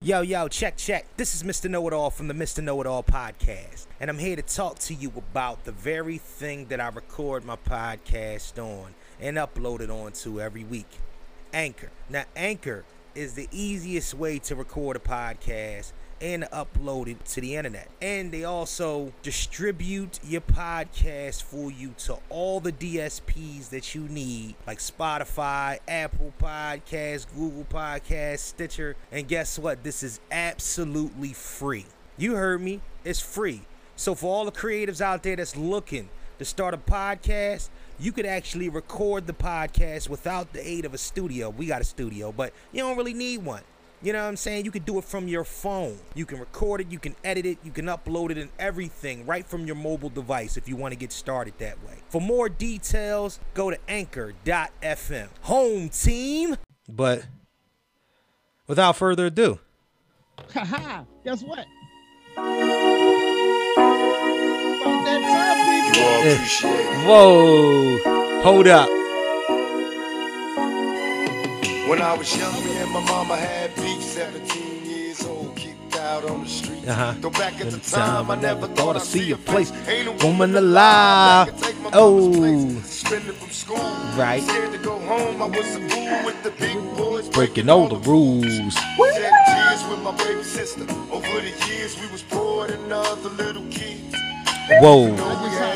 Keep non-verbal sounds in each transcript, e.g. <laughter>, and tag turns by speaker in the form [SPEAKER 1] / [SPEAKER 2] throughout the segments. [SPEAKER 1] Yo, yo, check, check. This is Mr. Know It All from the Mr. Know It All podcast. And I'm here to talk to you about the very thing that I record my podcast on and upload it onto every week Anchor. Now, Anchor is the easiest way to record a podcast and upload it to the internet. And they also distribute your podcast for you to all the DSPs that you need, like Spotify, Apple Podcasts, Google Podcasts, Stitcher. And guess what? This is absolutely free. You heard me. It's free. So for all the creatives out there that's looking to start a podcast, you could actually record the podcast without the aid of a studio. We got a studio, but you don't really need one. You know what I'm saying? You can do it from your phone. You can record it, you can edit it, you can upload it and everything right from your mobile device if you want to get started that way. For more details, go to anchor.fm. Home team. But without further ado,
[SPEAKER 2] Haha, guess what? About that time, people.
[SPEAKER 3] Well, appreciate
[SPEAKER 1] whoa, hold up.
[SPEAKER 3] it. When I was young, me and my mama had beef. 17 years old, kicked out on the street.
[SPEAKER 1] Uh-huh.
[SPEAKER 3] Though back at
[SPEAKER 1] At
[SPEAKER 3] the time, I never thought I'd see a place. Ain't a
[SPEAKER 1] woman
[SPEAKER 3] woman
[SPEAKER 1] alive.
[SPEAKER 3] alive. that could take my
[SPEAKER 1] Oh.
[SPEAKER 3] mama's place. Suspended from school.
[SPEAKER 1] Right.
[SPEAKER 3] Scared to go home. I was a fool with the big boys.
[SPEAKER 1] Breaking all the rules.
[SPEAKER 3] Shed tears with my baby sister. Over the years, we was poor than other little kids.
[SPEAKER 1] Whoa.
[SPEAKER 3] We had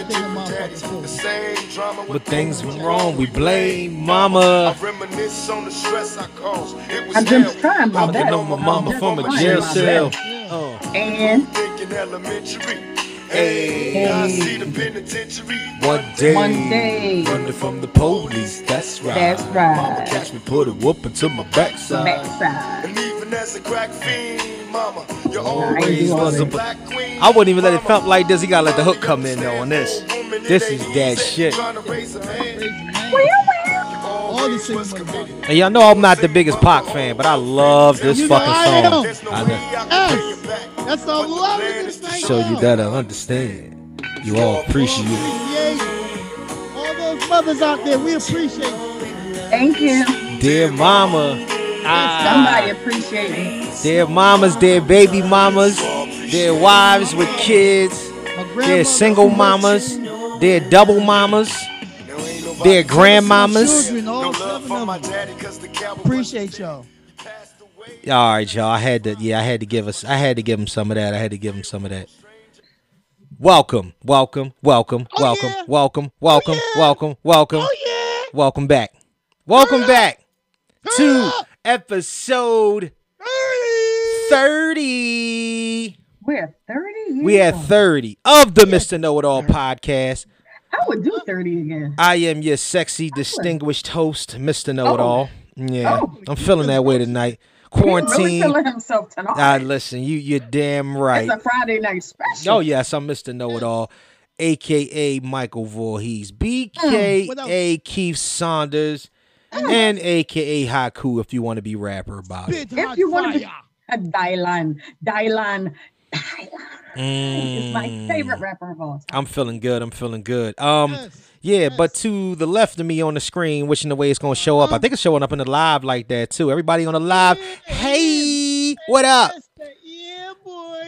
[SPEAKER 3] different daddies. The same drama
[SPEAKER 1] But
[SPEAKER 3] when
[SPEAKER 1] things was wrong, we blame mama.
[SPEAKER 3] I reminisce on the stress I caused. It was
[SPEAKER 4] I'm just
[SPEAKER 3] hell.
[SPEAKER 4] trying my
[SPEAKER 3] Bumping
[SPEAKER 4] best.
[SPEAKER 3] on my mama
[SPEAKER 4] I'm
[SPEAKER 3] from a
[SPEAKER 4] just trying
[SPEAKER 3] jail
[SPEAKER 4] my
[SPEAKER 3] cell.
[SPEAKER 4] best.
[SPEAKER 1] Oh.
[SPEAKER 4] And
[SPEAKER 3] Thinking elementary. Hey, I see the penitentiary.
[SPEAKER 1] One day,
[SPEAKER 4] One day.
[SPEAKER 1] running from the police. That's right.
[SPEAKER 4] That's right.
[SPEAKER 1] Mama catch me, put a whoop into my backside.
[SPEAKER 4] backside.
[SPEAKER 3] And even as a crack fiend, mama, you
[SPEAKER 4] ain't
[SPEAKER 3] always
[SPEAKER 4] doing
[SPEAKER 3] was a
[SPEAKER 4] it.
[SPEAKER 3] black queen.
[SPEAKER 1] I wouldn't even let it
[SPEAKER 3] Mama,
[SPEAKER 1] thump like this. He gotta let the hook come in though on this. This is that shit.
[SPEAKER 3] shit.
[SPEAKER 2] All these things went wrong.
[SPEAKER 1] And y'all know I'm not the biggest Pac fan, but I love this
[SPEAKER 2] You know I
[SPEAKER 1] fucking
[SPEAKER 2] am.
[SPEAKER 1] song. I know.
[SPEAKER 2] That's all love in this thing.
[SPEAKER 1] Show you that I understand. You all appreciate it.
[SPEAKER 2] Appreciate all those mothers out there. We appreciate you.
[SPEAKER 4] Thank you.
[SPEAKER 1] Dear mama.
[SPEAKER 4] Somebody
[SPEAKER 1] Ah,
[SPEAKER 4] appreciate me.
[SPEAKER 1] dear mamas, dear baby mamas, dear wives with kids,
[SPEAKER 2] My
[SPEAKER 1] dear
[SPEAKER 2] grandmother,
[SPEAKER 1] single
[SPEAKER 2] my
[SPEAKER 1] mamas, dear double mamas, dear grandmamas.
[SPEAKER 2] Children, all seven of them. Oh, Appreciate y'all.
[SPEAKER 1] All right, y'all. I had to, yeah, I had to give us, I had to give him some of that. I had to give him some of that. Welcome, welcome, welcome,
[SPEAKER 2] Oh,
[SPEAKER 1] welcome,
[SPEAKER 2] yeah.
[SPEAKER 1] welcome, welcome,
[SPEAKER 2] yeah.
[SPEAKER 1] welcome, welcome,
[SPEAKER 2] Oh yeah.
[SPEAKER 1] welcome back, welcome back
[SPEAKER 2] Hurry
[SPEAKER 1] to
[SPEAKER 2] up.
[SPEAKER 1] episode
[SPEAKER 2] Hurry.
[SPEAKER 1] thirty.
[SPEAKER 4] We're 30 years
[SPEAKER 1] We at
[SPEAKER 4] old.
[SPEAKER 1] thirty of the Mister Know It All podcast.
[SPEAKER 4] I would do 30 again.
[SPEAKER 1] I am your
[SPEAKER 2] Oh,
[SPEAKER 1] sexy, distinguished host, Mister Know It All. Yeah,
[SPEAKER 4] Oh.
[SPEAKER 1] I'm feeling that way tonight.
[SPEAKER 4] He really
[SPEAKER 1] Quarantine.
[SPEAKER 4] feeling himself tonight.
[SPEAKER 1] Ah, listen, you you're damn right.
[SPEAKER 4] It's a Friday night special.
[SPEAKER 1] Oh yes, I'm Mr. Know It All, aka Michael Voorhees,
[SPEAKER 2] Mm, without- Mm.
[SPEAKER 1] BKA Keith Saunders, and aka Haku if you want to be rapper about it.
[SPEAKER 2] Big hot
[SPEAKER 4] you wanna be-
[SPEAKER 2] fire.
[SPEAKER 4] Dylan. Dylan. Dylan is my
[SPEAKER 1] Mm.
[SPEAKER 4] favorite rapper of all time.
[SPEAKER 1] I'm feeling good. I'm feeling good. Um,
[SPEAKER 2] Yes,
[SPEAKER 1] yeah, but
[SPEAKER 2] yes.
[SPEAKER 1] to the left of me on the screen, which in the way it's gonna show up. I think it's showing up in the live like that too. Everybody on the live,
[SPEAKER 2] Uh-huh. Yeah,
[SPEAKER 1] hey, what up?
[SPEAKER 2] Yes, the- Yeah,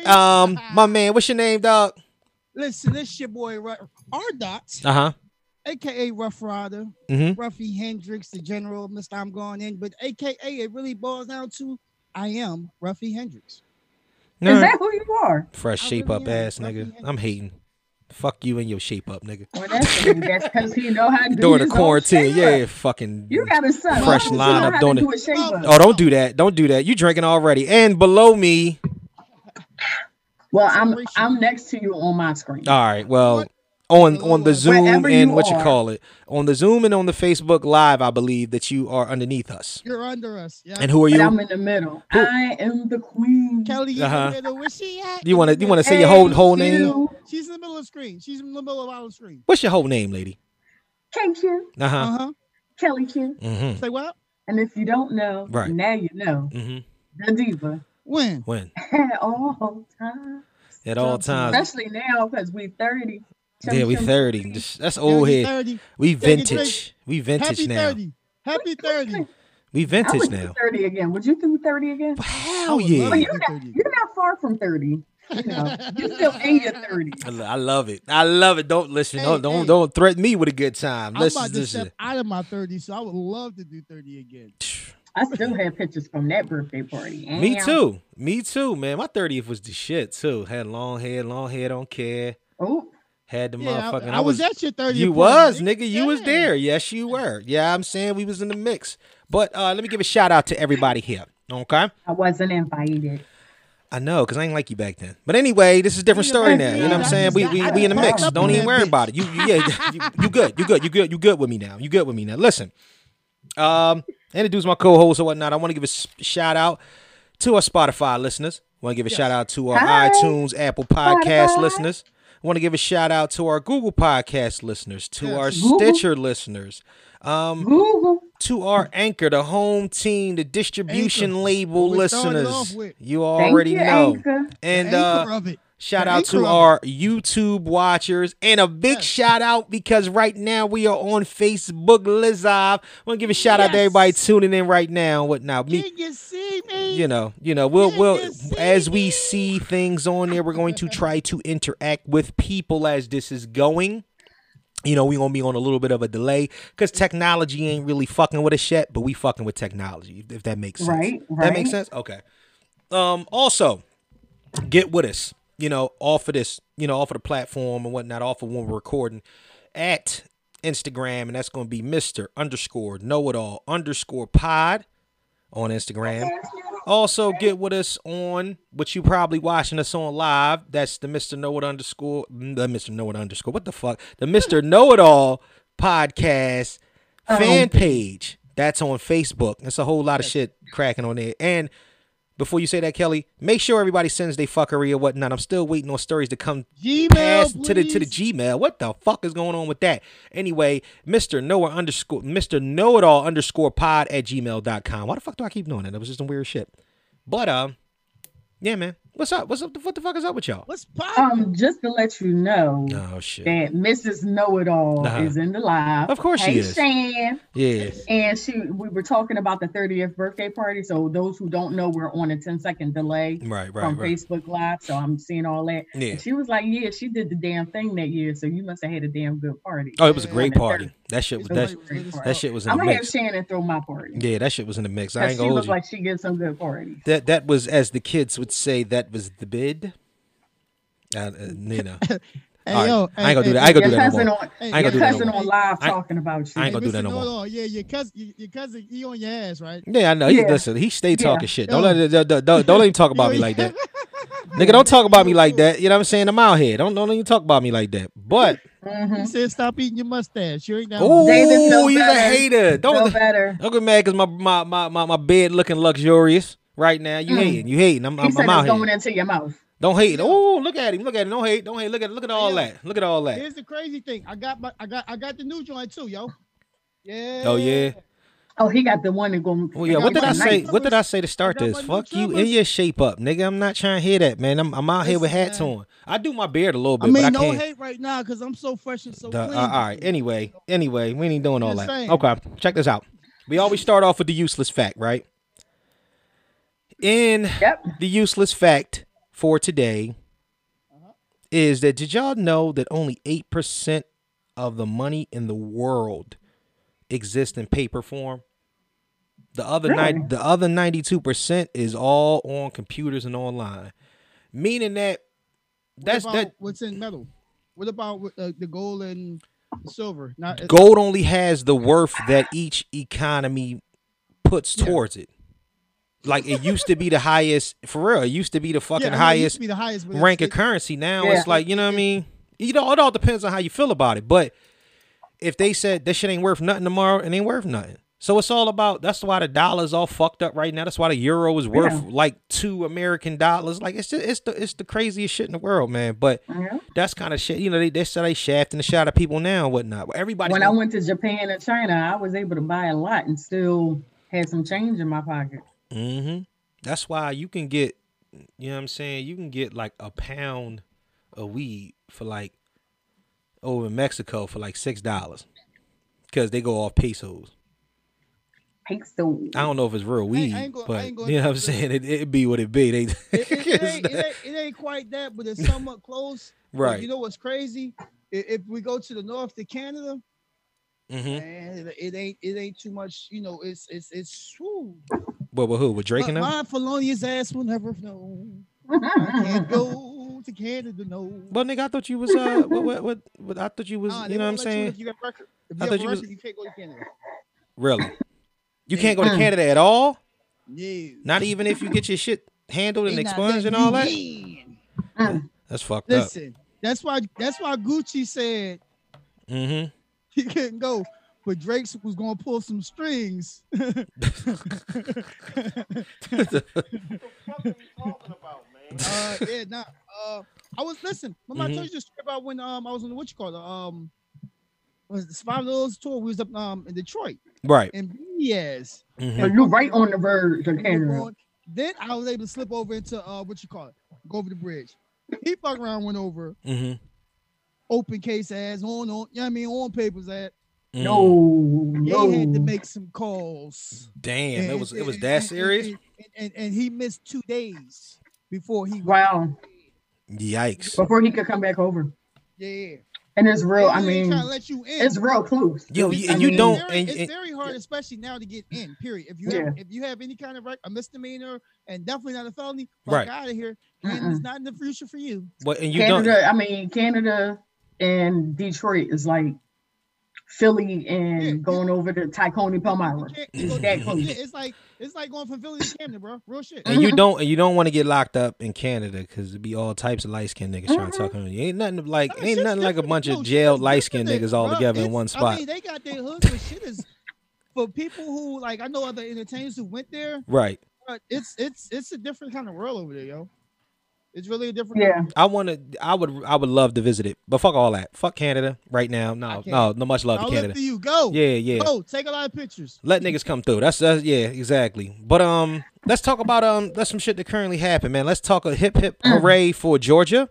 [SPEAKER 2] boy.
[SPEAKER 1] Um, my man, what's your name, dog?
[SPEAKER 2] Listen, this your boy R. R. Dot,
[SPEAKER 1] Uh huh.
[SPEAKER 2] aka Rough Rider,
[SPEAKER 1] Mhm.
[SPEAKER 2] Ruffy Hendrix, the general, Mister. I'm going in, but aka it really boils down to I am Ruffy Hendrix.
[SPEAKER 4] Is that who you are?
[SPEAKER 1] Fresh
[SPEAKER 2] I
[SPEAKER 1] shape
[SPEAKER 2] really
[SPEAKER 1] up
[SPEAKER 2] am.
[SPEAKER 1] ass
[SPEAKER 2] I
[SPEAKER 1] nigga.
[SPEAKER 2] really am.
[SPEAKER 1] I'm hating. Fuck you and your shape up nigga.
[SPEAKER 4] Well, that's because he know how to do
[SPEAKER 1] During
[SPEAKER 4] his
[SPEAKER 1] the
[SPEAKER 4] own
[SPEAKER 1] quarantine,
[SPEAKER 4] shape
[SPEAKER 1] yeah,
[SPEAKER 4] up.
[SPEAKER 1] fucking.
[SPEAKER 4] You got a son. Why
[SPEAKER 1] Fresh
[SPEAKER 4] don't
[SPEAKER 1] lineup,
[SPEAKER 4] you know how to
[SPEAKER 1] don't
[SPEAKER 4] do
[SPEAKER 1] it?
[SPEAKER 4] a shape up?
[SPEAKER 1] Oh, don't do that. Don't do that. You drinking already. And below me.
[SPEAKER 4] Well, I'm I'm next to you on my screen.
[SPEAKER 1] All right. Well, on on the Zoom
[SPEAKER 4] Wherever
[SPEAKER 1] and
[SPEAKER 4] you
[SPEAKER 1] what you
[SPEAKER 4] are.
[SPEAKER 1] call it. On the Zoom and on the Facebook Live, I believe that you are underneath us.
[SPEAKER 2] You're under us. Yeah.
[SPEAKER 1] And who are
[SPEAKER 4] but
[SPEAKER 1] you?
[SPEAKER 4] I'm in the middle.
[SPEAKER 1] Who-
[SPEAKER 4] I am the queen.
[SPEAKER 2] <laughs> Kelly in
[SPEAKER 1] Uh-huh.
[SPEAKER 2] the middle. Where she at?
[SPEAKER 1] You
[SPEAKER 2] In
[SPEAKER 1] wanna
[SPEAKER 2] the
[SPEAKER 1] you wanna
[SPEAKER 2] middle.
[SPEAKER 1] say your whole
[SPEAKER 4] Hey,
[SPEAKER 1] whole name?
[SPEAKER 4] you.
[SPEAKER 2] She's in the middle of the screen. She's in the middle of our screen.
[SPEAKER 1] What's your whole name, lady?
[SPEAKER 4] K Q,
[SPEAKER 1] Uh huh.
[SPEAKER 2] Uh huh.
[SPEAKER 4] Kelly Q.
[SPEAKER 1] Mm-hmm.
[SPEAKER 2] Say what?
[SPEAKER 4] And if you don't know,
[SPEAKER 1] Right.
[SPEAKER 4] now you know.
[SPEAKER 1] Mm-hmm.
[SPEAKER 4] The diva <laughs>
[SPEAKER 2] When?
[SPEAKER 1] When
[SPEAKER 4] at all times.
[SPEAKER 1] at all times.
[SPEAKER 4] Especially now because we 30. Chum,
[SPEAKER 1] Yeah, we
[SPEAKER 4] chum,
[SPEAKER 1] thirty.
[SPEAKER 4] chum.
[SPEAKER 1] Just- That's old
[SPEAKER 2] Happy
[SPEAKER 1] head.
[SPEAKER 2] 30.
[SPEAKER 1] We
[SPEAKER 2] Thirty three.
[SPEAKER 1] vintage. We
[SPEAKER 2] Happy
[SPEAKER 1] vintage now.
[SPEAKER 2] 30. Happy 30.
[SPEAKER 1] We
[SPEAKER 4] I
[SPEAKER 1] vintage
[SPEAKER 4] would
[SPEAKER 1] now.
[SPEAKER 4] do 30 again. Would you do 30 again?
[SPEAKER 1] Hell
[SPEAKER 2] would love
[SPEAKER 4] Well,
[SPEAKER 2] to
[SPEAKER 1] yeah.
[SPEAKER 2] do
[SPEAKER 4] you're, not,
[SPEAKER 2] 30
[SPEAKER 4] you're not far from 30. You know,
[SPEAKER 2] <laughs>
[SPEAKER 4] you're still in your 30.
[SPEAKER 1] I lo- I love it. I love it. Don't listen.
[SPEAKER 2] Hey,
[SPEAKER 1] don't don't,
[SPEAKER 2] hey.
[SPEAKER 1] don't threaten me with a good time.
[SPEAKER 2] I'm
[SPEAKER 1] Listen,
[SPEAKER 2] about to
[SPEAKER 1] listen.
[SPEAKER 2] step out of my 30, so I would love to do 30 again.
[SPEAKER 4] I still have pictures from that birthday party.
[SPEAKER 1] <sniffs> Me
[SPEAKER 4] Damn.
[SPEAKER 1] too. Me too, man. My 30th was the shit too. Had long hair, long hair, don't care.
[SPEAKER 4] Oh,
[SPEAKER 1] Had the
[SPEAKER 2] Yeah,
[SPEAKER 1] motherfucking.
[SPEAKER 2] I, I was at your 30.
[SPEAKER 1] You
[SPEAKER 2] party,
[SPEAKER 1] was, nigga. You was
[SPEAKER 2] Yeah.
[SPEAKER 1] there. Yes, you were. Yeah, I'm saying we was in the mix. But uh let me give a shout out to everybody here. Okay.
[SPEAKER 4] I wasn't invited.
[SPEAKER 1] I know, cause I ain't like you back then. But anyway, this is a different story now. You know what I'm saying? We we, we in the mix. Don't even worry about it. You, you yeah, you, you good, you good, you good, you good with me now. You good with me now. Listen, um, introduce my co-host or whatnot. I want to give a s- shout out to our Spotify listeners. Want to give a shout out to our
[SPEAKER 4] Hi.
[SPEAKER 1] iTunes, Apple Podcast
[SPEAKER 4] Spotify.
[SPEAKER 1] listeners. Want to give a shout out to our Google Podcast listeners, to
[SPEAKER 2] Yes.
[SPEAKER 1] our
[SPEAKER 4] Google.
[SPEAKER 1] Stitcher listeners, um,
[SPEAKER 4] Google.
[SPEAKER 1] to our Anchor, the home team, the distribution
[SPEAKER 2] Anchor.
[SPEAKER 1] label
[SPEAKER 2] What we started off
[SPEAKER 1] listeners.
[SPEAKER 2] with.
[SPEAKER 1] You
[SPEAKER 4] Thank
[SPEAKER 1] already
[SPEAKER 4] you,
[SPEAKER 1] know.
[SPEAKER 4] Anchor.
[SPEAKER 1] And
[SPEAKER 2] The
[SPEAKER 1] uh,
[SPEAKER 2] anchor of it.
[SPEAKER 1] Shout
[SPEAKER 2] The
[SPEAKER 1] out to
[SPEAKER 2] anchor of
[SPEAKER 1] our YouTube watchers and a big
[SPEAKER 2] Yes.
[SPEAKER 1] shout out because right now we are on Facebook Live. I want to give a shout out to
[SPEAKER 2] Yes.
[SPEAKER 1] everybody tuning in right now and whatnot. Me,
[SPEAKER 2] Can you see me?
[SPEAKER 1] you know, you know, we'll
[SPEAKER 2] Can
[SPEAKER 1] we'll
[SPEAKER 2] you see
[SPEAKER 1] as we
[SPEAKER 2] me?
[SPEAKER 1] see things on there, we're going to try to interact with people as this is going. You know, we're gonna be on a little bit of a delay because technology ain't really fucking with us yet, but we fucking with technology, if that makes sense.
[SPEAKER 4] Right,
[SPEAKER 1] That makes
[SPEAKER 4] right.
[SPEAKER 1] sense? Okay. Um, also, get with us, you know, off of this, you know, off of the platform and whatnot, off of when we're recording at Instagram, and that's gonna be Mr. underscore know it all underscore pod on Instagram. Also, get with us on what you probably watching us on live. That's the Mr. Know It underscore the Mr. Know It underscore. What the fuck? The Mr. Know It All podcast fan page. That's on Facebook. It's a whole lot of shit cracking on there. And before you say that, Kelly, make sure everybody sends their fuckery or whatnot. I'm still waiting on stories to come
[SPEAKER 2] Gmail,
[SPEAKER 1] pass to the to the
[SPEAKER 2] please.
[SPEAKER 1] Gmail. What the fuck is going on with that? Anyway, Mr. Noah underscore Mr. Know It All underscore pod at gmail.com. Why the fuck do I keep doing that? That was just some weird shit. But um, yeah, man. What's up? What's up? What the fuck is up with y'all?
[SPEAKER 2] What's poppin'?
[SPEAKER 4] Um, just to let you know
[SPEAKER 1] Oh shit.
[SPEAKER 4] that Mrs. Know It All
[SPEAKER 1] Uh-huh.
[SPEAKER 4] is in the live.
[SPEAKER 1] Of course she
[SPEAKER 4] hey,
[SPEAKER 1] is.
[SPEAKER 4] Shan.
[SPEAKER 1] Yeah.
[SPEAKER 4] And she, we were talking about the 30th birthday party. So those who don't know, we're on a 10 second delay
[SPEAKER 1] Right, right,
[SPEAKER 4] from
[SPEAKER 1] right.
[SPEAKER 4] Facebook Live. So I'm seeing all that.
[SPEAKER 1] Yeah.
[SPEAKER 4] And she was like, "Yeah, she did the damn thing that year. So you must have had a damn good party."
[SPEAKER 1] Oh, it was a great
[SPEAKER 4] Yeah.
[SPEAKER 1] party. That shit was that, that shit was in
[SPEAKER 4] I'm
[SPEAKER 1] the
[SPEAKER 4] gonna have
[SPEAKER 1] mix.
[SPEAKER 4] Shannon throw my party.
[SPEAKER 1] Yeah, that shit was in the mix. I
[SPEAKER 4] 'Cause
[SPEAKER 1] ain't
[SPEAKER 4] she
[SPEAKER 1] gonna hold
[SPEAKER 4] looks
[SPEAKER 1] you.
[SPEAKER 4] like she gives some good parties.
[SPEAKER 1] That that was as the kids would say. That was the bid. Uh, uh, you know, all right.
[SPEAKER 2] Hey, yo,
[SPEAKER 1] I ain't
[SPEAKER 2] hey,
[SPEAKER 1] gonna do
[SPEAKER 2] hey,
[SPEAKER 1] that. I ain't gonna
[SPEAKER 4] Your
[SPEAKER 1] do that no
[SPEAKER 4] cousin
[SPEAKER 1] more.
[SPEAKER 4] on,
[SPEAKER 2] hey,
[SPEAKER 1] I ain't
[SPEAKER 4] your
[SPEAKER 1] gonna do that no
[SPEAKER 4] cousin
[SPEAKER 1] more.
[SPEAKER 4] on live
[SPEAKER 1] I-
[SPEAKER 4] talking about you.
[SPEAKER 1] I ain't gonna do
[SPEAKER 2] Mr.
[SPEAKER 1] that no more.
[SPEAKER 2] Know-It-All, Yeah, your cousin, your, your cousin, he on your ass, right?
[SPEAKER 1] Yeah, I know. He,
[SPEAKER 4] Yeah.
[SPEAKER 1] Listen, he stay
[SPEAKER 4] Yeah.
[SPEAKER 1] talking shit. Don't let don't, don't, don't, don't let him talk about me like
[SPEAKER 4] <laughs>
[SPEAKER 1] that, nigga. Don't talk about me like that. You know what I'm saying? I'm out here. Don't don't let him talk about me like that. But
[SPEAKER 2] He
[SPEAKER 4] Mhm.
[SPEAKER 2] said, "Stop eating your mustache. You ain't that."
[SPEAKER 1] oh,
[SPEAKER 4] David, know
[SPEAKER 1] he's a
[SPEAKER 4] better.
[SPEAKER 1] hater.
[SPEAKER 4] Know
[SPEAKER 1] Don't
[SPEAKER 4] better.
[SPEAKER 1] don't get mad because my, my my my my bed looking luxurious right now. You
[SPEAKER 4] Mm.
[SPEAKER 1] hating? You hating? I'm
[SPEAKER 4] He
[SPEAKER 1] I'm,
[SPEAKER 4] said
[SPEAKER 1] I'm
[SPEAKER 4] it's
[SPEAKER 1] out
[SPEAKER 4] going
[SPEAKER 1] here.
[SPEAKER 4] into your mouth.
[SPEAKER 1] Don't hate. Oh, look at him. Look at him. Don't hate. Don't hate. Look at look at all
[SPEAKER 2] Yeah.
[SPEAKER 1] that. Look at all that.
[SPEAKER 2] Here's the crazy thing. I got my, I got, I got the new joint too, yo. Yeah.
[SPEAKER 1] Oh yeah.
[SPEAKER 4] Oh, he got the one that going.
[SPEAKER 1] Well, yeah. What did I
[SPEAKER 2] my
[SPEAKER 1] say?
[SPEAKER 2] new
[SPEAKER 1] What did I say to start
[SPEAKER 2] got
[SPEAKER 1] this?
[SPEAKER 2] my new
[SPEAKER 1] Fuck you in
[SPEAKER 2] trimmers.
[SPEAKER 1] your shape up, nigga. I'm not trying to hear that, man. I'm I'm out here with
[SPEAKER 2] Listen,
[SPEAKER 1] hats
[SPEAKER 2] man.
[SPEAKER 1] on. I do my beard a little
[SPEAKER 2] I
[SPEAKER 1] bit,
[SPEAKER 2] mean,
[SPEAKER 1] but I
[SPEAKER 2] no
[SPEAKER 1] can't.
[SPEAKER 2] hate right now because I'm so fresh and so
[SPEAKER 1] Duh,
[SPEAKER 2] clean.
[SPEAKER 1] uh, all right. Anyway, anyway, we ain't doing all
[SPEAKER 2] Just
[SPEAKER 1] that.
[SPEAKER 2] saying.
[SPEAKER 1] Okay, check this out. We always start off with the useless fact, right? In
[SPEAKER 4] Yep.
[SPEAKER 1] the useless fact for today is that did y'all know that only eight percent of the money in the world exists in paper form? The other
[SPEAKER 4] Really?
[SPEAKER 1] nine, the other ninety-two percent is all on computers and online, meaning that
[SPEAKER 2] What
[SPEAKER 1] that's
[SPEAKER 2] about
[SPEAKER 1] that
[SPEAKER 2] What's in metal? What about with, uh, the gold and silver? Not uh,
[SPEAKER 1] gold only has the worth that each economy puts
[SPEAKER 2] Yeah.
[SPEAKER 1] towards it. Like it used to be the highest for real. It used to be the fucking
[SPEAKER 2] yeah, I know it used
[SPEAKER 1] highest
[SPEAKER 2] to be the highest but
[SPEAKER 1] rank of
[SPEAKER 2] it's-
[SPEAKER 1] currency. Now
[SPEAKER 4] Yeah.
[SPEAKER 1] it's like you know what I mean. You know, it all depends on how you feel about it. But if they said this shit ain't worth nothing tomorrow, it ain't worth nothing. So it's all about. That's why the dollar's all fucked up right now. That's why the euro is worth
[SPEAKER 4] Yeah.
[SPEAKER 1] like two American dollars. Like it's just, it's the it's the craziest shit in the world, man. But
[SPEAKER 4] Yeah.
[SPEAKER 1] that's kind of shit. You know, they they say they shafting the shot of people now and whatnot. But everybody
[SPEAKER 4] When I went to Japan and China, I was able to buy a lot and still had some change in my pocket.
[SPEAKER 1] Mm-hmm. That's why you can get, you know what I'm saying? You can get like a pound of weed for like over in Mexico for like six dollars. Cause they go off pesos.
[SPEAKER 4] peso.
[SPEAKER 1] I don't know if it's real
[SPEAKER 2] I
[SPEAKER 1] weed,
[SPEAKER 2] ain't gonna- I
[SPEAKER 1] but
[SPEAKER 2] ain't gonna
[SPEAKER 1] you know what I'm
[SPEAKER 2] touch it.
[SPEAKER 1] saying. It it be what it be. They <laughs>
[SPEAKER 2] It, it- it
[SPEAKER 1] it's
[SPEAKER 2] ain't, it
[SPEAKER 1] not-
[SPEAKER 2] ain't- it ain't quite that, but it's somewhat close. But
[SPEAKER 1] right.
[SPEAKER 2] You know what's crazy? I- If we go to the north to Canada, Mm-hmm.
[SPEAKER 1] hmm
[SPEAKER 2] man, it- it ain't it ain't too much. You know, it's it's it's. Whoo.
[SPEAKER 1] But with who? With Drake
[SPEAKER 2] My,
[SPEAKER 1] and them?
[SPEAKER 2] my felonious ass will never know. Can't go to Canada, no.
[SPEAKER 1] Well, nigga, I thought you was
[SPEAKER 2] <laughs>
[SPEAKER 1] uh, what, what, what, what- I thought you was,
[SPEAKER 2] Nah, they
[SPEAKER 1] you know what I'm
[SPEAKER 2] won't let
[SPEAKER 1] saying?
[SPEAKER 2] If you have record, if you
[SPEAKER 1] I
[SPEAKER 2] have
[SPEAKER 1] thought you
[SPEAKER 2] record,
[SPEAKER 1] was-
[SPEAKER 2] you can't go to Canada.
[SPEAKER 1] Really? You
[SPEAKER 2] They-
[SPEAKER 1] can't go to
[SPEAKER 4] Mm.
[SPEAKER 1] Canada at all?
[SPEAKER 2] Yeah.
[SPEAKER 1] Not even if you get your shit handled and
[SPEAKER 2] They not
[SPEAKER 1] expunged and
[SPEAKER 2] letting
[SPEAKER 1] all that?
[SPEAKER 2] you in.
[SPEAKER 1] That's fucked up.
[SPEAKER 2] Listen, that's why that's why Gucci said
[SPEAKER 1] Mm-hmm.
[SPEAKER 2] he couldn't go, but Drake was gonna pull some strings.
[SPEAKER 1] <laughs>
[SPEAKER 2] uh, yeah, nah. Uh, I was listen. Remember
[SPEAKER 1] Mhm.
[SPEAKER 2] I told you the story about when um I was on the what you call it um was it the Five Littles tour. We was up um in Detroit
[SPEAKER 1] Right.
[SPEAKER 2] and BS.
[SPEAKER 1] hmm
[SPEAKER 4] <laughs> So you right on the verge of
[SPEAKER 2] we were
[SPEAKER 4] Canada.
[SPEAKER 2] going- Then I was able to slip over into uh what you call it, go over the bridge. He fuck around, went over,
[SPEAKER 1] hmm
[SPEAKER 2] open case ass on on. You know what I mean? On papers at.
[SPEAKER 1] Mm.
[SPEAKER 4] No,
[SPEAKER 2] They
[SPEAKER 4] no.
[SPEAKER 2] had to make some calls.
[SPEAKER 1] Damn, it was it was
[SPEAKER 2] and- <laughs>
[SPEAKER 1] that
[SPEAKER 2] and-
[SPEAKER 1] serious?
[SPEAKER 2] And, and, and he missed two days before he.
[SPEAKER 4] wow.
[SPEAKER 1] Yikes.
[SPEAKER 4] Before he could come back over,
[SPEAKER 2] Yeah.
[SPEAKER 4] and it's real.
[SPEAKER 2] They
[SPEAKER 4] I
[SPEAKER 2] ain't
[SPEAKER 4] mean,
[SPEAKER 2] trying to let you in.
[SPEAKER 4] it's real close.
[SPEAKER 1] Yo,
[SPEAKER 4] It's-
[SPEAKER 1] y- Oh,
[SPEAKER 4] I
[SPEAKER 1] and you
[SPEAKER 4] mean,
[SPEAKER 1] don't-
[SPEAKER 2] It's very,
[SPEAKER 1] and-
[SPEAKER 2] it's
[SPEAKER 1] and-
[SPEAKER 2] very hard, especially now, to get in. Period. If you
[SPEAKER 4] Yeah.
[SPEAKER 2] have if you have any kind of rec- a misdemeanor and definitely not a felony, fuck
[SPEAKER 1] Right.
[SPEAKER 2] out of here. And it's not in the future for you.
[SPEAKER 1] But and you
[SPEAKER 4] Canada. I mean, Canada and Detroit is like Philly and
[SPEAKER 2] Yeah,
[SPEAKER 4] going over to Tacony Palmyra.
[SPEAKER 2] You can't- you go-
[SPEAKER 4] That close.
[SPEAKER 2] yeah, it's like it's like going from Philly to Camden, bro. Real shit. <laughs>
[SPEAKER 1] don't and you don't and you don't want to get locked up in Canada because it'd be all types of light skinned niggas trying to
[SPEAKER 2] Mm-hmm.
[SPEAKER 1] talk on you. Ain't nothing like
[SPEAKER 2] Nah,
[SPEAKER 1] ain't
[SPEAKER 2] shit's
[SPEAKER 1] nothing like a
[SPEAKER 2] different.
[SPEAKER 1] bunch
[SPEAKER 2] No,
[SPEAKER 1] of
[SPEAKER 2] shit
[SPEAKER 1] jailed
[SPEAKER 2] is
[SPEAKER 1] light
[SPEAKER 2] different
[SPEAKER 1] skinned
[SPEAKER 2] there,
[SPEAKER 1] niggas all
[SPEAKER 2] bruh.
[SPEAKER 1] together in
[SPEAKER 2] It's-
[SPEAKER 1] one spot.
[SPEAKER 2] I mean, they got their hood, but shit is for people who like I know other entertainers who went there,
[SPEAKER 1] Right.
[SPEAKER 2] but it's it's it's a different kind of world over there, yo. It's really a different.
[SPEAKER 4] Yeah,
[SPEAKER 1] I want to. I would. I would love to visit it, but fuck all that. Fuck Canada right now.
[SPEAKER 2] I
[SPEAKER 1] No,
[SPEAKER 2] can't.
[SPEAKER 1] no, no. Much love
[SPEAKER 2] I'll
[SPEAKER 1] to Canada.
[SPEAKER 2] let you go.
[SPEAKER 1] Yeah, yeah.
[SPEAKER 2] Go take a lot of pictures.
[SPEAKER 1] Let niggas come through. That's that's yeah, exactly. But um, let's talk about um, that's some shit that currently happened, man. Let's talk a hip hip
[SPEAKER 4] Mm.
[SPEAKER 1] hooray for Georgia,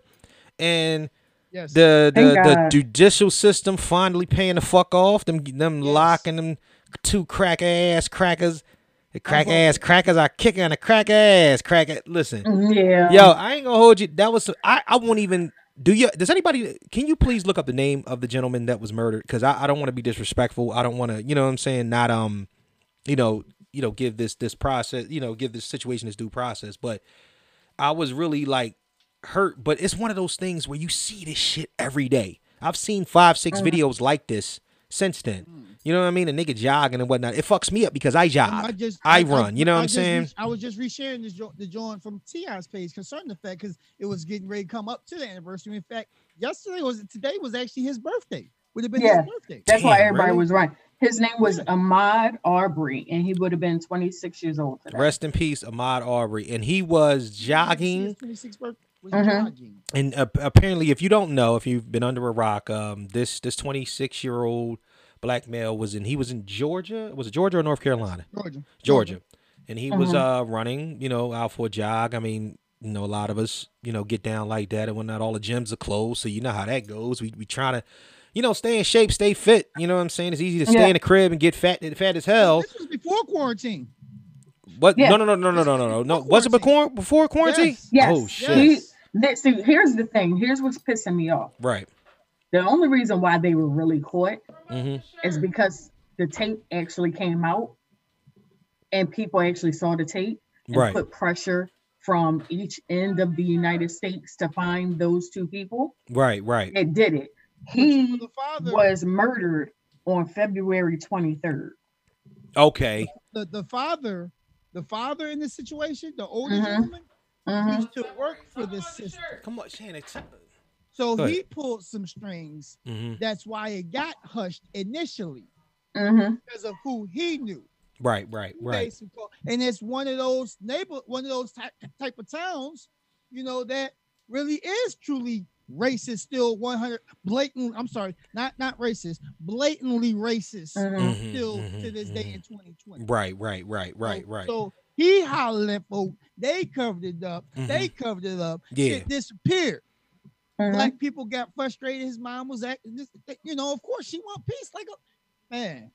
[SPEAKER 1] and
[SPEAKER 2] Yes.
[SPEAKER 1] the the,
[SPEAKER 4] Thank
[SPEAKER 1] the
[SPEAKER 4] God.
[SPEAKER 1] judicial system finally paying the fuck off them them
[SPEAKER 2] Yes.
[SPEAKER 1] locking them two crack ass crackers,
[SPEAKER 4] Uh-huh.
[SPEAKER 1] the crack
[SPEAKER 2] voting.
[SPEAKER 1] ass crackers are kicking the crack ass crack. Listen,
[SPEAKER 4] yeah.
[SPEAKER 1] Yo, I ain't gonna hold you. That was I. I won't even do you. Does anybody? Can you please look up the name of the gentleman that was murdered? Because I, I don't want to be disrespectful. I don't want to. You know what I'm saying? Not um, you know, you know, give this this process. You know, give this situation its due process. But I was really like hurt. But it's one of those things where you see this shit every day. I've seen five six videos like this since then. You know what I mean? A nigga jogging and whatnot. It fucks me up because I jog.
[SPEAKER 2] I just
[SPEAKER 1] I run, you know what I'm
[SPEAKER 2] just
[SPEAKER 1] saying?
[SPEAKER 2] re- I was just resharing this jo- the joint from Ti's page concerning the fact because it was getting ready to come up to the anniversary. In fact, yesterday was today was actually his birthday. Would have been
[SPEAKER 4] Yeah.
[SPEAKER 2] his birthday.
[SPEAKER 4] That's why
[SPEAKER 1] Damn,
[SPEAKER 4] everybody
[SPEAKER 1] really?
[SPEAKER 4] was right. His name was
[SPEAKER 2] Yeah.
[SPEAKER 4] Ahmad Arbery, and he would have been 26 years old today.
[SPEAKER 1] Rest in peace, Ahmad Aubrey. And he was jogging.
[SPEAKER 2] Twenty sixth birthday was
[SPEAKER 4] Mhm.
[SPEAKER 2] jogging.
[SPEAKER 1] and uh, apparently if you don't know if you've been under a rock um this this 26 year old black male was in he was in georgia was it georgia or north carolina
[SPEAKER 2] Georgia.
[SPEAKER 1] georgia and he was
[SPEAKER 4] Uh-huh.
[SPEAKER 1] uh running you know out for a jog i mean you know a lot of us you know get down like that and when not all the gyms are closed so you know how that goes we we trying to you know stay in shape stay fit you know what i'm saying it's easy to stay
[SPEAKER 4] Yeah.
[SPEAKER 1] in the crib and get fat fat as hell
[SPEAKER 2] This was before quarantine.
[SPEAKER 1] but
[SPEAKER 4] Yeah.
[SPEAKER 1] no no no no no no no no no was it before before quarantine
[SPEAKER 2] Yes.
[SPEAKER 4] Yes.
[SPEAKER 1] oh shit
[SPEAKER 4] He- that- see, here's the thing. Here's what's pissing me off.
[SPEAKER 1] right
[SPEAKER 4] The only reason why they were really caught
[SPEAKER 1] mm-hmm.
[SPEAKER 4] is because the tape actually came out, and people actually saw the tape and
[SPEAKER 1] Right.
[SPEAKER 4] put pressure from each end of the United States to find those two people
[SPEAKER 1] right right
[SPEAKER 4] that did it.
[SPEAKER 2] For
[SPEAKER 4] He
[SPEAKER 2] the father,
[SPEAKER 4] was murdered on February 23rd.
[SPEAKER 1] okay
[SPEAKER 2] the, the father, the father in this situation, the older
[SPEAKER 4] Mhm.
[SPEAKER 2] woman
[SPEAKER 4] Mhm.
[SPEAKER 2] used to work for this sister,
[SPEAKER 1] Come on, Shannon.
[SPEAKER 2] so
[SPEAKER 1] Go
[SPEAKER 2] he pulled some strings.
[SPEAKER 1] Mm-hmm.
[SPEAKER 2] That's why it got hushed initially
[SPEAKER 4] Mhm.
[SPEAKER 2] because of who he knew.
[SPEAKER 1] Right, right,
[SPEAKER 2] He made
[SPEAKER 1] right.
[SPEAKER 2] some call- And it's one of those neighbor, one of those type, type of towns, you know, that really is truly racist. Still, one hundred blatant. I'm sorry, not not racist, blatantly racist.
[SPEAKER 4] Mhm.
[SPEAKER 1] Mhm,
[SPEAKER 2] Still
[SPEAKER 1] mhm,
[SPEAKER 2] to this day
[SPEAKER 1] mhm.
[SPEAKER 2] in 2020.
[SPEAKER 1] Right, right, right, right,
[SPEAKER 2] So-
[SPEAKER 1] right.
[SPEAKER 2] So he hollered at folk. They covered it up. They covered it up.
[SPEAKER 1] Mm-hmm. Yeah.
[SPEAKER 2] Shit disappeared.
[SPEAKER 4] Mhm.
[SPEAKER 2] Black people got frustrated. His mom was acting. This, you know, of course she want peace. Like a man.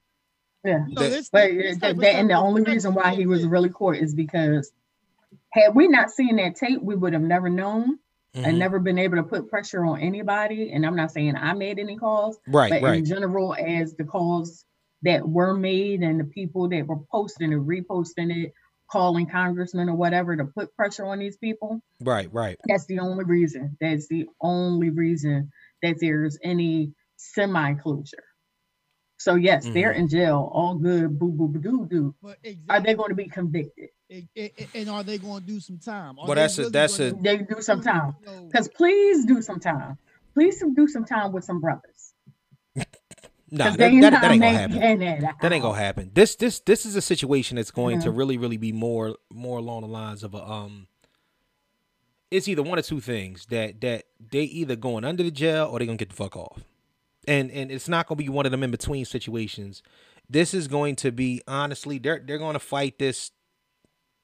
[SPEAKER 4] Yeah.
[SPEAKER 2] You know,
[SPEAKER 1] That-
[SPEAKER 2] this,
[SPEAKER 4] But
[SPEAKER 2] this type
[SPEAKER 4] th-
[SPEAKER 2] of
[SPEAKER 4] that, and the
[SPEAKER 2] stuff-
[SPEAKER 4] only reason why he was really caught is because had we not seen that tape, we would have never known
[SPEAKER 1] Mhm.
[SPEAKER 4] and never been able to put pressure on anybody. And I'm not saying I made any calls,
[SPEAKER 1] Right,
[SPEAKER 4] but in
[SPEAKER 1] right.
[SPEAKER 4] general, as the calls that were made and the people that were posting and reposting it, calling congressmen or whatever to put pressure on these people,
[SPEAKER 1] Right, right.
[SPEAKER 4] that's the only reason. That's the only reason that there's any semi closure. So yes, they're
[SPEAKER 1] Mm-hmm.
[SPEAKER 4] in jail, all good, boo boo doo doo.
[SPEAKER 2] But
[SPEAKER 4] Are they
[SPEAKER 2] exactly,
[SPEAKER 4] going to be convicted?
[SPEAKER 2] a- a- and are they going to do some time? Are
[SPEAKER 1] Well,
[SPEAKER 2] they
[SPEAKER 1] that's a-
[SPEAKER 2] really
[SPEAKER 1] that's
[SPEAKER 2] gonna
[SPEAKER 1] a-
[SPEAKER 2] do-
[SPEAKER 4] They do some time.
[SPEAKER 2] you know,
[SPEAKER 4] Because please do some time. Please do some time with some brothers.
[SPEAKER 1] No,
[SPEAKER 4] Because
[SPEAKER 1] that,
[SPEAKER 4] they
[SPEAKER 1] that,
[SPEAKER 4] not
[SPEAKER 1] that ain't gonna
[SPEAKER 4] making
[SPEAKER 1] happen.
[SPEAKER 4] it
[SPEAKER 1] That ain't
[SPEAKER 4] out.
[SPEAKER 2] Oh.
[SPEAKER 1] gonna happen. This this this is a situation that's going to
[SPEAKER 4] Mhm.
[SPEAKER 2] Mm-hmm.
[SPEAKER 1] really really be more more along the lines of a um. It's either one of two things that that they either going under the jail or they gonna get the fuck off, and and it's not gonna be one of them in between situations. This is going to be honestly they're they're gonna fight this.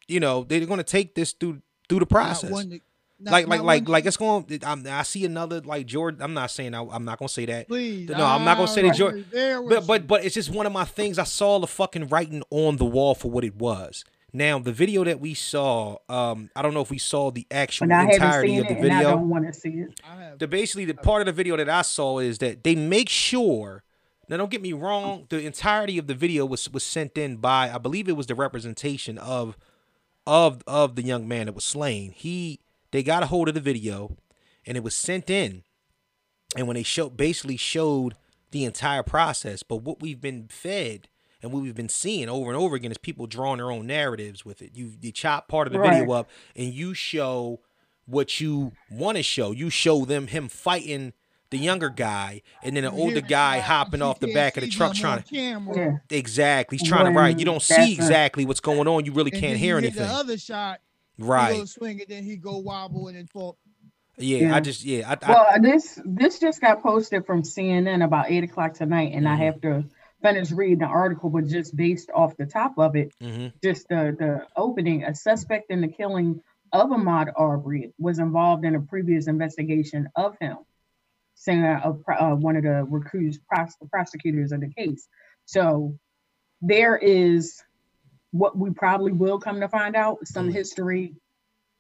[SPEAKER 1] You know they're gonna take this through through the
[SPEAKER 2] not
[SPEAKER 1] process
[SPEAKER 2] one that- not-
[SPEAKER 1] like like
[SPEAKER 2] not
[SPEAKER 1] like
[SPEAKER 2] one-
[SPEAKER 1] like it's going. to I'm, I see another like Jordan. I'm not saying I, I'm not gonna say that,
[SPEAKER 2] Please,
[SPEAKER 1] No, I'm not gonna say that
[SPEAKER 2] alright,
[SPEAKER 1] Jordan-
[SPEAKER 2] there was-
[SPEAKER 1] but but but it's just one of my things. I saw the fucking writing on the wall for what it was. Now the video that we saw, um, I don't know if we saw the actual
[SPEAKER 4] But I haven't
[SPEAKER 1] entirety
[SPEAKER 4] seen
[SPEAKER 1] of
[SPEAKER 4] it
[SPEAKER 1] the
[SPEAKER 4] and I
[SPEAKER 1] video.
[SPEAKER 4] don't want to see it.
[SPEAKER 2] I have-
[SPEAKER 1] The basically the part of the video that I saw is that they make sure. Now don't get me wrong. The entirety of the video was was sent in by I believe it was the representation of of of the young man that was slain. He they got a hold of the video, and it was sent in. And when they show basically showed the entire process, but what we've been fed and what we've been seeing over and over again is people drawing their own narratives with it. You you chop part of the video
[SPEAKER 4] Right.
[SPEAKER 1] up and you show what you want to show. You show them him fighting the younger guy and then an
[SPEAKER 2] you hear
[SPEAKER 1] older
[SPEAKER 2] it,
[SPEAKER 1] guy
[SPEAKER 2] right,
[SPEAKER 1] hopping
[SPEAKER 2] you
[SPEAKER 1] off the
[SPEAKER 2] can't
[SPEAKER 1] back of
[SPEAKER 2] <laughs>
[SPEAKER 1] the
[SPEAKER 2] see
[SPEAKER 1] truck
[SPEAKER 2] them
[SPEAKER 1] trying
[SPEAKER 2] on
[SPEAKER 1] to
[SPEAKER 2] camera.
[SPEAKER 4] Yeah.
[SPEAKER 1] exactly. He's trying to right. You
[SPEAKER 4] When
[SPEAKER 1] don't
[SPEAKER 4] that's
[SPEAKER 1] see
[SPEAKER 4] a-
[SPEAKER 1] exactly what's going on. You really
[SPEAKER 2] And
[SPEAKER 1] can't
[SPEAKER 2] then
[SPEAKER 1] hear
[SPEAKER 2] you hit
[SPEAKER 1] anything.
[SPEAKER 2] The other shot, He
[SPEAKER 1] Right.
[SPEAKER 2] go swing and then he go wobble and then fall.
[SPEAKER 1] Yeah, I
[SPEAKER 4] Yeah.
[SPEAKER 1] just yeah, I, I
[SPEAKER 4] Well, this this just got posted from CNN about eight o'clock tonight, and I
[SPEAKER 1] Mhm.
[SPEAKER 4] have to finish reading the article, but just based off the top of it,
[SPEAKER 1] mhm.
[SPEAKER 4] just the the opening, a suspect in the killing of Ahmad Arbery was involved in a previous investigation of him, saying of pro- uh, one of the recruits pros- prosecutors of the case. So there is what we probably will come to find out some
[SPEAKER 1] Mhm.
[SPEAKER 4] history.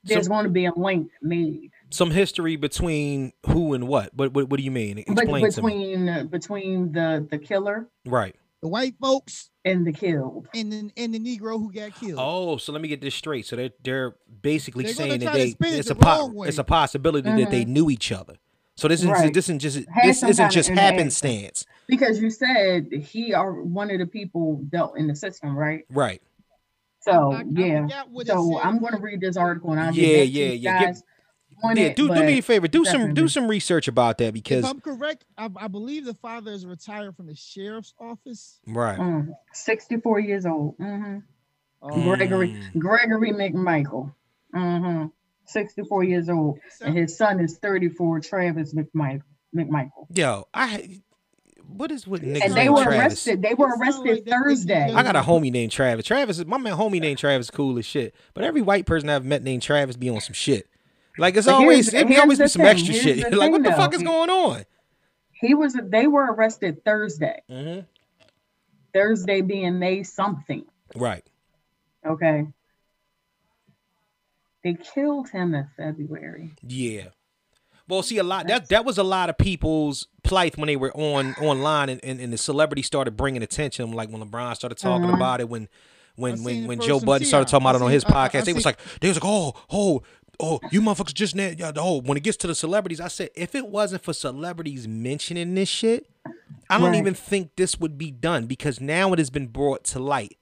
[SPEAKER 4] There's going to be a link made,
[SPEAKER 1] some history between who and what. What what, what do you mean?
[SPEAKER 4] but
[SPEAKER 1] Explain to me.
[SPEAKER 4] between uh, between the the killer
[SPEAKER 1] Right.
[SPEAKER 2] The white folks
[SPEAKER 4] and the killed.
[SPEAKER 2] and then and the Negro who got killed.
[SPEAKER 1] Oh, so let me get this straight. So they're they're basically
[SPEAKER 2] They're gonna
[SPEAKER 1] saying that
[SPEAKER 2] try to
[SPEAKER 1] they
[SPEAKER 2] spin it
[SPEAKER 1] it's
[SPEAKER 2] the
[SPEAKER 1] a po-
[SPEAKER 2] wrong way.
[SPEAKER 1] it's a possibility that they knew each other. So this isn't
[SPEAKER 4] Uh-huh. Right.
[SPEAKER 1] this isn't just
[SPEAKER 4] Had
[SPEAKER 1] this
[SPEAKER 4] some
[SPEAKER 1] isn't
[SPEAKER 4] kinda
[SPEAKER 1] just
[SPEAKER 4] interaction.
[SPEAKER 1] happenstance.
[SPEAKER 4] Because you said he are one of the people dealt in the system, right?
[SPEAKER 1] Right.
[SPEAKER 4] So
[SPEAKER 2] I- I
[SPEAKER 4] yeah.
[SPEAKER 2] forgot what it
[SPEAKER 4] So
[SPEAKER 2] said.
[SPEAKER 4] I'm going to read this article and I'll get
[SPEAKER 1] Yeah,
[SPEAKER 4] back to
[SPEAKER 1] yeah,
[SPEAKER 4] you
[SPEAKER 1] yeah. Give-
[SPEAKER 4] guys on
[SPEAKER 1] yeah,
[SPEAKER 4] it,
[SPEAKER 1] do do me a
[SPEAKER 4] but
[SPEAKER 1] favor. Do some do
[SPEAKER 4] definitely.
[SPEAKER 1] some research about that because
[SPEAKER 2] If I'm correct, I, I believe the father is retired from the sheriff's office.
[SPEAKER 1] right.
[SPEAKER 4] mm, 64 years old. hmm
[SPEAKER 2] Um,
[SPEAKER 4] Gregory
[SPEAKER 1] Mm.
[SPEAKER 4] Gregory McMichael. hmm 64 years old,
[SPEAKER 2] so-
[SPEAKER 4] and his son is 34. Travis McMichael. McMichael.
[SPEAKER 1] Yo, I what is with niggas
[SPEAKER 4] And they
[SPEAKER 1] named
[SPEAKER 4] were
[SPEAKER 1] Travis?
[SPEAKER 4] arrested. They were
[SPEAKER 2] sound
[SPEAKER 4] arrested
[SPEAKER 2] like that was
[SPEAKER 4] Thursday.
[SPEAKER 2] the-
[SPEAKER 1] I got a homie named Travis. Travis, is my man, homie named Travis, cool as shit. But every white person I've met named Travis be on some shit. Like it's
[SPEAKER 4] But here's-
[SPEAKER 1] always, it be
[SPEAKER 4] here's
[SPEAKER 1] always be
[SPEAKER 4] the
[SPEAKER 1] some
[SPEAKER 4] thing,
[SPEAKER 1] extra
[SPEAKER 4] here's
[SPEAKER 1] shit. <laughs>
[SPEAKER 4] the
[SPEAKER 1] like
[SPEAKER 4] thing,
[SPEAKER 1] what the fuck
[SPEAKER 4] though.
[SPEAKER 1] is going on?
[SPEAKER 4] He was. They were arrested Thursday.
[SPEAKER 1] Mm-hmm.
[SPEAKER 4] Thursday being May something.
[SPEAKER 1] Right.
[SPEAKER 4] Okay. They killed him in February.
[SPEAKER 1] Yeah. Well, see a lot that that was a lot of people's plight when they were on online and, and, and the celebrities started bringing attention. Like when LeBron started talking
[SPEAKER 4] Mhm.
[SPEAKER 1] about it, when when
[SPEAKER 2] Mm-hmm. I
[SPEAKER 1] when
[SPEAKER 2] seen
[SPEAKER 1] when
[SPEAKER 2] it for
[SPEAKER 1] Joe
[SPEAKER 2] some
[SPEAKER 1] Budden started
[SPEAKER 2] T.I.
[SPEAKER 1] talking about
[SPEAKER 2] I
[SPEAKER 1] it on
[SPEAKER 2] seen-
[SPEAKER 1] his
[SPEAKER 2] I- I- I
[SPEAKER 1] podcast, they was
[SPEAKER 2] seen-
[SPEAKER 1] like they was like oh oh oh you motherfuckers just now yeah, oh when it gets to the celebrities, I said if it wasn't for celebrities mentioning this shit, I don't
[SPEAKER 4] Right.
[SPEAKER 1] even think this would be done because now it has been brought to light.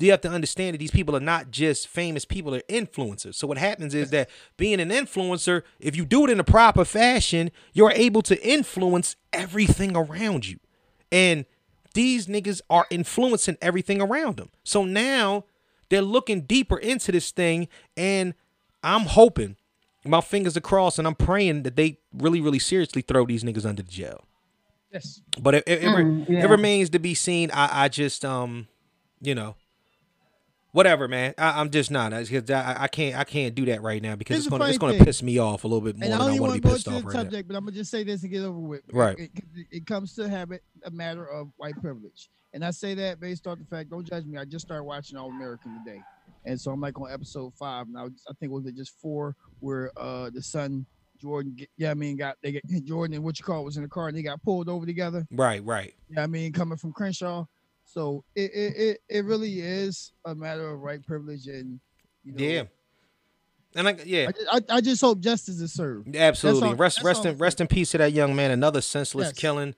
[SPEAKER 1] You have to understand that these people are not just famous people, they're influencers. So what happens is that being an influencer, if you do it in a proper fashion, you're able to influence everything around you. And these niggas are influencing everything around them. So now they're looking deeper into this thing and I'm hoping my fingers are crossed and I'm praying that they really, really seriously throw these niggas under the jail
[SPEAKER 2] Yes.
[SPEAKER 1] but it it, it, re-
[SPEAKER 4] Mm,
[SPEAKER 1] it
[SPEAKER 4] yeah.
[SPEAKER 1] remains to be seen. I I just um, you know, Whatever, man. I, I'm just not. I, 'cause I, I can't. I can't do that right now because
[SPEAKER 2] Here's
[SPEAKER 1] it's
[SPEAKER 2] the
[SPEAKER 1] gonna it's
[SPEAKER 2] funny
[SPEAKER 1] gonna
[SPEAKER 2] thing.
[SPEAKER 1] piss me off a little bit more
[SPEAKER 2] And I
[SPEAKER 1] than
[SPEAKER 2] don't
[SPEAKER 1] I
[SPEAKER 2] even
[SPEAKER 1] want to
[SPEAKER 2] want to
[SPEAKER 1] be
[SPEAKER 2] go
[SPEAKER 1] pissed
[SPEAKER 2] into
[SPEAKER 1] off
[SPEAKER 2] the
[SPEAKER 1] right now.
[SPEAKER 2] subject, but I'm gonna just say this and get over with.
[SPEAKER 1] Right.
[SPEAKER 2] It, it- it comes to habit, a matter of white privilege, and I say that based on the fact. Don't judge me. I just started watching All American today, and so I'm like on episode five now. I think was it just four where uh the son Jordan, get- yeah, I mean got they get <laughs> Jordan and what you call it was in the car and they got pulled over together.
[SPEAKER 1] Right, right.
[SPEAKER 2] Yeah, I mean, coming from Crenshaw. So it it, it, it really is a matter of right privilege and you know,
[SPEAKER 1] yeah. And like, yeah,
[SPEAKER 2] I, ju- I, I just hope justice is served.
[SPEAKER 1] absolutely.
[SPEAKER 2] all-
[SPEAKER 1] rest,
[SPEAKER 2] that's
[SPEAKER 1] rest
[SPEAKER 2] all
[SPEAKER 1] in,
[SPEAKER 2] I'm
[SPEAKER 1] rest in peace to that young man. Another senseless
[SPEAKER 2] Yes.
[SPEAKER 1] killing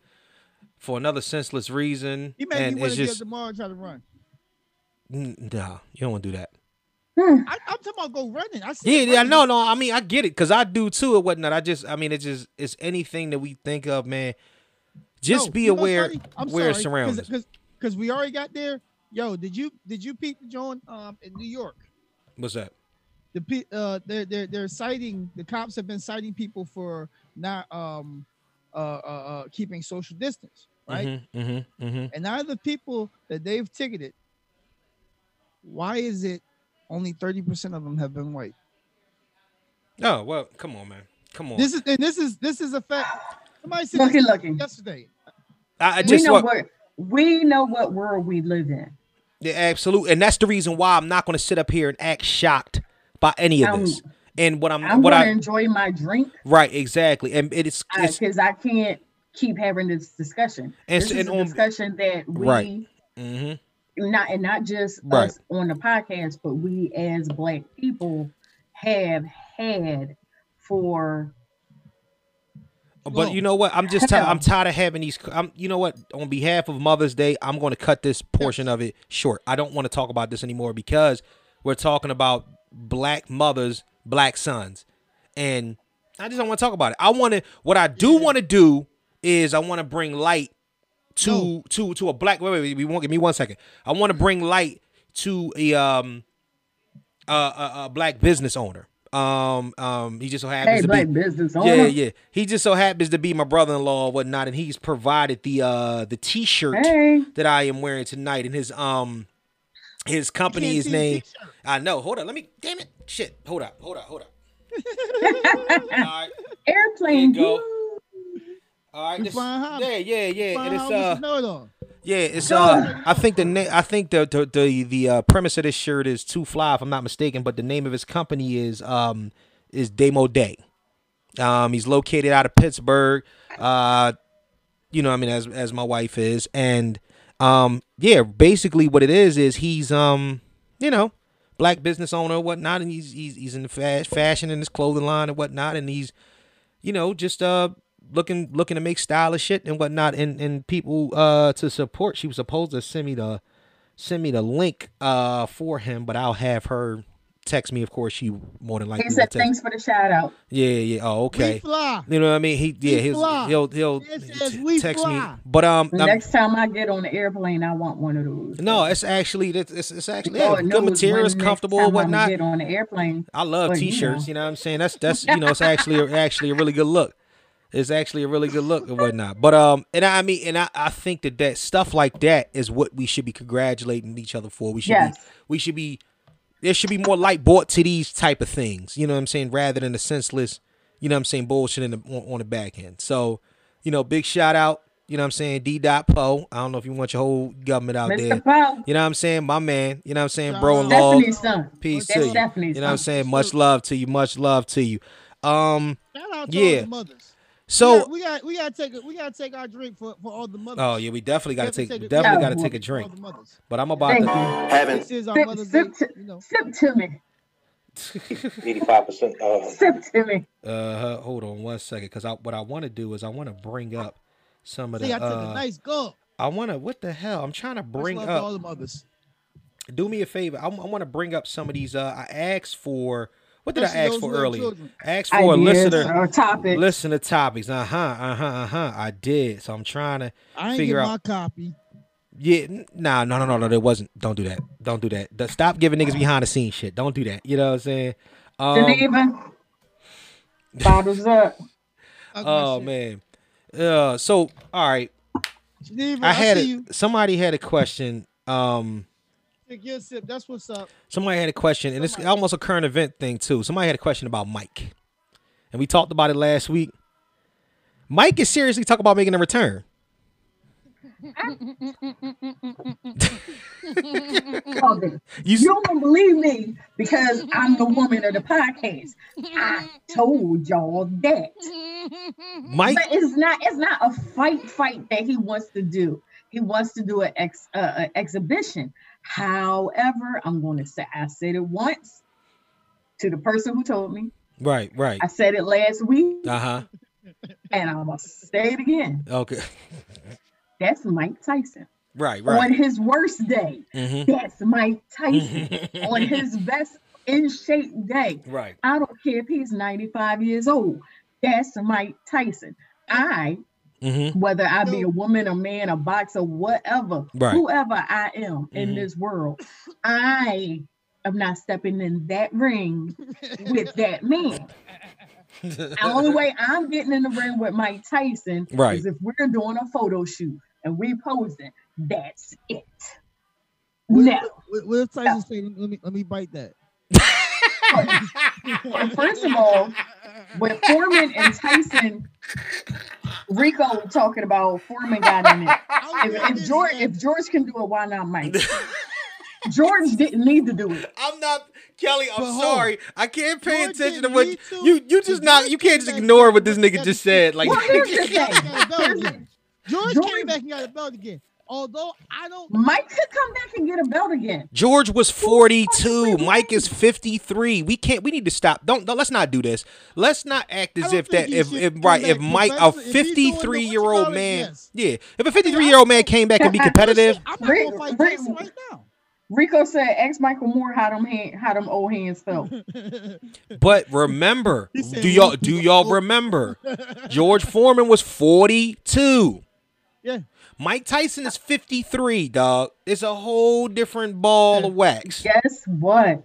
[SPEAKER 1] for another senseless reason.
[SPEAKER 2] He made
[SPEAKER 1] and
[SPEAKER 2] me want
[SPEAKER 1] it's
[SPEAKER 2] to get up
[SPEAKER 1] just
[SPEAKER 2] tomorrow and try to run.
[SPEAKER 1] n- nah. You don't want to do that.
[SPEAKER 2] I, I'm talking about go running. I see
[SPEAKER 1] Yeah,
[SPEAKER 2] it
[SPEAKER 1] yeah,
[SPEAKER 2] running.
[SPEAKER 1] no, no. I mean, I get it because I do too and whatnot. I just, I mean, it's just, it's anything that we think of, man. Just
[SPEAKER 2] No,
[SPEAKER 1] be
[SPEAKER 2] you know what's
[SPEAKER 1] aware
[SPEAKER 2] funny? I'm
[SPEAKER 1] where your
[SPEAKER 2] sorry,
[SPEAKER 1] surroundings.
[SPEAKER 2] Because we already got there. Yo, did you did you peep John um in New York?
[SPEAKER 1] What's that?
[SPEAKER 2] The pe- uh they're they're they're citing the cops have been citing people for not um uh uh, uh keeping social distance, right?
[SPEAKER 1] Mm-hmm, mm-hmm,
[SPEAKER 2] And out of the people that they've ticketed, why is it only 30% of them have been white?
[SPEAKER 1] Oh well, come on, man. Come on.
[SPEAKER 2] This is and this is this is a fact. Somebody said
[SPEAKER 4] Lucky,
[SPEAKER 2] this
[SPEAKER 4] lucky.
[SPEAKER 2] yesterday.
[SPEAKER 1] I, I
[SPEAKER 4] we
[SPEAKER 1] just
[SPEAKER 4] know
[SPEAKER 1] want,
[SPEAKER 4] what we know what world we live in.
[SPEAKER 1] yeah, absolutely, and that's the reason why I'm not going to sit up here and act shocked by any of
[SPEAKER 4] I'm-
[SPEAKER 1] this. And what I'm,
[SPEAKER 4] I'm
[SPEAKER 1] Mm, what
[SPEAKER 4] gonna
[SPEAKER 1] I,
[SPEAKER 4] enjoy my drink
[SPEAKER 1] right, exactly, and it's, it's
[SPEAKER 4] because I can't keep having this discussion.
[SPEAKER 1] And
[SPEAKER 4] this
[SPEAKER 1] so-
[SPEAKER 4] is
[SPEAKER 1] and
[SPEAKER 4] a
[SPEAKER 1] on-
[SPEAKER 4] discussion that we
[SPEAKER 1] Right. mhm.
[SPEAKER 4] not and not just
[SPEAKER 1] Right.
[SPEAKER 4] us on the podcast, but we as black people have had for
[SPEAKER 1] But
[SPEAKER 2] No.
[SPEAKER 1] you know what? I'm just ti- I'm
[SPEAKER 4] Hell.
[SPEAKER 1] tired of having these. I'm you know what? On behalf of Mother's Day, I'm going to cut this portion of it short. I don't want to talk about this anymore because we're talking about black mothers, black sons, and I just don't want to talk about it. I want to. What I do want to do is I want to bring light to
[SPEAKER 2] No.
[SPEAKER 1] to to a black. Wait, wait, wait. We won't give me one second. I want to bring light to a um a, a, a black business owner. Um um. He just so happens
[SPEAKER 4] hey,
[SPEAKER 1] to
[SPEAKER 4] black
[SPEAKER 1] be
[SPEAKER 4] business owner.
[SPEAKER 1] yeah, yeah. He just so happens to be my brother-in-law or whatnot, and he's provided the uh the T-shirt
[SPEAKER 4] Hey,
[SPEAKER 1] that I am wearing tonight, and his um his company
[SPEAKER 2] Can't
[SPEAKER 1] is
[SPEAKER 2] see the
[SPEAKER 1] named.
[SPEAKER 2] t-shirt.
[SPEAKER 1] I know. Hold on. Let me. Damn it. Shit. Hold up. Hold up. Hold up. All right.
[SPEAKER 4] airplane.
[SPEAKER 1] There you go.
[SPEAKER 4] view.
[SPEAKER 1] All right.
[SPEAKER 2] You
[SPEAKER 1] This,
[SPEAKER 2] flying high?
[SPEAKER 1] yeah, yeah, yeah. And
[SPEAKER 2] Find
[SPEAKER 1] it's
[SPEAKER 2] out what
[SPEAKER 1] uh
[SPEAKER 2] you know it all.
[SPEAKER 1] yeah, it's uh I think the na- I think the the the, the uh, premise of this shirt is too fly if I'm not mistaken, but the name of his company is um is Demo Day. Um, he's located out of Pittsburgh. Uh, you know, I mean, as as my wife is, and um, yeah, basically what it is is he's um, you know, black business owner and whatnot, and he's he's he's in the fa- fashion and his clothing line and whatnot, and he's, you know, just uh looking looking to make stylish shit and whatnot, and and people uh to support. She was supposed to send me the send me the link uh for him, but I'll have her text me. Of course, she more than likely
[SPEAKER 4] He
[SPEAKER 1] will
[SPEAKER 4] said,
[SPEAKER 1] text.
[SPEAKER 4] "Thanks for the shout out."
[SPEAKER 1] Yeah, yeah. Oh,
[SPEAKER 2] We
[SPEAKER 1] okay.
[SPEAKER 2] fly.
[SPEAKER 1] You know what I mean? He yeah,
[SPEAKER 2] We
[SPEAKER 1] he'll
[SPEAKER 2] fly.
[SPEAKER 1] he'll he'll
[SPEAKER 2] This
[SPEAKER 1] t-
[SPEAKER 2] is we
[SPEAKER 1] text
[SPEAKER 2] fly.
[SPEAKER 1] me. But um, I'm-
[SPEAKER 4] Next time I get on the airplane, I want one of those.
[SPEAKER 1] no, it's actually it's it's, it's actually yeah,
[SPEAKER 4] Lord Oh, knows
[SPEAKER 1] good
[SPEAKER 4] when
[SPEAKER 1] material, it's
[SPEAKER 4] next
[SPEAKER 1] comfortable,
[SPEAKER 4] time
[SPEAKER 1] and
[SPEAKER 4] I'ma
[SPEAKER 1] whatnot.
[SPEAKER 4] Get on the airplane.
[SPEAKER 1] I love
[SPEAKER 4] but, you
[SPEAKER 1] t-shirts.
[SPEAKER 4] know.
[SPEAKER 1] You know what I'm saying? That's that's you know it's actually actually a really good look. It's actually a really good look and whatnot. But um, and I mean, and I, I think that that stuff like that is what we should be congratulating each other for. We should
[SPEAKER 4] Yes.
[SPEAKER 1] be we should be there should be more light brought to these type of things. You know what I'm saying? Rather than the senseless, you know what I'm saying, bullshit in the, on, on the back end. So, you know, big shout out. You know what I'm saying? D. Dot Poe. I don't know if you want your whole government out there.
[SPEAKER 4] Mr. Paul,
[SPEAKER 1] You know what I'm saying? My man. You know what I'm saying?
[SPEAKER 2] Shout
[SPEAKER 1] Bro
[SPEAKER 2] out.
[SPEAKER 1] in law.
[SPEAKER 4] Stephanie's son.
[SPEAKER 1] Peace
[SPEAKER 4] That's
[SPEAKER 1] to you.
[SPEAKER 4] Stephanie's
[SPEAKER 1] You know what I'm
[SPEAKER 4] son.
[SPEAKER 1] saying? Much love to you. Much love to you. Um,
[SPEAKER 2] Shout out to
[SPEAKER 1] Yeah.
[SPEAKER 2] all the mothers.
[SPEAKER 1] so
[SPEAKER 2] we got we got to take a, we got to take our drink for, for all the mothers.
[SPEAKER 1] oh yeah, we definitely gotta take we
[SPEAKER 2] a-
[SPEAKER 1] definitely
[SPEAKER 4] Yeah.
[SPEAKER 1] gotta take a
[SPEAKER 2] for all
[SPEAKER 1] drink.
[SPEAKER 2] the mothers.
[SPEAKER 1] But I'm about
[SPEAKER 4] Thank
[SPEAKER 1] to
[SPEAKER 4] you.
[SPEAKER 5] Haven't
[SPEAKER 2] This is our
[SPEAKER 4] Sip-
[SPEAKER 2] mother's day.
[SPEAKER 4] sip to-
[SPEAKER 2] You know,
[SPEAKER 4] Sip to me.
[SPEAKER 1] <laughs>
[SPEAKER 2] <laughs>
[SPEAKER 6] 85% uh,
[SPEAKER 4] Sip to me.
[SPEAKER 1] uh hold on one second, cause I what I wanna do is I wanna bring up some of
[SPEAKER 2] see,
[SPEAKER 1] the
[SPEAKER 2] I took a
[SPEAKER 1] uh,
[SPEAKER 2] nice gulp.
[SPEAKER 1] I want to. What the hell? I'm trying to
[SPEAKER 2] Much
[SPEAKER 1] bring
[SPEAKER 2] love to all
[SPEAKER 1] up.
[SPEAKER 2] the mothers.
[SPEAKER 1] Do me a favor. I, want to bring up some of these. Uh, I asked for. What did
[SPEAKER 2] Especially
[SPEAKER 1] I ask
[SPEAKER 2] those
[SPEAKER 1] for
[SPEAKER 2] who have
[SPEAKER 1] earlier?
[SPEAKER 2] children.
[SPEAKER 1] I asked for a listener.
[SPEAKER 4] or topic.
[SPEAKER 1] Listener topics. Uh huh. Uh huh. Uh huh. I did. So I'm trying to.
[SPEAKER 2] I ain't get
[SPEAKER 1] Figure out-
[SPEAKER 2] my copy.
[SPEAKER 1] Yeah. n- Nah. No. No. No. No. There wasn't. Don't do that. Don't do that. The- stop giving niggas behind the scenes shit. Don't do that. You know what I'm saying? Um,
[SPEAKER 4] Geneva. Bottles up.
[SPEAKER 2] Fuck my
[SPEAKER 1] oh
[SPEAKER 2] shit.
[SPEAKER 1] man. Uh. So all right.
[SPEAKER 2] Geneva,
[SPEAKER 1] I had
[SPEAKER 2] see
[SPEAKER 1] a,
[SPEAKER 2] you.
[SPEAKER 1] somebody had a question. Um.
[SPEAKER 2] Take your sip. That's what's up.
[SPEAKER 1] Somebody had a question, and it's almost a current event thing too. Somebody had a question about Mike, and we talked about it last week. Mike is seriously talking about making a return.
[SPEAKER 4] Love it.
[SPEAKER 1] You, s-
[SPEAKER 4] You don't believe me because I'm the woman of the podcast. I told y'all that.
[SPEAKER 1] Mike,
[SPEAKER 4] But it's not it's not a fight fight that he wants to do. He wants to do an ex uh, uh, exhibition. However, I'm going to say I said it once to the person who told me.
[SPEAKER 1] right, right,
[SPEAKER 4] I said it last week,
[SPEAKER 1] uh huh,
[SPEAKER 4] and I'm gonna say it again.
[SPEAKER 1] okay, <laughs>
[SPEAKER 4] That's Mike Tyson
[SPEAKER 1] right, right.
[SPEAKER 4] on his worst day.
[SPEAKER 1] hmm
[SPEAKER 4] That's
[SPEAKER 1] <laughs>
[SPEAKER 4] Mike Tyson on his best in shape day.
[SPEAKER 1] right,
[SPEAKER 4] I don't care if he's 95 years old. That's Mike Tyson. I,
[SPEAKER 1] hmm
[SPEAKER 4] whether I be a woman, a man, a boxer, whatever,
[SPEAKER 1] Right.
[SPEAKER 4] whoever I am in
[SPEAKER 1] Mhm.
[SPEAKER 4] this world, I am not stepping in that ring with that man.
[SPEAKER 1] Mm-hmm. <laughs>
[SPEAKER 4] The only way I'm getting in the ring with Mike Tyson
[SPEAKER 1] Right.
[SPEAKER 4] is if we're doing a photo shoot and we posing. That's it. No.
[SPEAKER 2] What, what if Tyson say, "Let me let me bite that"?
[SPEAKER 4] And first of all, when Foreman and Tyson, Rico was talking about Foreman got in it.
[SPEAKER 2] I don't
[SPEAKER 4] If,
[SPEAKER 2] know
[SPEAKER 4] if George,
[SPEAKER 2] this
[SPEAKER 4] if George can do it, why not Mike? George didn't need to do it.
[SPEAKER 1] I'm not Kelly. I'm
[SPEAKER 2] But hold on.
[SPEAKER 1] sorry. I can't pay
[SPEAKER 2] Lord
[SPEAKER 1] attention to
[SPEAKER 2] didn't
[SPEAKER 1] what
[SPEAKER 2] need to.
[SPEAKER 1] you you just
[SPEAKER 2] The
[SPEAKER 1] not.
[SPEAKER 2] Lord
[SPEAKER 1] You can't
[SPEAKER 2] didn't
[SPEAKER 1] just
[SPEAKER 2] make
[SPEAKER 1] ignore
[SPEAKER 2] that
[SPEAKER 1] what this
[SPEAKER 2] mistake.
[SPEAKER 1] nigga just said. Like, <laughs>
[SPEAKER 4] Well, here's the
[SPEAKER 2] guy. George
[SPEAKER 4] thing.
[SPEAKER 2] got a belt
[SPEAKER 4] Here's
[SPEAKER 2] again.
[SPEAKER 4] the-
[SPEAKER 2] George,
[SPEAKER 4] George-
[SPEAKER 2] came back and got a belt again. Although I don't,
[SPEAKER 4] Mike could come back and get a belt again.
[SPEAKER 1] George was 42. Mike is 53. We can't. We need to stop. Don't. don't let's not do this. Let's not act
[SPEAKER 2] I
[SPEAKER 1] as
[SPEAKER 2] don't
[SPEAKER 1] if
[SPEAKER 2] think
[SPEAKER 1] that.
[SPEAKER 2] he
[SPEAKER 1] If,
[SPEAKER 2] should
[SPEAKER 1] if
[SPEAKER 2] come
[SPEAKER 1] right. If
[SPEAKER 2] back
[SPEAKER 1] Mike, a
[SPEAKER 2] professionally. If he's doing the-
[SPEAKER 1] 53
[SPEAKER 2] what
[SPEAKER 1] year
[SPEAKER 2] you
[SPEAKER 1] old
[SPEAKER 2] call it,
[SPEAKER 1] man.
[SPEAKER 2] yes.
[SPEAKER 1] Yeah. If a 53 year old man came back and be competitive.
[SPEAKER 2] I'm not
[SPEAKER 4] Rick-
[SPEAKER 2] gonna fight
[SPEAKER 4] Rick-
[SPEAKER 2] Tyson right now.
[SPEAKER 4] Rico said, "Ask Michael Moore how them hand, how them old hands felt."
[SPEAKER 1] But remember,
[SPEAKER 2] He said
[SPEAKER 1] do y'all
[SPEAKER 2] we-
[SPEAKER 1] do y'all remember?
[SPEAKER 2] <laughs>
[SPEAKER 1] George Foreman was 42.
[SPEAKER 2] Yeah.
[SPEAKER 1] Mike Tyson is 53, dog. It's a whole different ball of wax.
[SPEAKER 4] Guess what?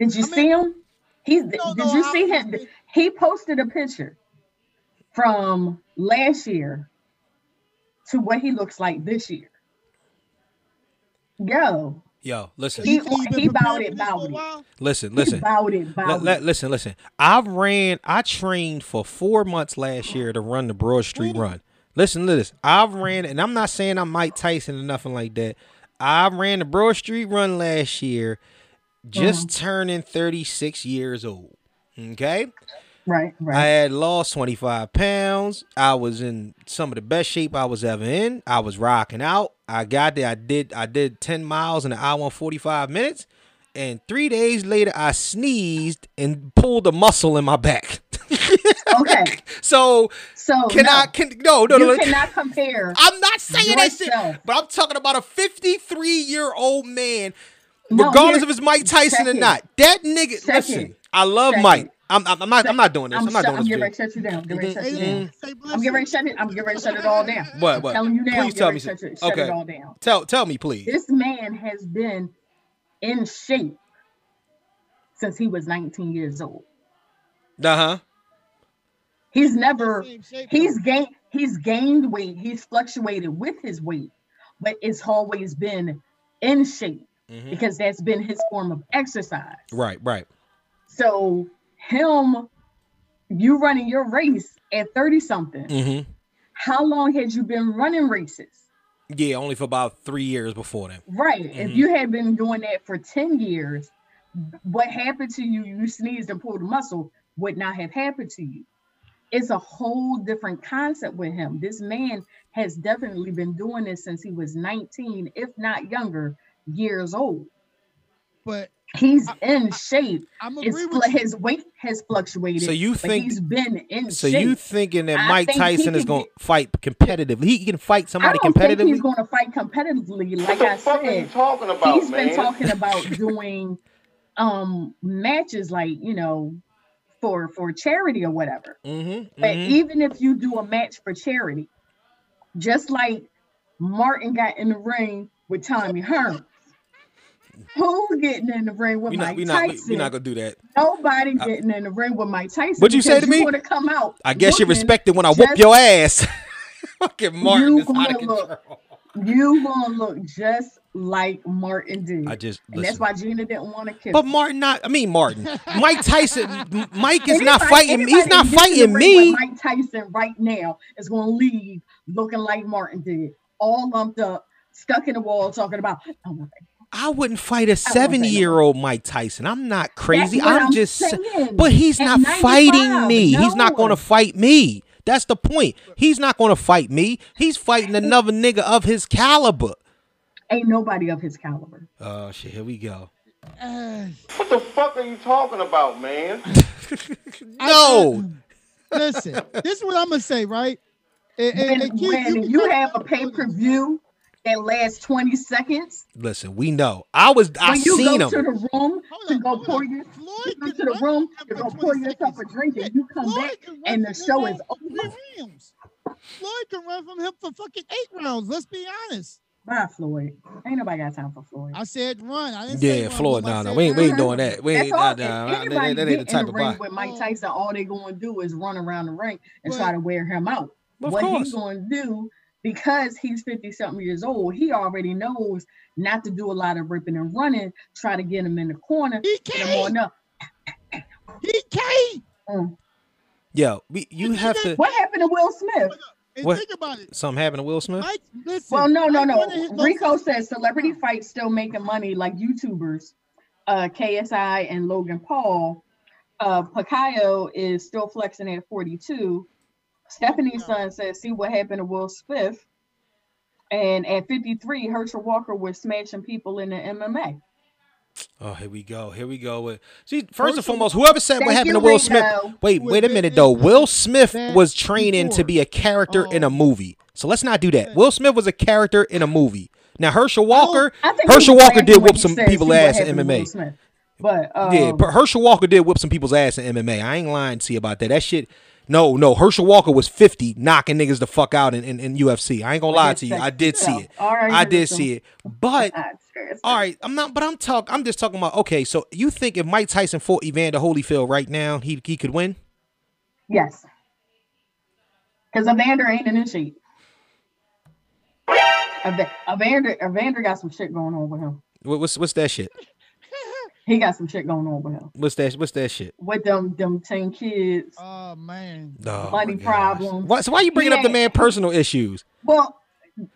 [SPEAKER 4] Did you
[SPEAKER 2] I mean,
[SPEAKER 4] see him? He did
[SPEAKER 2] don't know
[SPEAKER 4] you
[SPEAKER 2] how
[SPEAKER 4] see
[SPEAKER 2] he
[SPEAKER 4] him?
[SPEAKER 2] did-
[SPEAKER 4] He posted a picture from last year to what he looks like this year. Yo,
[SPEAKER 1] Yo, listen,
[SPEAKER 4] He-
[SPEAKER 2] You think
[SPEAKER 4] he
[SPEAKER 2] been
[SPEAKER 4] bowed
[SPEAKER 2] preparing
[SPEAKER 4] it,
[SPEAKER 2] for this for a
[SPEAKER 4] bowed it.
[SPEAKER 2] while?
[SPEAKER 1] listen,
[SPEAKER 4] he
[SPEAKER 1] listen.
[SPEAKER 4] bowed it,
[SPEAKER 1] Let-
[SPEAKER 4] bowed
[SPEAKER 1] let-
[SPEAKER 4] it.
[SPEAKER 1] listen, listen. I ran, I trained for four months last year to run the Broad Street run. Listen to this. I ran, and I'm not saying I'm Mike Tyson or nothing like that. I ran the Broad Street run last year, just turning 36 years old. Okay.
[SPEAKER 4] Right,
[SPEAKER 1] I
[SPEAKER 4] right.
[SPEAKER 1] had lost 25 pounds. I was in some of the best shape I was ever in. I was rocking out. I got there. I did I did 10 miles in an hour and 45 minutes. And three days later I sneezed and pulled a muscle in my back. <laughs>
[SPEAKER 4] okay,
[SPEAKER 1] so
[SPEAKER 4] so
[SPEAKER 1] can
[SPEAKER 4] Oh, no,
[SPEAKER 1] I can no no no
[SPEAKER 4] you
[SPEAKER 1] no.
[SPEAKER 4] cannot compare.
[SPEAKER 1] I'm not saying that shit,
[SPEAKER 4] Yourself.
[SPEAKER 1] but I'm talking about a 53 year old man,
[SPEAKER 4] No,
[SPEAKER 1] regardless
[SPEAKER 4] here-
[SPEAKER 1] if it's Mike Tyson or
[SPEAKER 4] Check it.
[SPEAKER 1] not. That nigga,
[SPEAKER 4] Check
[SPEAKER 1] listen,
[SPEAKER 4] it.
[SPEAKER 1] I love
[SPEAKER 4] Check
[SPEAKER 1] Mike.
[SPEAKER 4] it.
[SPEAKER 1] I'm, I'm, I'm not. I'm not doing this. I'm,
[SPEAKER 4] I'm,
[SPEAKER 1] not
[SPEAKER 4] shut-
[SPEAKER 1] doing this.
[SPEAKER 4] I'm getting
[SPEAKER 1] Jay.
[SPEAKER 4] ready to shut you down. Get ready to shut you
[SPEAKER 2] Hey,
[SPEAKER 4] down.
[SPEAKER 2] say bless
[SPEAKER 4] I'm
[SPEAKER 2] you.
[SPEAKER 4] getting ready to shut it. I'm getting ready to shut it all down.
[SPEAKER 1] What? What?
[SPEAKER 4] telling you now.
[SPEAKER 1] Please
[SPEAKER 4] get
[SPEAKER 1] tell
[SPEAKER 4] ready
[SPEAKER 1] me.
[SPEAKER 4] to Shut,
[SPEAKER 1] so-
[SPEAKER 4] it- shut
[SPEAKER 1] okay.
[SPEAKER 4] it all down.
[SPEAKER 1] Tell tell me, please.
[SPEAKER 4] This man has been in shape since he was 19 years old.
[SPEAKER 1] Uh huh.
[SPEAKER 4] He's never
[SPEAKER 2] Same shape,
[SPEAKER 4] he's gained he's gained weight. He's fluctuated with his weight, but it's always been in shape because that's been his form of exercise.
[SPEAKER 1] Right. Right.
[SPEAKER 4] So him, you running your race at 30 something.
[SPEAKER 1] Mm-hmm.
[SPEAKER 4] How long had you been running races?
[SPEAKER 1] Yeah. Only for about three years before then.
[SPEAKER 4] Right.
[SPEAKER 1] Mhm.
[SPEAKER 4] If you had been doing that for 10 years, what happened to you, you sneezed and pulled a muscle, would not have happened to you. It's a whole different concept with him. This man has definitely been doing this since he was 19, if not younger, years old.
[SPEAKER 2] But
[SPEAKER 4] He's
[SPEAKER 2] I-
[SPEAKER 4] in shape.
[SPEAKER 2] I'm
[SPEAKER 4] His,
[SPEAKER 2] agree
[SPEAKER 4] fl- <laughs>
[SPEAKER 2] with you.
[SPEAKER 4] his weight has fluctuated.
[SPEAKER 1] So you
[SPEAKER 4] but
[SPEAKER 1] think-
[SPEAKER 4] he's been in
[SPEAKER 1] So
[SPEAKER 4] shape.
[SPEAKER 1] you thinking that
[SPEAKER 4] I
[SPEAKER 1] Mike
[SPEAKER 4] think he
[SPEAKER 1] Tyson is
[SPEAKER 4] can
[SPEAKER 1] gonna
[SPEAKER 4] get-
[SPEAKER 1] fight competitively? He can fight
[SPEAKER 4] I
[SPEAKER 1] somebody
[SPEAKER 4] don't think he's
[SPEAKER 1] competitively.
[SPEAKER 4] going to fight competitively. Like
[SPEAKER 3] What the
[SPEAKER 4] I
[SPEAKER 3] fuck are you
[SPEAKER 4] said,
[SPEAKER 3] talking about,
[SPEAKER 4] He's
[SPEAKER 3] man?
[SPEAKER 4] been
[SPEAKER 1] <laughs>
[SPEAKER 4] talking about doing um matches like you know for for charity or whatever
[SPEAKER 1] Mm-hmm.
[SPEAKER 4] but
[SPEAKER 1] mm-hmm.
[SPEAKER 4] even if you do a match for charity just like martin got in the ring with tommy hearns who getting in the ring with
[SPEAKER 1] We
[SPEAKER 4] Mike
[SPEAKER 1] not. We not. We,
[SPEAKER 4] Tyson?
[SPEAKER 1] we not gonna do that.
[SPEAKER 4] Nobody getting in the ring with Mike Tyson.
[SPEAKER 1] What'd you say
[SPEAKER 4] because
[SPEAKER 1] to me?
[SPEAKER 4] You want to come out?
[SPEAKER 1] I guess you
[SPEAKER 4] looking-
[SPEAKER 1] respect it when I whoop
[SPEAKER 4] just-
[SPEAKER 1] your ass. <laughs> Fucking Martin
[SPEAKER 4] You
[SPEAKER 1] is out of
[SPEAKER 4] gonna look-
[SPEAKER 1] control.
[SPEAKER 4] You gonna look just like Martin did.
[SPEAKER 7] I just
[SPEAKER 4] and that's
[SPEAKER 7] listen.
[SPEAKER 4] why Gina didn't want to kill.
[SPEAKER 1] But Martin, not I mean
[SPEAKER 4] <laughs>
[SPEAKER 1] Martin. Mike Tyson, M- Mike is not
[SPEAKER 4] Anybody-
[SPEAKER 1] fighting. He's
[SPEAKER 4] anybody
[SPEAKER 1] not
[SPEAKER 4] that gets in the
[SPEAKER 1] fighting
[SPEAKER 4] ring with
[SPEAKER 1] me.
[SPEAKER 4] Mike Tyson right now is going to leave looking like Martin did, all lumped up, stuck in the wall, talking about. oh "I don't wanna fight."
[SPEAKER 1] I wouldn't fight a
[SPEAKER 4] say no.
[SPEAKER 1] seven-year-old Mike Tyson. I'm not crazy.
[SPEAKER 4] That's what
[SPEAKER 1] I'm just. sa-
[SPEAKER 4] saying.
[SPEAKER 1] But he's
[SPEAKER 4] At
[SPEAKER 1] not fighting
[SPEAKER 4] 95,
[SPEAKER 1] me. He's not
[SPEAKER 4] no.
[SPEAKER 1] going to fight me. That's the point. He's not going to fight me. He's fighting another nigga of his caliber.
[SPEAKER 4] Ain't nobody of his caliber.
[SPEAKER 1] Oh shit! Here we go.
[SPEAKER 2] Uh,
[SPEAKER 3] What the fuck are you talking about, man?
[SPEAKER 1] No,
[SPEAKER 2] listen, this is what I'm gonna say, right? And, and-
[SPEAKER 4] When,
[SPEAKER 2] and Keith,
[SPEAKER 4] when
[SPEAKER 2] can
[SPEAKER 4] you
[SPEAKER 2] come
[SPEAKER 4] have a
[SPEAKER 2] up with
[SPEAKER 4] pay
[SPEAKER 2] it.
[SPEAKER 4] per view that lasts twenty seconds,
[SPEAKER 1] listen. We know. I was. I
[SPEAKER 4] when you
[SPEAKER 1] seen
[SPEAKER 4] go to
[SPEAKER 1] him.
[SPEAKER 4] the room
[SPEAKER 2] Hold
[SPEAKER 4] to
[SPEAKER 2] on,
[SPEAKER 4] go
[SPEAKER 2] hold
[SPEAKER 4] pour
[SPEAKER 2] on.
[SPEAKER 4] your
[SPEAKER 2] Floyd
[SPEAKER 4] you come
[SPEAKER 2] can
[SPEAKER 4] to the
[SPEAKER 2] run
[SPEAKER 4] room
[SPEAKER 2] that
[SPEAKER 4] to
[SPEAKER 2] for
[SPEAKER 4] go
[SPEAKER 2] 20
[SPEAKER 4] pour yourself a
[SPEAKER 2] seconds.
[SPEAKER 4] drink,
[SPEAKER 2] Shit,
[SPEAKER 4] and you come
[SPEAKER 2] Floyd
[SPEAKER 4] back,
[SPEAKER 2] can run
[SPEAKER 4] and the
[SPEAKER 2] from him
[SPEAKER 4] show is
[SPEAKER 2] for three
[SPEAKER 4] over.
[SPEAKER 2] rounds. Floyd can run from him for fucking eight rounds. Let's be honest.
[SPEAKER 4] Bye, Floyd. Ain't nobody got time for Floyd.
[SPEAKER 2] I said run. I didn't say
[SPEAKER 1] Yeah,
[SPEAKER 2] run,
[SPEAKER 1] Floyd.
[SPEAKER 2] but
[SPEAKER 1] No,
[SPEAKER 2] I
[SPEAKER 1] no.
[SPEAKER 2] said
[SPEAKER 1] We ain't. We ain't
[SPEAKER 2] run.
[SPEAKER 1] doing that. We ain't.
[SPEAKER 4] That's all.
[SPEAKER 1] Nah,
[SPEAKER 4] if
[SPEAKER 1] nah, nah,
[SPEAKER 4] anybody
[SPEAKER 1] that, that ain't the
[SPEAKER 4] get
[SPEAKER 1] type
[SPEAKER 4] in the
[SPEAKER 1] of
[SPEAKER 4] ring
[SPEAKER 1] body.
[SPEAKER 4] with Mike Tyson, all they're going to do is run around the ring and
[SPEAKER 2] But-
[SPEAKER 4] try to wear him out.
[SPEAKER 1] Of
[SPEAKER 4] what
[SPEAKER 1] course.
[SPEAKER 4] he's going to do because he's 50 something years old, he already knows not to do a lot of ripping and running, try to get him in the corner,
[SPEAKER 2] He
[SPEAKER 4] get him
[SPEAKER 2] can't.
[SPEAKER 4] on up.
[SPEAKER 2] He can't.
[SPEAKER 4] Mm.
[SPEAKER 1] Yo, we, you
[SPEAKER 2] But you
[SPEAKER 1] have
[SPEAKER 2] got-
[SPEAKER 1] to.
[SPEAKER 4] What happened to Will Smith?
[SPEAKER 2] And
[SPEAKER 1] What?
[SPEAKER 2] think about it.
[SPEAKER 1] Something happened to Will Smith.
[SPEAKER 2] Mike, listen.
[SPEAKER 4] Well, no, no,
[SPEAKER 2] Mike
[SPEAKER 4] no.
[SPEAKER 2] wanted his most-
[SPEAKER 4] Rico says celebrity fights still making money like YouTubers. Uh, KSI and Logan Paul. Uh, Pacayo is still flexing at 42. Stephanie's son says, see what happened to Will Smith. And at 53, Herschel Walker was smashing people in the MMA.
[SPEAKER 1] Oh, here we go. Here we go. With see, first and
[SPEAKER 2] First of all-
[SPEAKER 1] foremost, whoever said what
[SPEAKER 4] Thank
[SPEAKER 1] happened
[SPEAKER 4] you,
[SPEAKER 1] to Will
[SPEAKER 4] Rico.
[SPEAKER 1] Smith. Wait,
[SPEAKER 2] Who
[SPEAKER 1] wait a
[SPEAKER 2] had been
[SPEAKER 1] minute
[SPEAKER 2] in
[SPEAKER 1] though.
[SPEAKER 2] the
[SPEAKER 1] Will Smith
[SPEAKER 2] back
[SPEAKER 1] was training to
[SPEAKER 2] before.
[SPEAKER 1] be a character in a
[SPEAKER 2] Um,
[SPEAKER 1] movie. So let's not do that.
[SPEAKER 2] yeah.
[SPEAKER 1] Will Smith was a character in a movie. Now Herschel Walker,
[SPEAKER 4] I think he
[SPEAKER 1] Herschel
[SPEAKER 4] was
[SPEAKER 1] Walker did
[SPEAKER 4] laughing when
[SPEAKER 1] whoop
[SPEAKER 4] he
[SPEAKER 1] some
[SPEAKER 4] said, "See
[SPEAKER 1] people's
[SPEAKER 4] what
[SPEAKER 1] ass in
[SPEAKER 4] happened to Will
[SPEAKER 1] MMA.
[SPEAKER 4] Smith." But um,
[SPEAKER 1] Yeah, but Herschel Walker did whip some people's ass in MMA. I ain't lying to you about that. That shit. No, no. Herschel Walker was 50 knocking niggas the fuck out in, in, in UFC. I ain't gonna lie to you. I did see it.
[SPEAKER 4] All right,
[SPEAKER 1] I did
[SPEAKER 4] Rico.
[SPEAKER 1] see it. But
[SPEAKER 4] Ah, stress.
[SPEAKER 1] all right, I'm not, but I'm talk. I'm just talking about. Okay, so you think if Mike Tyson fought Evander Holyfield right now, he he could win?
[SPEAKER 4] Yes. Because Evander ain't in his shape. Eva- Evander, Evander got some shit going on with him.
[SPEAKER 1] What, what's what's that shit?
[SPEAKER 4] He got some shit going on with him.
[SPEAKER 1] What's that? What's that shit?
[SPEAKER 4] With them them ten kids.
[SPEAKER 2] Oh man.
[SPEAKER 1] No
[SPEAKER 4] Money problems.
[SPEAKER 1] Why, so why you bringing up the
[SPEAKER 4] Yeah.
[SPEAKER 1] man personal issues?
[SPEAKER 4] Well,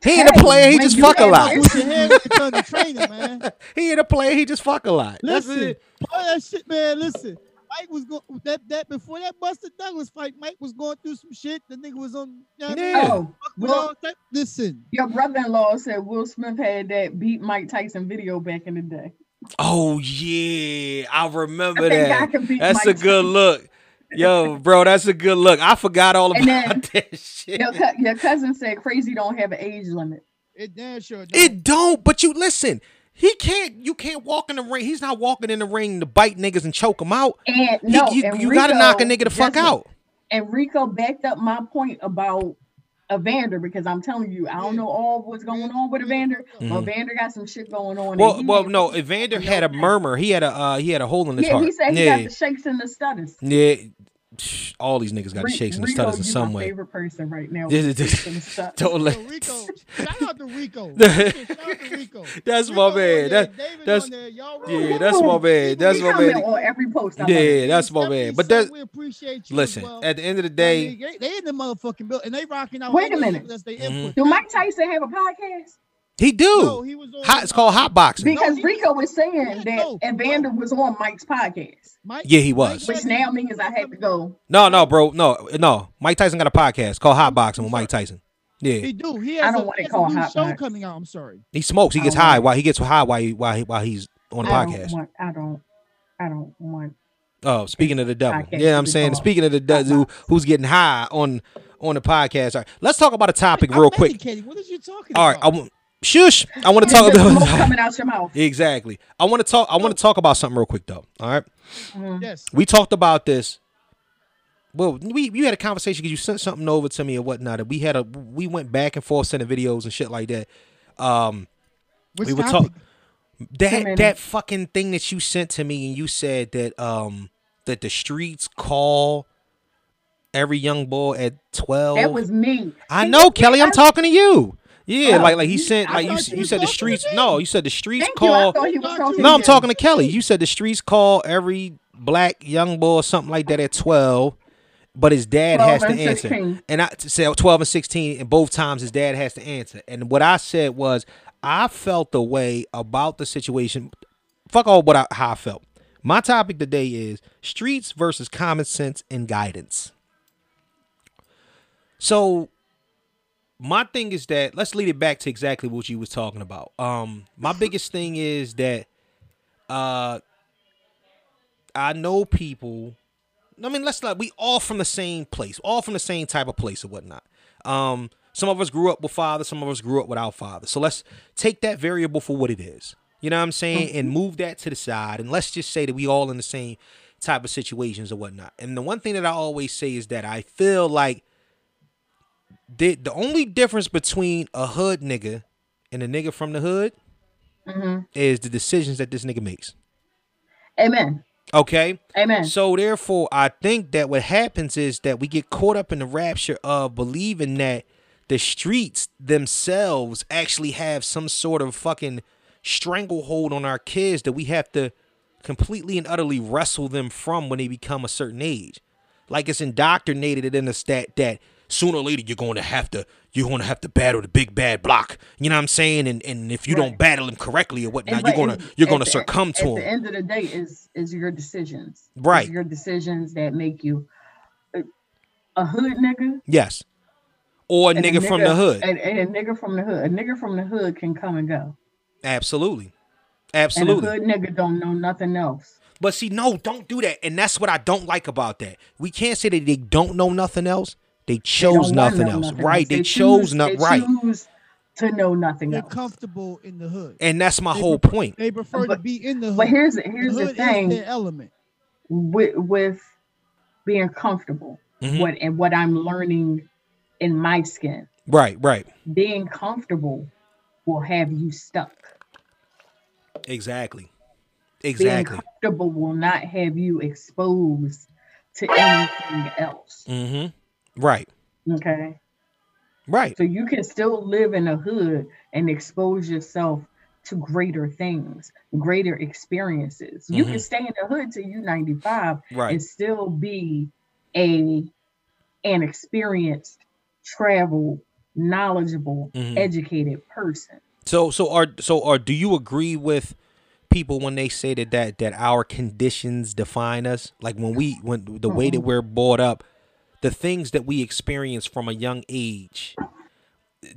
[SPEAKER 1] He ain't a
[SPEAKER 4] Hey,
[SPEAKER 1] player. He
[SPEAKER 4] when
[SPEAKER 1] just
[SPEAKER 4] you
[SPEAKER 1] fuck a
[SPEAKER 4] have
[SPEAKER 1] lot.
[SPEAKER 2] Put your head when you turn the trainer,
[SPEAKER 1] <laughs>
[SPEAKER 2] man.
[SPEAKER 1] he ain't a player. He just fuck a lot. That's
[SPEAKER 2] Listen,
[SPEAKER 1] it.
[SPEAKER 2] all that shit, man. Listen, Mike was going that that before that Buster Douglas fight. Mike was going through some shit. The nigga was on. You know what I mean?
[SPEAKER 1] Yeah.
[SPEAKER 4] oh,
[SPEAKER 2] With
[SPEAKER 4] well,
[SPEAKER 2] all that- listen,
[SPEAKER 4] your brother-in-law said Will Smith had that beat Mike Tyson video back in the
[SPEAKER 1] <laughs>
[SPEAKER 4] day.
[SPEAKER 1] Oh yeah, I remember
[SPEAKER 4] <laughs> I think I
[SPEAKER 1] that.
[SPEAKER 4] could beat
[SPEAKER 1] That's a
[SPEAKER 4] Mike
[SPEAKER 1] good
[SPEAKER 4] Tyson.
[SPEAKER 1] look. Yo, bro, that's a good look. I forgot all about
[SPEAKER 4] And then-
[SPEAKER 1] <laughs> that shit.
[SPEAKER 4] Your, cou- your cousin said crazy don't have an age limit.
[SPEAKER 2] it damn sure. don't.
[SPEAKER 1] It don't. But you listen. He can't. You can't walk in the ring. He's not walking in the ring to bite niggas and choke them out.
[SPEAKER 4] And
[SPEAKER 1] He-
[SPEAKER 4] no,
[SPEAKER 1] you
[SPEAKER 4] and
[SPEAKER 1] you gotta
[SPEAKER 4] Rico
[SPEAKER 1] knock a nigga the fuck
[SPEAKER 4] just-
[SPEAKER 1] out.
[SPEAKER 4] And Rico backed up my point about Evander because I'm telling you, I don't know all what's going on with Evander, but
[SPEAKER 1] Mhm.
[SPEAKER 4] Evander got some shit going on. and
[SPEAKER 1] Well,
[SPEAKER 4] he
[SPEAKER 1] well,
[SPEAKER 4] had-
[SPEAKER 1] no. Evander had a murmur. He had a uh, he had a hole in his
[SPEAKER 4] Yeah,
[SPEAKER 1] heart.
[SPEAKER 4] he said he
[SPEAKER 1] yeah,
[SPEAKER 4] got the shakes and the stutters.
[SPEAKER 1] yeah. Psh, All these niggas got the
[SPEAKER 4] Ri-
[SPEAKER 1] shakes and the
[SPEAKER 4] Rico,
[SPEAKER 1] stutters in
[SPEAKER 4] you
[SPEAKER 1] some
[SPEAKER 4] my
[SPEAKER 1] way. <laughs>
[SPEAKER 4] favorite person right now.
[SPEAKER 1] This
[SPEAKER 4] with
[SPEAKER 1] is-
[SPEAKER 4] the shakes and the stutters.
[SPEAKER 1] <laughs> Don't let.
[SPEAKER 2] Yo, Rico, shout out
[SPEAKER 1] <laughs>
[SPEAKER 2] to Rico. Listen, shout out to Rico.
[SPEAKER 1] That's
[SPEAKER 2] Rico
[SPEAKER 1] my
[SPEAKER 2] on
[SPEAKER 1] man.
[SPEAKER 2] there,
[SPEAKER 1] That
[SPEAKER 2] David
[SPEAKER 1] that's-
[SPEAKER 2] on there, y'all
[SPEAKER 1] yeah,
[SPEAKER 2] rock.
[SPEAKER 1] that's my man. That's
[SPEAKER 4] He
[SPEAKER 1] my
[SPEAKER 4] comment
[SPEAKER 1] man.
[SPEAKER 4] on every post. I love it.
[SPEAKER 1] Yeah, that's my
[SPEAKER 2] Stephanie
[SPEAKER 1] man. But
[SPEAKER 2] said
[SPEAKER 1] that
[SPEAKER 2] we appreciate you. as
[SPEAKER 1] listen.
[SPEAKER 2] well.
[SPEAKER 1] At the end of the
[SPEAKER 2] I mean,
[SPEAKER 1] day,
[SPEAKER 2] they, they in the motherfucking building and they rocking out.
[SPEAKER 4] Wait a
[SPEAKER 2] all those
[SPEAKER 4] minute.
[SPEAKER 2] people That's they
[SPEAKER 1] Mhm.
[SPEAKER 2] input.
[SPEAKER 4] Do Mike Tyson have a podcast?
[SPEAKER 1] he do.
[SPEAKER 2] No, he was on.
[SPEAKER 1] Hot. It's called hot boxing.
[SPEAKER 4] Because
[SPEAKER 2] he-
[SPEAKER 4] Rico was saying
[SPEAKER 2] Yeah,
[SPEAKER 4] that
[SPEAKER 2] no,
[SPEAKER 4] Evander was on Mike's podcast,
[SPEAKER 2] Mike-
[SPEAKER 1] Yeah, he
[SPEAKER 2] Mike
[SPEAKER 1] was.
[SPEAKER 2] had
[SPEAKER 4] which now means I have to go.
[SPEAKER 1] No, no, bro. No, no. Mike Tyson got a podcast called Hot Boxing with Mike Tyson. Yeah,
[SPEAKER 2] He do. He
[SPEAKER 4] I
[SPEAKER 2] has
[SPEAKER 4] don't
[SPEAKER 2] a,
[SPEAKER 4] want
[SPEAKER 2] he
[SPEAKER 4] it
[SPEAKER 2] has a
[SPEAKER 4] called
[SPEAKER 2] new
[SPEAKER 4] hot
[SPEAKER 2] show
[SPEAKER 4] box.
[SPEAKER 2] coming out. I'm sorry.
[SPEAKER 1] he smokes. He gets
[SPEAKER 4] I don't
[SPEAKER 1] high
[SPEAKER 4] know.
[SPEAKER 1] while he gets high while he while he, while he's on the
[SPEAKER 4] I don't
[SPEAKER 1] podcast.
[SPEAKER 4] want. I don't. I don't want.
[SPEAKER 1] Oh, speaking of the devil,
[SPEAKER 4] Podcast
[SPEAKER 1] yeah, I'm
[SPEAKER 4] is
[SPEAKER 1] saying
[SPEAKER 4] called
[SPEAKER 1] speaking of the
[SPEAKER 4] Hot
[SPEAKER 1] devil, who's getting high on on the podcast. All right, let's talk about a topic
[SPEAKER 2] I'm
[SPEAKER 1] real quick.
[SPEAKER 2] medicating. What is you talking
[SPEAKER 1] All right,
[SPEAKER 2] about?
[SPEAKER 1] I want shush. I want to
[SPEAKER 4] <laughs>
[SPEAKER 1] talk
[SPEAKER 4] There's smoke
[SPEAKER 1] about
[SPEAKER 4] coming out your mouth.
[SPEAKER 1] <laughs> exactly. I want to talk. I want to talk about something real quick though. All right,
[SPEAKER 4] Mhm.
[SPEAKER 2] yes.
[SPEAKER 1] we talked about this. Well, we you had a conversation because you sent something over to me and whatnot. And we had a we went back and forth sending videos and shit like that. Um,
[SPEAKER 2] Which
[SPEAKER 1] we were
[SPEAKER 2] topic?
[SPEAKER 1] talking that
[SPEAKER 4] minutes.
[SPEAKER 1] that fucking thing that you sent to me and you said that um that the streets call every young boy at 12
[SPEAKER 4] That was me.
[SPEAKER 1] i
[SPEAKER 4] See,
[SPEAKER 1] Oh, know
[SPEAKER 4] we-
[SPEAKER 1] kelly i'm
[SPEAKER 4] I-
[SPEAKER 1] talking to you Yeah,
[SPEAKER 4] Oh,
[SPEAKER 1] like like he
[SPEAKER 2] you-
[SPEAKER 1] sent
[SPEAKER 2] I
[SPEAKER 1] like you
[SPEAKER 2] thought
[SPEAKER 1] s-
[SPEAKER 2] you
[SPEAKER 1] you
[SPEAKER 2] was
[SPEAKER 1] said the
[SPEAKER 2] talking to
[SPEAKER 1] streets.
[SPEAKER 2] me.
[SPEAKER 1] No, you said the streets
[SPEAKER 4] Thank you. I
[SPEAKER 1] call.
[SPEAKER 4] thought you were
[SPEAKER 2] No,
[SPEAKER 4] talking
[SPEAKER 1] No, I'm
[SPEAKER 4] to me.
[SPEAKER 1] talking to Kelly. You said the streets call every black young boy or something like that at 12, but his dad
[SPEAKER 4] 12
[SPEAKER 1] has to
[SPEAKER 4] and
[SPEAKER 1] answer.
[SPEAKER 4] 16.
[SPEAKER 1] And I said 12 and 16, and both times his dad has to answer. And what I said was, I felt the way about the situation. Fuck all what I, how I felt. My topic today is streets versus common sense and guidance. So my thing is that let's lead it back to exactly what you was talking about. Um, my biggest thing is that uh I know people. I mean, let's not. We all from the same place, all from the same type of place or whatnot. Um, some of us grew up with father, some of us grew up without father. So let's take that variable for what it is. You know what I'm saying? And move that to the side. And let's just say that we all in the same type of situations or whatnot. And the one thing that I always say is that I feel like the the only difference between a hood nigga and a nigga from the hood
[SPEAKER 4] Mhm.
[SPEAKER 1] is the decisions that this nigga makes.
[SPEAKER 4] Amen.
[SPEAKER 1] Okay.
[SPEAKER 4] Amen.
[SPEAKER 1] So therefore, I think that what happens is that we get caught up in the rapture of believing that the streets themselves actually have some sort of fucking stranglehold on our kids that we have to completely and utterly wrestle them from when they become a certain age. Like it's indoctrinated in us that that sooner or later you're going to have to you're going to have to battle the big bad block. You know what I'm saying? And and if you don't
[SPEAKER 4] Right.
[SPEAKER 1] battle him correctly or whatnot,
[SPEAKER 4] And
[SPEAKER 1] you're
[SPEAKER 4] but
[SPEAKER 1] gonna
[SPEAKER 4] in-
[SPEAKER 1] you're
[SPEAKER 4] at
[SPEAKER 1] gonna
[SPEAKER 4] the-
[SPEAKER 1] succumb to
[SPEAKER 4] At the
[SPEAKER 1] him.
[SPEAKER 4] end of the day, is is your decisions. It's
[SPEAKER 1] Right.
[SPEAKER 4] your decisions that make you a, a hood nigga.
[SPEAKER 1] Yes. Or a
[SPEAKER 4] and
[SPEAKER 1] nigga, from the hood.
[SPEAKER 4] And, and a nigga from the hood. A nigga from the hood can come and go.
[SPEAKER 1] Absolutely.
[SPEAKER 4] And a
[SPEAKER 1] Absolutely.
[SPEAKER 4] hood nigga don't know nothing else.
[SPEAKER 1] But see, no, don't do that. And that's what I don't like about that. We can't say that they don't know nothing else. They
[SPEAKER 4] They
[SPEAKER 1] chose
[SPEAKER 4] don't wanna
[SPEAKER 1] nothing
[SPEAKER 4] know
[SPEAKER 1] else. Right. They, chose
[SPEAKER 4] choose-
[SPEAKER 1] not
[SPEAKER 4] they
[SPEAKER 1] right.
[SPEAKER 4] choose to know nothing
[SPEAKER 2] They're
[SPEAKER 4] else.
[SPEAKER 2] comfortable in the hood.
[SPEAKER 1] And that's my
[SPEAKER 2] They
[SPEAKER 1] whole
[SPEAKER 2] prefer-
[SPEAKER 1] point.
[SPEAKER 2] They prefer to
[SPEAKER 4] But-
[SPEAKER 2] be in the hood.
[SPEAKER 4] But here's the-
[SPEAKER 2] The
[SPEAKER 4] here's the
[SPEAKER 2] hood
[SPEAKER 4] thing.
[SPEAKER 2] is their element.
[SPEAKER 4] with with being comfortable
[SPEAKER 1] Mhm.
[SPEAKER 4] what and what i'm learning in my skin
[SPEAKER 1] Right, right.
[SPEAKER 4] being comfortable will have you stuck
[SPEAKER 1] Exactly.
[SPEAKER 4] being
[SPEAKER 1] Exactly.
[SPEAKER 4] comfortable will not have you exposed to anything else
[SPEAKER 1] Mm-hmm. Right.
[SPEAKER 4] okay
[SPEAKER 1] Right.
[SPEAKER 4] so you can still live in a hood and expose yourself to greater things greater experiences you can
[SPEAKER 1] Mhm.
[SPEAKER 4] stay in the hood till you 95
[SPEAKER 1] Right.
[SPEAKER 4] and still be a an experienced, traveled, knowledgeable,
[SPEAKER 1] Mhm.
[SPEAKER 4] educated person.
[SPEAKER 1] So so are so are do you agree with people when they say that that that our conditions define us? Like when we when the way
[SPEAKER 4] Mm-hmm.
[SPEAKER 1] that we're brought up, the things that we experience from a young age,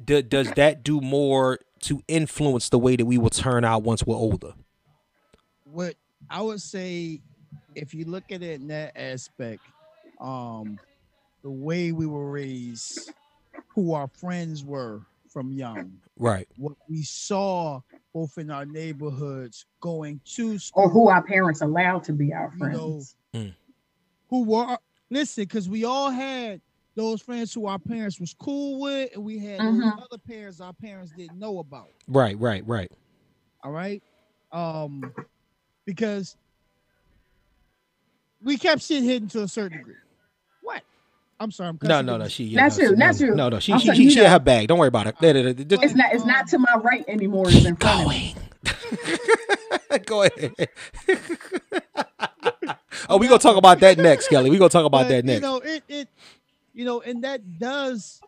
[SPEAKER 1] d- does that do more to influence the way that we will turn out once we're older?
[SPEAKER 2] What I would say, if you look at it in that aspect, um, the way we were raised, who our friends were from young,
[SPEAKER 1] Right.
[SPEAKER 2] what we saw both in our neighborhoods, going to school,
[SPEAKER 4] Or who our parents allow to be our
[SPEAKER 2] You know,
[SPEAKER 4] friends.
[SPEAKER 2] who were listen, because we all had those friends who our parents was cool with, and we had those
[SPEAKER 4] Mhm.
[SPEAKER 2] other parents our parents didn't know about.
[SPEAKER 1] Right, right, right.
[SPEAKER 2] All right. Um, because we kept shit hidden to a certain degree. What? I'm sorry. I'm
[SPEAKER 1] No,
[SPEAKER 2] cussing
[SPEAKER 1] no, no.
[SPEAKER 2] because-
[SPEAKER 1] She, yeah,
[SPEAKER 4] That's
[SPEAKER 1] no,
[SPEAKER 4] you,
[SPEAKER 1] she-
[SPEAKER 4] that's
[SPEAKER 1] no,
[SPEAKER 4] you.
[SPEAKER 1] No, no. She,
[SPEAKER 4] I'm
[SPEAKER 1] she,
[SPEAKER 4] telling
[SPEAKER 1] she,
[SPEAKER 4] you
[SPEAKER 1] she
[SPEAKER 4] that.
[SPEAKER 1] had her bag. Don't worry about it. There, there, there, just
[SPEAKER 4] it's not it's not to my right anymore. It's in
[SPEAKER 1] keep
[SPEAKER 4] front of me.
[SPEAKER 1] going. <laughs> Go ahead. oh, we gonna talk about that next, Kelly. We gonna talk about
[SPEAKER 2] but,
[SPEAKER 1] that next.
[SPEAKER 2] You know, it, it, you know, and that does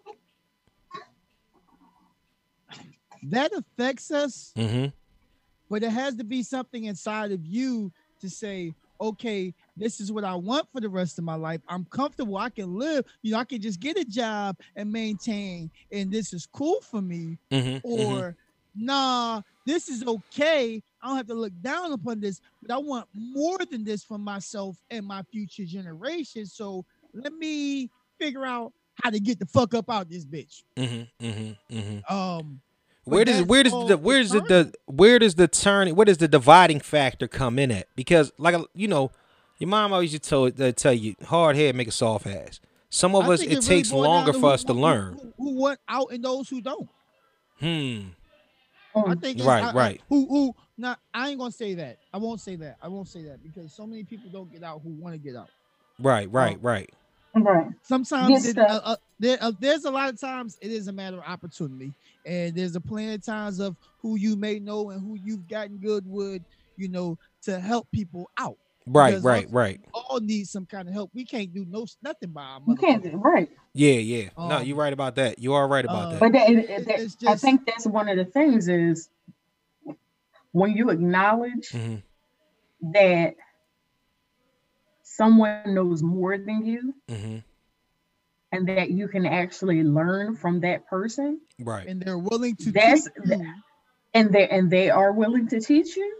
[SPEAKER 2] that affects us,
[SPEAKER 1] Mm-hmm.
[SPEAKER 2] but it has to be something inside of you to say, okay, this is what I want for the rest of my life. I'm comfortable. I can live. You know, I can just get a job and maintain, and this is cool for me.
[SPEAKER 1] Mm-hmm.
[SPEAKER 2] or nah, this is okay. I don't have to look down upon this, but I want more than this for myself and my future generation. So let me figure out how to get the fuck up out this bitch.
[SPEAKER 1] mm-hmm, mm-hmm, mm-hmm.
[SPEAKER 2] Um, but
[SPEAKER 1] Where does
[SPEAKER 2] that's
[SPEAKER 1] where does
[SPEAKER 2] all
[SPEAKER 1] the where's the, the where does the turning where does the dividing factor come in at? Because like you know, your mom always used to tell, uh, tell you hard head make a soft ass. Some of
[SPEAKER 2] I
[SPEAKER 1] us
[SPEAKER 2] think
[SPEAKER 1] it,
[SPEAKER 2] really
[SPEAKER 1] takes
[SPEAKER 2] boils down
[SPEAKER 1] longer
[SPEAKER 2] to
[SPEAKER 1] for
[SPEAKER 2] who
[SPEAKER 1] us to
[SPEAKER 2] want-
[SPEAKER 1] learn.
[SPEAKER 2] Who, who want out and those who don't.
[SPEAKER 1] Hmm.
[SPEAKER 2] I
[SPEAKER 4] Mm.
[SPEAKER 2] think it's-
[SPEAKER 1] Right,
[SPEAKER 2] I- I-
[SPEAKER 1] right.
[SPEAKER 2] Who who not? I ain't gonna say that. I won't say that. I won't say that because so many people don't get out who want to get out.
[SPEAKER 1] Right. Right. Right.
[SPEAKER 4] Right.
[SPEAKER 2] Sometimes
[SPEAKER 4] Yes,
[SPEAKER 2] it,
[SPEAKER 4] sir.
[SPEAKER 2] uh, uh, there, uh, there's a lot of times it is a matter of opportunity, and there's a plenty of times of who you may know and who you've gotten good with, you know, to help people out.
[SPEAKER 1] Right,
[SPEAKER 2] Because
[SPEAKER 1] right,
[SPEAKER 2] I'm-
[SPEAKER 1] right.
[SPEAKER 2] All need some kind of help. We can't do no nothing by our
[SPEAKER 4] You can't
[SPEAKER 2] motherfucking-
[SPEAKER 4] right.
[SPEAKER 1] Yeah, yeah. no,
[SPEAKER 2] Um,
[SPEAKER 1] you're right about that. You are right about
[SPEAKER 2] uh,
[SPEAKER 1] that.
[SPEAKER 4] But that, it- it-
[SPEAKER 2] It's-
[SPEAKER 4] that-
[SPEAKER 2] it's
[SPEAKER 4] I
[SPEAKER 2] just-
[SPEAKER 4] think that's one of the things is when you acknowledge
[SPEAKER 2] Oh.
[SPEAKER 1] Mhm.
[SPEAKER 4] that someone knows more than you
[SPEAKER 1] hmm
[SPEAKER 4] and that you can actually learn from that person
[SPEAKER 1] Right.
[SPEAKER 2] and they're willing to.
[SPEAKER 4] That's-
[SPEAKER 2] teach you.
[SPEAKER 4] and they and they are willing to teach you,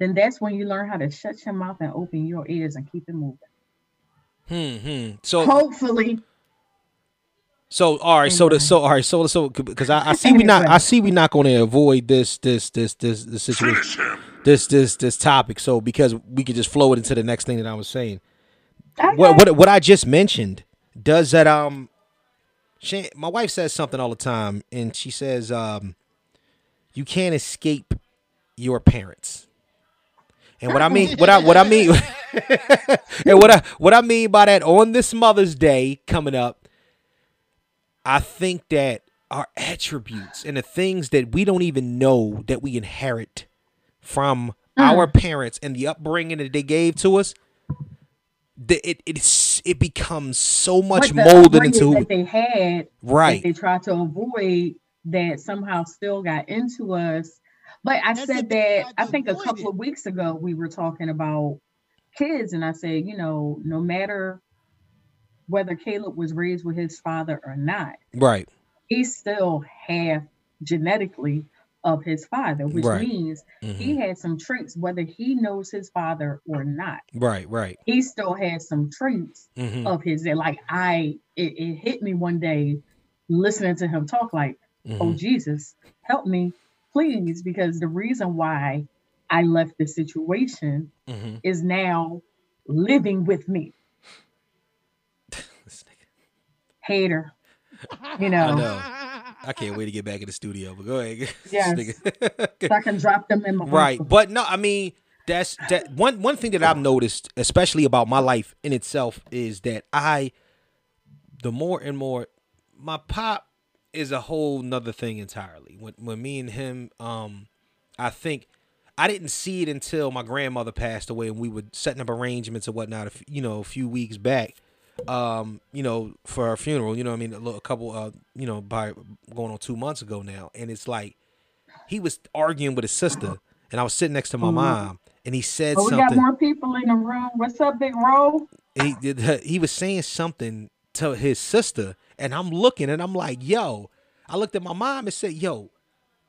[SPEAKER 4] then that's when you learn how to shut your mouth and open your ears and keep it moving.
[SPEAKER 1] Hmm. hmm. So,
[SPEAKER 4] Hopefully,
[SPEAKER 1] so all right. So the
[SPEAKER 4] Anyway.
[SPEAKER 1] so all right. So so because I, I see we not I
[SPEAKER 4] Anyway.
[SPEAKER 1] see we not going to avoid this this this this this situation this this this topic. So because we could just flow it into the next thing that I was saying. What
[SPEAKER 4] Okay.
[SPEAKER 1] what what I just mentioned does that um. She, my wife says something all the time, and she says um, you can't escape your parents. And what I mean, what I what I mean, <laughs> and what I what I mean by that on this Mother's Day coming up, I think that our attributes and the things that we don't even know that we inherit from our parents and the upbringing that they gave to us, the, it it's, it becomes so much
[SPEAKER 4] what the
[SPEAKER 1] molded
[SPEAKER 4] upbringing
[SPEAKER 1] into who
[SPEAKER 4] that they had
[SPEAKER 1] right.
[SPEAKER 4] that they tried to avoid that somehow still got into us. But I
[SPEAKER 2] That's if
[SPEAKER 4] said
[SPEAKER 2] they tried
[SPEAKER 4] that I
[SPEAKER 2] to
[SPEAKER 4] think a
[SPEAKER 2] avoid
[SPEAKER 4] couple
[SPEAKER 2] it.
[SPEAKER 4] of weeks ago we were talking about kids, and I said, you know, no matter whether Caleb was raised with his father or not,
[SPEAKER 1] Right.
[SPEAKER 4] he's still half genetically of his father, which
[SPEAKER 1] Right.
[SPEAKER 4] means
[SPEAKER 1] Mhm.
[SPEAKER 4] he had some traits, whether he knows his father or not.
[SPEAKER 1] Right. Right.
[SPEAKER 4] He still has some traits
[SPEAKER 1] hmm
[SPEAKER 4] of his that, like I, it, it hit me one day listening to him talk, like
[SPEAKER 1] Mm-hmm. Mm.
[SPEAKER 4] oh Jesus, help me, please, because the reason why I left the situation
[SPEAKER 1] hmm
[SPEAKER 4] is now living with me,
[SPEAKER 1] <laughs>
[SPEAKER 4] hater. You
[SPEAKER 1] I
[SPEAKER 4] know,
[SPEAKER 1] know. I can't wait to get back in the studio. But go ahead. <laughs> This
[SPEAKER 4] Yes.
[SPEAKER 1] nigga. <laughs>
[SPEAKER 4] so I can drop them in my
[SPEAKER 1] right.
[SPEAKER 4] arsenal.
[SPEAKER 1] But no, I mean that's that one one thing that I've noticed, especially about my life in itself, is that I the more and more my pop is a whole nother thing entirely. When when me and him um I think I didn't see it until my grandmother passed away and we were setting up arrangements and whatnot, a f- you know, a few weeks back, um, you know, for her funeral, you know what I mean? A, little, a couple, uh, you know, by going on two months ago now. And it's like, he was arguing with his sister and I was sitting next to my mom and he said
[SPEAKER 4] But Mm-hmm. Oh, we got
[SPEAKER 1] something
[SPEAKER 4] more people in the room. What's up, Big Roll?
[SPEAKER 1] he did <laughs> he was saying something to his sister and i'm looking and i'm like yo i looked at my mom and said yo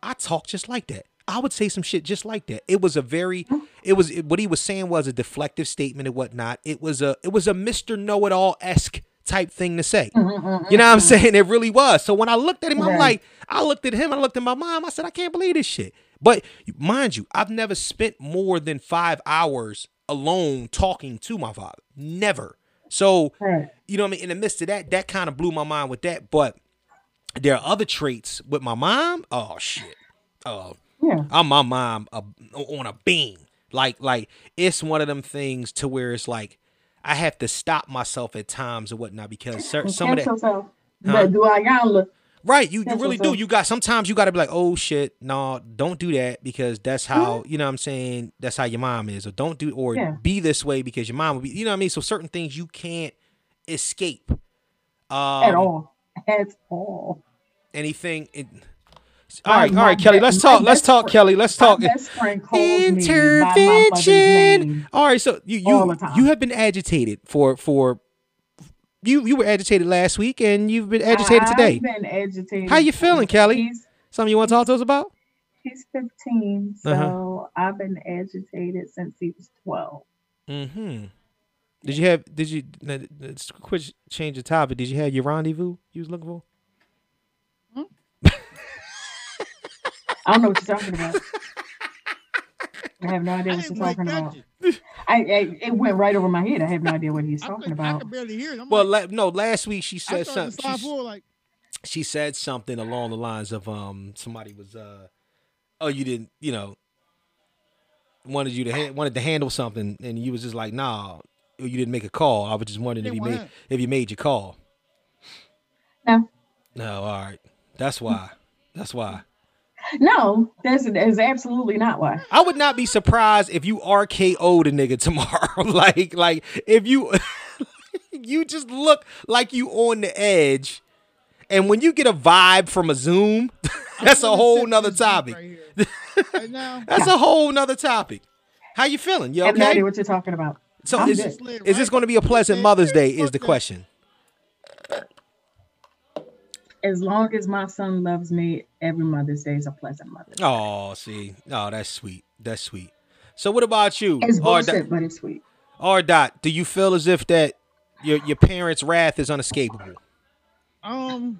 [SPEAKER 1] i talk just like that i would say some shit just like that it was a very it was it- what he was saying was a deflective statement and whatnot it was a it was a mr know-it-all-esque type thing to say you know what i'm saying it really was so when i looked at him i'm
[SPEAKER 4] Right.
[SPEAKER 1] like i looked at him i looked at my mom i said i can't believe this shit but mind you i've never spent more than five hours alone talking to my father never so
[SPEAKER 4] Right.
[SPEAKER 1] you know what I mean? In the midst of that, that kind of blew my mind with that. But there are other traits with my mom. Oh shit. Oh,
[SPEAKER 4] Yeah.
[SPEAKER 1] I'm my mom a, on a beam. Like like it's one of them things to where it's like I have to stop myself at times and whatnot because cer- some of that
[SPEAKER 4] Yourself.
[SPEAKER 1] Huh?
[SPEAKER 4] But do I got look?
[SPEAKER 1] Right, you, you
[SPEAKER 4] That's
[SPEAKER 1] really
[SPEAKER 4] what's
[SPEAKER 1] do.
[SPEAKER 4] up.
[SPEAKER 1] You got sometimes you got to be like, oh shit, no, don't do that because that's how you know what I'm saying. That's how your mom is, or don't do, or
[SPEAKER 4] Mm-hmm. Yeah.
[SPEAKER 1] be this way because your mom will be. You know what I mean? So certain things you can't escape um,
[SPEAKER 4] at all? At all?
[SPEAKER 1] Anything? It, all
[SPEAKER 4] My-
[SPEAKER 1] right, all
[SPEAKER 4] my
[SPEAKER 1] right, Kelly.
[SPEAKER 4] be-
[SPEAKER 1] Let's
[SPEAKER 4] my
[SPEAKER 1] talk. Let's
[SPEAKER 4] best
[SPEAKER 1] talk,
[SPEAKER 4] friend-
[SPEAKER 1] Kelly. Let's
[SPEAKER 4] My
[SPEAKER 1] talk.
[SPEAKER 4] best friend calls me by my mother's
[SPEAKER 1] Intervention.
[SPEAKER 4] name.
[SPEAKER 1] All right, so you
[SPEAKER 4] all
[SPEAKER 1] you
[SPEAKER 4] the time.
[SPEAKER 1] you have been agitated for for you you were agitated last week and you've been agitated
[SPEAKER 4] I-
[SPEAKER 1] today.
[SPEAKER 4] I've been agitated.
[SPEAKER 1] How you feeling, Kelly?
[SPEAKER 4] He's-
[SPEAKER 1] Something you want to talk to us about?
[SPEAKER 4] He's 15, so
[SPEAKER 1] Uh-huh.
[SPEAKER 4] I've been agitated since he was 12.
[SPEAKER 1] Mm-hmm. Did you have? Did you? n- n- Let's quit change the topic. Did you have your rendezvous you was looking for?
[SPEAKER 4] I don't know what you're talking about.
[SPEAKER 1] <laughs>
[SPEAKER 4] I have no idea
[SPEAKER 2] I
[SPEAKER 4] what you're
[SPEAKER 2] didn't wake
[SPEAKER 4] talking
[SPEAKER 2] up.
[SPEAKER 4] about. I, I it went right over my head. I have no idea what he's
[SPEAKER 2] I,
[SPEAKER 4] talking
[SPEAKER 2] could, I
[SPEAKER 4] about.
[SPEAKER 2] could barely hear it. I'm
[SPEAKER 1] Well,
[SPEAKER 2] like,
[SPEAKER 1] la- no. Last week she
[SPEAKER 2] I
[SPEAKER 1] said
[SPEAKER 2] started
[SPEAKER 1] something.
[SPEAKER 2] to slide
[SPEAKER 1] She, s-
[SPEAKER 2] forward like,
[SPEAKER 1] she said something along the lines of um somebody was uh oh you didn't you know wanted you to ha- wanted to handle something and you was just like nah you didn't make a call. I was just wondering if
[SPEAKER 2] Didn't
[SPEAKER 1] you made
[SPEAKER 2] want it.
[SPEAKER 1] if you made your call.
[SPEAKER 4] No.
[SPEAKER 1] No, all right. That's why. That's why.
[SPEAKER 4] No, that's that's absolutely not why.
[SPEAKER 1] I would not be surprised if you RKO'd a nigga <laughs> tomorrow. like, like if you <laughs> you just look like you on the edge. And when you get a vibe from a Zoom, <laughs> that's a
[SPEAKER 2] gonna
[SPEAKER 1] whole
[SPEAKER 2] sip
[SPEAKER 1] nother
[SPEAKER 2] this drink
[SPEAKER 1] topic.
[SPEAKER 2] Right, here. Right now,
[SPEAKER 1] That's a whole nother topic. How you feeling? You
[SPEAKER 4] I have no
[SPEAKER 1] okay?
[SPEAKER 4] idea what you're talking about.
[SPEAKER 1] So
[SPEAKER 4] I'm
[SPEAKER 1] is,
[SPEAKER 4] good.
[SPEAKER 1] is this going to be a pleasant Mother's Day? Is the question.
[SPEAKER 4] As long as my son loves me, every Mother's Day is a pleasant Mother's Day.
[SPEAKER 1] Oh, see, oh, that's sweet. That's sweet. So what about you,
[SPEAKER 4] It's
[SPEAKER 1] R. Dot-
[SPEAKER 4] bullshit, but it's sweet.
[SPEAKER 1] R. Dot? Do you feel as if that your your parents' wrath is unescapable?
[SPEAKER 2] Um,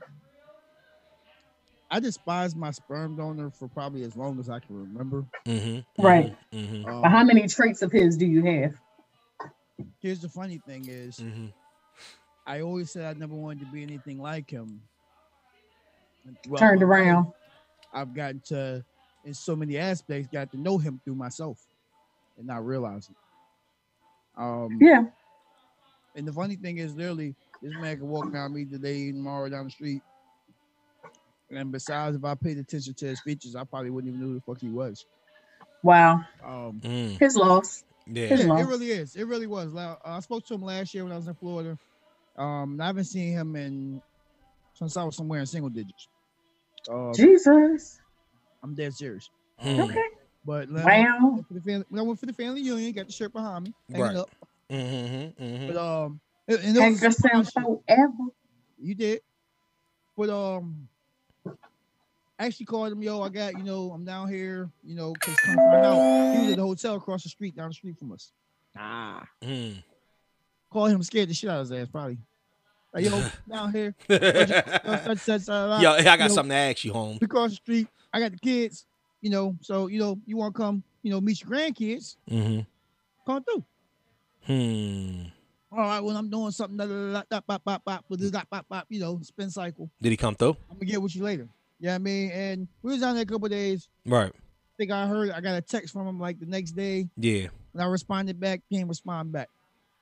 [SPEAKER 2] I despise my sperm donor for probably as long as I can remember.
[SPEAKER 1] Mm-hmm.
[SPEAKER 4] Right.
[SPEAKER 1] Mm-hmm.
[SPEAKER 4] But
[SPEAKER 2] Um,
[SPEAKER 4] how many traits of his do you have?
[SPEAKER 2] here's the funny thing is,
[SPEAKER 1] Mm-hmm.
[SPEAKER 2] I always said I never wanted to be anything like him. And throughout
[SPEAKER 4] Turned
[SPEAKER 2] my life,
[SPEAKER 4] around.
[SPEAKER 2] I've gotten to, in so many aspects, got to know him through myself, and not realize it. Um,
[SPEAKER 4] Yeah.
[SPEAKER 2] And the funny thing is, literally, this man can walk down me today, tomorrow down the street. And besides, if I paid attention to his features, I probably wouldn't even know who the fuck he was.
[SPEAKER 4] Wow.
[SPEAKER 2] Um,
[SPEAKER 1] Mm.
[SPEAKER 4] His loss.
[SPEAKER 1] Yeah.
[SPEAKER 4] His
[SPEAKER 2] yeah, it
[SPEAKER 4] loss.
[SPEAKER 2] really is. It really was. Like, I spoke to him last year when I was in Florida. Um, and I haven't seen him in since I was somewhere in single digits. Um,
[SPEAKER 4] Jesus.
[SPEAKER 2] I'm dead serious.
[SPEAKER 1] Mm.
[SPEAKER 4] Okay.
[SPEAKER 2] But when I
[SPEAKER 4] Wow.
[SPEAKER 2] went for the family, when I went for the family union, got the shirt behind me, hanging
[SPEAKER 1] Right.
[SPEAKER 2] up.
[SPEAKER 1] Mm-hmm. Mm-hmm.
[SPEAKER 2] But um, and- and it was a
[SPEAKER 4] Extra
[SPEAKER 2] surprise shirt.
[SPEAKER 4] forever.
[SPEAKER 2] You did. But um I actually called him, yo, I got, you know, I'm down here, you know, because come find out. He was at the hotel across the street, down the street from us. Ah.
[SPEAKER 1] Mm.
[SPEAKER 2] Called him scared the shit out of his ass, probably. Like, yo, down here. uh,
[SPEAKER 1] Mm-hmm. <laughs>
[SPEAKER 2] such, such, uh,
[SPEAKER 1] Yo, I
[SPEAKER 2] you
[SPEAKER 1] got
[SPEAKER 2] know,
[SPEAKER 1] something to ask you, home.
[SPEAKER 2] we <laughs> Across the street, I got the kids, you know, so you know, you wanna come, you know, meet your grandkids,
[SPEAKER 1] Mm-hmm.
[SPEAKER 2] come through.
[SPEAKER 1] Hmm.
[SPEAKER 2] All right, well, I'm doing something, da, da, da, da, da, bop, bop, bop, da, da, da, bop, bop, you know, spin cycle.
[SPEAKER 1] Did he come through?
[SPEAKER 2] I'm gonna get with you later. Yeah, I mean, and we was down there a couple days.
[SPEAKER 1] Right.
[SPEAKER 2] think I heard I got a text from him like the next day
[SPEAKER 1] Yeah.
[SPEAKER 2] and I responded back, he didn't respond back.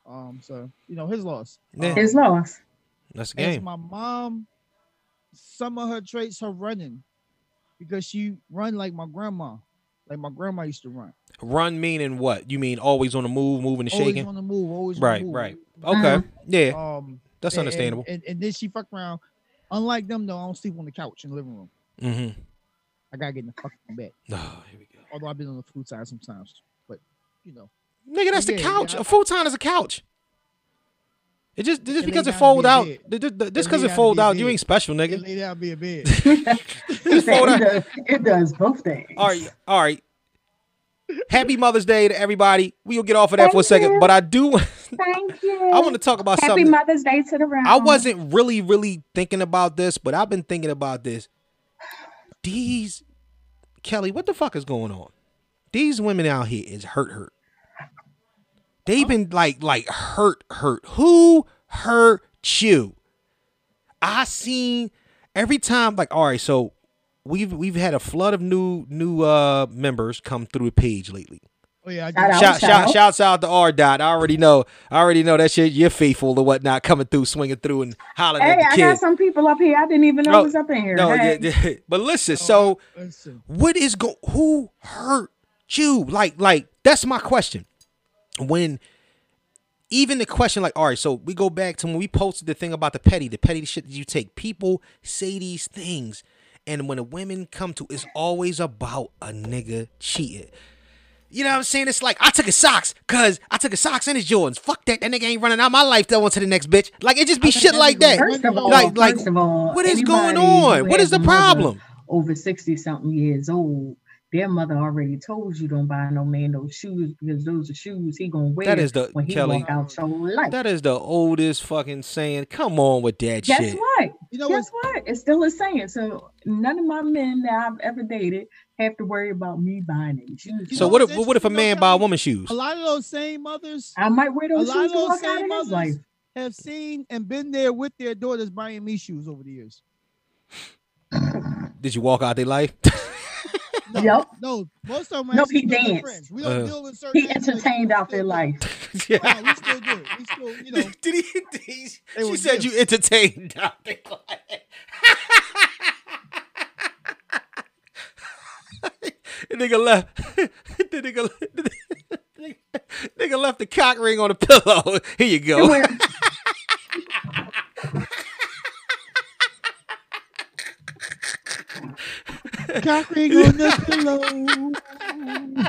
[SPEAKER 2] Um, so you know, his loss.
[SPEAKER 1] Yeah.
[SPEAKER 2] Um,
[SPEAKER 1] <laughs>
[SPEAKER 4] His loss.
[SPEAKER 1] That's the
[SPEAKER 2] as
[SPEAKER 1] game.
[SPEAKER 2] my mom, some of her traits her running because she run like my grandma, like my grandma used to run.
[SPEAKER 1] Run meaning what? You mean always on the move, moving and
[SPEAKER 2] Always
[SPEAKER 1] shaking?
[SPEAKER 2] on the move, always on the
[SPEAKER 1] Right.
[SPEAKER 2] move.
[SPEAKER 1] Right. Okay. Yeah.
[SPEAKER 2] Um
[SPEAKER 1] That's
[SPEAKER 2] and-
[SPEAKER 1] understandable.
[SPEAKER 2] And, and then she fuck around. Unlike them though, I don't sleep on the couch in the living room.
[SPEAKER 1] Mm-hmm.
[SPEAKER 2] I gotta get in the fucking bed.
[SPEAKER 1] Oh, here we go.
[SPEAKER 2] Although I've been on the food side sometimes, but you know.
[SPEAKER 1] Nigga, that's the
[SPEAKER 2] Yeah,
[SPEAKER 1] couch.
[SPEAKER 2] yeah.
[SPEAKER 1] A futon is a couch. It just just
[SPEAKER 2] It
[SPEAKER 1] because
[SPEAKER 2] lay
[SPEAKER 1] it
[SPEAKER 2] down
[SPEAKER 1] fold
[SPEAKER 2] to
[SPEAKER 1] out,
[SPEAKER 2] be a
[SPEAKER 1] th- th- th- just
[SPEAKER 2] It
[SPEAKER 1] because
[SPEAKER 2] lay
[SPEAKER 1] it
[SPEAKER 2] down to
[SPEAKER 1] fold
[SPEAKER 2] be a
[SPEAKER 1] out, you
[SPEAKER 2] bed.
[SPEAKER 1] ain't special,
[SPEAKER 2] Get
[SPEAKER 1] nigga.
[SPEAKER 2] laid down, be a bed.
[SPEAKER 1] <laughs>
[SPEAKER 4] It
[SPEAKER 1] fold out.
[SPEAKER 4] does, it does both things.
[SPEAKER 1] All right, all right. Happy Mother's Day to everybody. We'll get off of that for a
[SPEAKER 4] Thank
[SPEAKER 1] second,
[SPEAKER 4] you.
[SPEAKER 1] but I do. <laughs>
[SPEAKER 4] Thank you.
[SPEAKER 1] I want to talk about
[SPEAKER 4] Happy
[SPEAKER 1] something.
[SPEAKER 4] Mother's Day to the round.
[SPEAKER 1] I wasn't really, really thinking about this, but I've been thinking about this. These Kelly, what the fuck is going on? These women out here is hurt hurt. They've been like like hurt hurt. Who hurt you? I seen every time like all right, so we've we've had a flood of new new uh members come through the page lately.
[SPEAKER 2] Oh yeah, I
[SPEAKER 4] Shout
[SPEAKER 2] did.
[SPEAKER 4] out.
[SPEAKER 1] Shout, shout,
[SPEAKER 4] out.
[SPEAKER 1] shouts out to R Dot. I already know. I already know that shit. You're faithful or whatnot, coming through, swinging through, and hollering
[SPEAKER 4] Hey,
[SPEAKER 1] at the
[SPEAKER 4] I
[SPEAKER 1] kid.
[SPEAKER 4] got some people up here. I didn't even know
[SPEAKER 1] No,
[SPEAKER 4] was up in here.
[SPEAKER 1] No,
[SPEAKER 4] Hey.
[SPEAKER 1] yeah, <laughs> yeah. but listen.
[SPEAKER 2] Oh,
[SPEAKER 1] So,
[SPEAKER 2] I- listen.
[SPEAKER 1] what is going? Who hurt you? Like, like that's my question. When even the question, like, all right, so we go back to when we posted the thing about the petty, the petty shit that you take. People say these things, and when the women come to, it's always about a nigga cheating. You know what I'm saying? It's like I took his socks, cause I took his socks and his Jordans. Fuck that, that nigga ain't running out my life. That one to the next bitch. Like it just be shit like that.
[SPEAKER 4] First of all,
[SPEAKER 1] Like- like,
[SPEAKER 4] first of all,
[SPEAKER 1] what is going
[SPEAKER 4] anybody who
[SPEAKER 1] on? What
[SPEAKER 4] has
[SPEAKER 1] is the
[SPEAKER 4] a mother
[SPEAKER 1] problem?
[SPEAKER 4] Over sixty something years old, their mother already told you don't buy no man those shoes because those are shoes he gonna wear.
[SPEAKER 1] That is the-
[SPEAKER 4] when he
[SPEAKER 1] Kelly,
[SPEAKER 4] walk out your life.
[SPEAKER 1] That is the oldest fucking saying. Come on with that
[SPEAKER 4] Guess
[SPEAKER 1] shit.
[SPEAKER 4] what?
[SPEAKER 2] You know
[SPEAKER 4] Guess
[SPEAKER 2] what's
[SPEAKER 4] what? It's still a saying. So none of my men that I've ever dated have to worry about me buying any shoes.
[SPEAKER 2] You
[SPEAKER 1] So
[SPEAKER 2] know
[SPEAKER 1] what? If,
[SPEAKER 2] what's
[SPEAKER 1] what if a
[SPEAKER 2] interesting, though,
[SPEAKER 1] man buy a
[SPEAKER 2] Kelly?
[SPEAKER 1] woman shoes?
[SPEAKER 2] a lot of those same mothers
[SPEAKER 4] I might wear
[SPEAKER 2] a
[SPEAKER 4] those
[SPEAKER 2] lot
[SPEAKER 4] shoes
[SPEAKER 2] of
[SPEAKER 4] to
[SPEAKER 2] those
[SPEAKER 4] walk out
[SPEAKER 2] same
[SPEAKER 4] of his
[SPEAKER 2] mothers
[SPEAKER 4] life.
[SPEAKER 2] have seen and been there with their daughters buying me shoes over the years.
[SPEAKER 1] Did you walk out their life? <laughs>
[SPEAKER 2] No,
[SPEAKER 4] Yep.
[SPEAKER 2] no, most of them
[SPEAKER 4] No,
[SPEAKER 2] actually
[SPEAKER 4] he
[SPEAKER 2] still good
[SPEAKER 4] danced.
[SPEAKER 2] friends. We don't
[SPEAKER 1] Uh.
[SPEAKER 2] deal in certain.
[SPEAKER 4] He
[SPEAKER 2] aspects,
[SPEAKER 4] entertained
[SPEAKER 2] but we
[SPEAKER 4] out their
[SPEAKER 2] still do.
[SPEAKER 4] life.
[SPEAKER 1] yeah. <laughs>
[SPEAKER 2] No, we still do. it. We still, you know,
[SPEAKER 1] Did he, did he-
[SPEAKER 2] They
[SPEAKER 1] she
[SPEAKER 2] were
[SPEAKER 1] said you entertained out their life. <laughs> nigga left. <laughs> the nigga, the nigga, nigga left the cock ring on the pillow. <laughs> Here you
[SPEAKER 4] It
[SPEAKER 1] go.
[SPEAKER 4] went-
[SPEAKER 2] Cock ring on the pillow.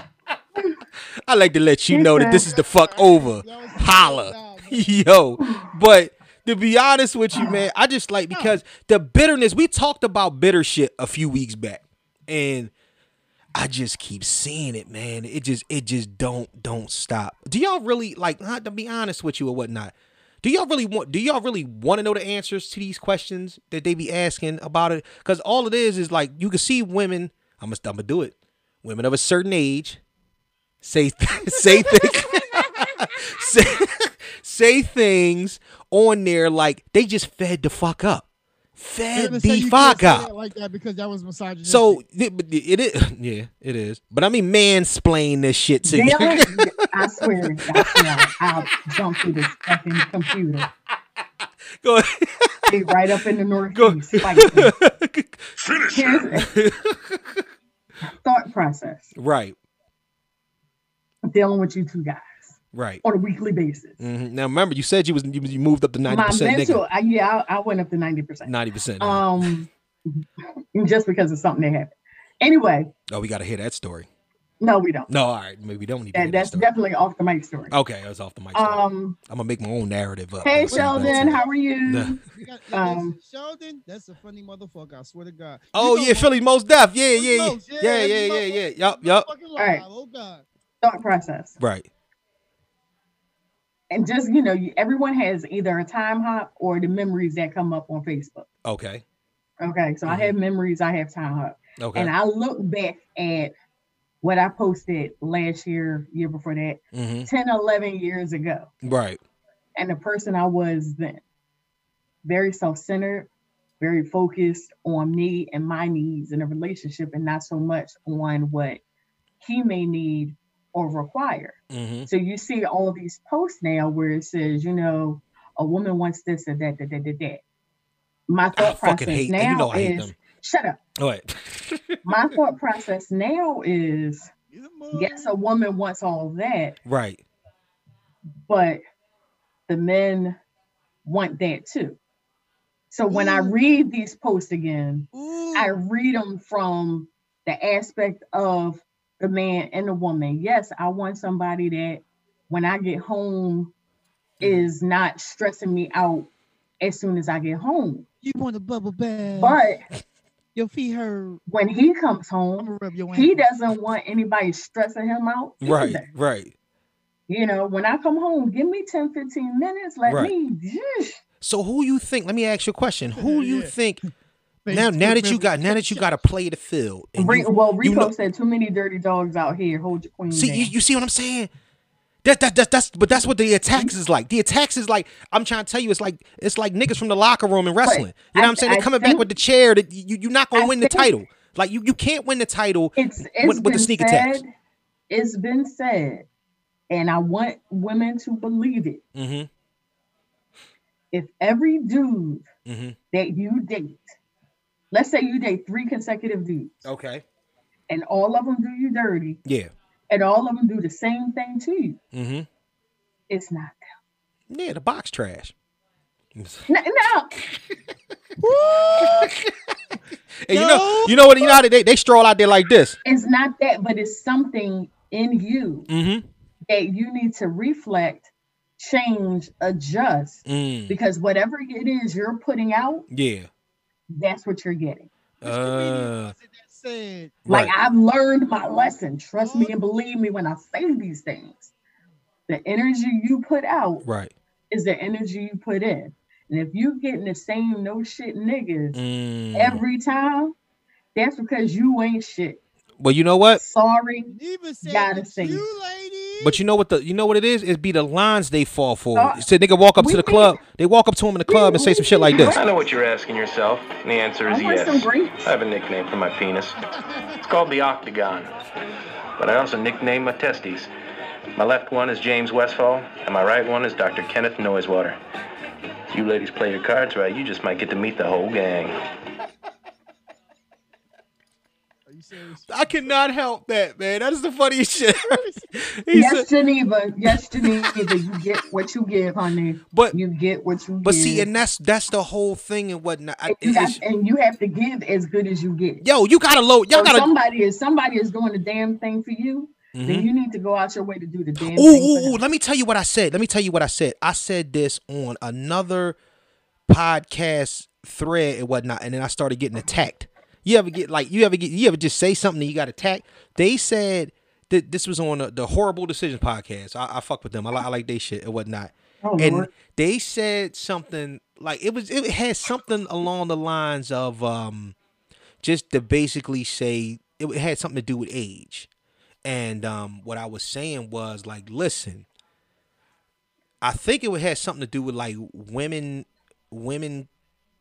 [SPEAKER 1] I like to let you know that this is the fuck over. Holla, <laughs> yo. But to be honest with you, man, I just like because the bitterness. We talked about bitter shit a few weeks back, and I just keep seeing it, man. It just, it just don't, don't stop. Do y'all really like? Not to be honest with you or whatnot. Do y'all really want? Do y'all really want to know the answers to these questions that they be asking about it? Because all it is is like you can see women. I'm gonna, I'm gonna do it. Women of a certain age say <laughs> say things say, say things on there like they just fed the fuck up, fed the fuck up.
[SPEAKER 2] Like that because that was misogynistic.
[SPEAKER 1] So it, but it is, <laughs> yeah, it is. But I mean, mansplain this shit to you.
[SPEAKER 4] Damn it. I swear, I swear, I'll jump through this fucking computer.
[SPEAKER 1] <laughs> Go ahead. <laughs>
[SPEAKER 4] Be right up in the
[SPEAKER 1] Go.
[SPEAKER 4] northeast. like me. Here's- Thought process
[SPEAKER 1] right,
[SPEAKER 4] dealing with you two guys
[SPEAKER 1] right.
[SPEAKER 4] on a weekly basis.
[SPEAKER 1] hmm Now remember, you said you was you, you moved up to ninety
[SPEAKER 4] My
[SPEAKER 1] percent,
[SPEAKER 4] mental,
[SPEAKER 1] nigga.
[SPEAKER 4] I, yeah, I, I went up to ninety percent.
[SPEAKER 1] Ninety percent.
[SPEAKER 4] Um, <laughs> just because of something that happened. Anyway,
[SPEAKER 1] oh, we gotta hear that story.
[SPEAKER 4] no, we don't.
[SPEAKER 1] No, all right, maybe we don't need to hear
[SPEAKER 4] That,
[SPEAKER 1] that
[SPEAKER 4] that's
[SPEAKER 1] story.
[SPEAKER 4] definitely off the mic story.
[SPEAKER 1] Oh, okay, I was off the mic. story.
[SPEAKER 4] Um,
[SPEAKER 1] I'm gonna make my own narrative up.
[SPEAKER 4] hey
[SPEAKER 1] Let's see if that's
[SPEAKER 4] Sheldon,
[SPEAKER 1] it.
[SPEAKER 4] how are you?
[SPEAKER 1] Nah.
[SPEAKER 2] You got-
[SPEAKER 4] Um,
[SPEAKER 2] listen, Sheldon, that's a funny motherfucker. I swear to God. You
[SPEAKER 1] Oh
[SPEAKER 2] know
[SPEAKER 1] yeah, Philly most deaf. Yeah,
[SPEAKER 2] Philly
[SPEAKER 1] yeah,
[SPEAKER 2] Most,
[SPEAKER 1] yeah, yeah, yeah, yeah,
[SPEAKER 2] he
[SPEAKER 1] yeah.
[SPEAKER 2] motherfucking-
[SPEAKER 1] Yup, yup.
[SPEAKER 2] motherfucking
[SPEAKER 4] right.
[SPEAKER 2] live. Oh God.
[SPEAKER 4] Thought process.
[SPEAKER 1] Right.
[SPEAKER 4] and just you know you, everyone has either a time hop or the memories that come up on facebook
[SPEAKER 1] Okay.
[SPEAKER 4] okay
[SPEAKER 1] Mm-hmm.
[SPEAKER 4] so i have memories i have time hop
[SPEAKER 1] Okay.
[SPEAKER 4] and i look back at what i posted last year year before that
[SPEAKER 1] hmm
[SPEAKER 4] 10 11 years ago
[SPEAKER 1] Right.
[SPEAKER 4] and the person i was then very self-centered very focused on me and my needs in a relationship and not so much on what he may need or require
[SPEAKER 1] hmm
[SPEAKER 4] so you see all these posts now where it says, you know, a woman wants this and that, that, that, that, that. My
[SPEAKER 1] I
[SPEAKER 4] thought
[SPEAKER 1] fucking
[SPEAKER 4] process
[SPEAKER 1] hate.
[SPEAKER 4] now
[SPEAKER 1] You know I
[SPEAKER 4] is
[SPEAKER 1] hate them.
[SPEAKER 4] shut up.
[SPEAKER 1] All right. <laughs>
[SPEAKER 4] My thought process now is
[SPEAKER 2] Get him up.
[SPEAKER 4] yes, a woman wants all that,
[SPEAKER 1] right.
[SPEAKER 4] but the men want that too. So when I
[SPEAKER 2] Ooh.
[SPEAKER 4] read these posts again,
[SPEAKER 2] Ooh.
[SPEAKER 4] I read them from the aspect of the man and the woman. Yes, I want somebody that when I get home
[SPEAKER 2] Mm.
[SPEAKER 4] is not stressing me out as soon as I get home.
[SPEAKER 2] you want a bubble bath?
[SPEAKER 4] But
[SPEAKER 2] your feet hurt.
[SPEAKER 4] when he comes
[SPEAKER 2] I'm
[SPEAKER 4] home,
[SPEAKER 2] gonna rub your
[SPEAKER 4] he
[SPEAKER 2] ankle.
[SPEAKER 4] doesn't want anybody stressing him out.
[SPEAKER 1] Right.
[SPEAKER 4] either.
[SPEAKER 1] Right.
[SPEAKER 4] You know, when I come home, give me 10, 15 minutes. Let
[SPEAKER 1] Right.
[SPEAKER 4] me
[SPEAKER 1] So who you think? Let me ask you a question. Who you
[SPEAKER 2] Yeah.
[SPEAKER 1] think
[SPEAKER 2] Face
[SPEAKER 1] now? Now
[SPEAKER 2] good
[SPEAKER 1] that you got now that you got to play the field. and
[SPEAKER 4] Re-
[SPEAKER 1] you-
[SPEAKER 4] well,
[SPEAKER 1] you
[SPEAKER 4] Rico
[SPEAKER 1] know-
[SPEAKER 4] said too many dirty dogs out here. Hold your queen.
[SPEAKER 1] See,
[SPEAKER 4] down.
[SPEAKER 1] you, you see what I'm saying? That, that, that, that's but that's what the attacks is like. The attacks is like I'm trying to tell you, it's like it's like niggas from the locker room in wrestling. You know
[SPEAKER 4] I-
[SPEAKER 1] what I'm saying? They're
[SPEAKER 4] I
[SPEAKER 1] coming back
[SPEAKER 4] think-
[SPEAKER 1] with the chair that you you're not gonna
[SPEAKER 4] I
[SPEAKER 1] win the
[SPEAKER 4] think-
[SPEAKER 1] title. Like you, you can't win the title
[SPEAKER 4] it's, it's
[SPEAKER 1] with, with the
[SPEAKER 4] been
[SPEAKER 1] sneak
[SPEAKER 4] said,
[SPEAKER 1] attacks.
[SPEAKER 4] It's been said, and I want women to believe it.
[SPEAKER 1] Mm-hmm.
[SPEAKER 4] If every dude
[SPEAKER 1] Mm-hmm.
[SPEAKER 4] that you date, let's say you date three consecutive dudes,
[SPEAKER 1] Okay.
[SPEAKER 4] and all of them do you dirty,
[SPEAKER 1] Yeah.
[SPEAKER 4] and all of them do the same thing to you,
[SPEAKER 1] Mm-hmm.
[SPEAKER 4] it's not.
[SPEAKER 1] Yeah, the box trash. <laughs>
[SPEAKER 4] No, no.
[SPEAKER 1] And you know, you know what? You know how they they stroll out there like this.
[SPEAKER 4] it's not that, but it's something in you
[SPEAKER 1] Mm-hmm.
[SPEAKER 4] that you need to reflect, change, adjust,
[SPEAKER 1] Mm.
[SPEAKER 4] because whatever it is you're putting out,
[SPEAKER 1] Yeah.
[SPEAKER 4] that's what you're getting.
[SPEAKER 2] Which comedian
[SPEAKER 1] Uh,
[SPEAKER 2] was it that said
[SPEAKER 1] Right.
[SPEAKER 4] Like I've learned my lesson. Trust me and believe me when I say these things. The energy you put out
[SPEAKER 1] Right.
[SPEAKER 4] is the energy you put in. And if you getting the same no shit niggas
[SPEAKER 1] Mm.
[SPEAKER 4] every time, that's because you ain't shit.
[SPEAKER 1] well, you know what?
[SPEAKER 4] Sorry.
[SPEAKER 2] Neva said
[SPEAKER 4] Gotta
[SPEAKER 2] it's
[SPEAKER 4] sing.
[SPEAKER 2] you lady.
[SPEAKER 1] But you know what the you know what it is? It be the lines they fall for.
[SPEAKER 4] Uh,
[SPEAKER 1] so they can walk up to
[SPEAKER 4] we
[SPEAKER 1] the
[SPEAKER 4] need-
[SPEAKER 1] club. They walk up to him in the club and say some shit like
[SPEAKER 4] <laughs>
[SPEAKER 1] this.
[SPEAKER 8] I know what you're asking yourself, and the answer is
[SPEAKER 4] I want
[SPEAKER 8] yes.
[SPEAKER 4] some grapes.
[SPEAKER 8] I have a nickname for my penis. It's called the Octagon, but I also nickname my testes. My left one is James Westfall, and my right one is Dr. Kenneth Noisewater. You ladies play your cards right, you just might get to meet the whole gang.
[SPEAKER 2] Are you series.
[SPEAKER 1] I cannot help that, man. That is the funniest shit. he
[SPEAKER 4] yes,
[SPEAKER 1] said,
[SPEAKER 4] Geneva. Yes, Geneva. you get what you give, honey.
[SPEAKER 1] but
[SPEAKER 4] You get what you
[SPEAKER 1] but
[SPEAKER 4] give.
[SPEAKER 1] see, and that's that's the whole thing and whatnot. I-
[SPEAKER 4] And you,
[SPEAKER 1] it's-
[SPEAKER 4] have,
[SPEAKER 1] it's-
[SPEAKER 4] and you have to give as good as you get.
[SPEAKER 1] yo, you gotta load. Y'all
[SPEAKER 4] So
[SPEAKER 1] gotta.
[SPEAKER 4] somebody is somebody is doing the damn thing for you. Then
[SPEAKER 1] Mhm.
[SPEAKER 4] you need to go out your way to do the damn
[SPEAKER 1] Ooh,
[SPEAKER 4] thing. for
[SPEAKER 1] ooh,
[SPEAKER 4] them.
[SPEAKER 1] ooh, let me tell you what I said. Let me tell you what I said. I said this on another podcast thread and whatnot, and then I started getting attacked. You ever get like you ever get you ever just say something and you got attacked? They said that this was on the, the horrible decisions podcast. I, I fuck with them. I, li- I like they shit and whatnot.
[SPEAKER 4] Oh,
[SPEAKER 1] and
[SPEAKER 4] Lord.
[SPEAKER 1] they said something like it was it had something along the lines of um just to basically say it had something to do with age. And um, what I was saying was like, listen, I think it would have something to do with like women, women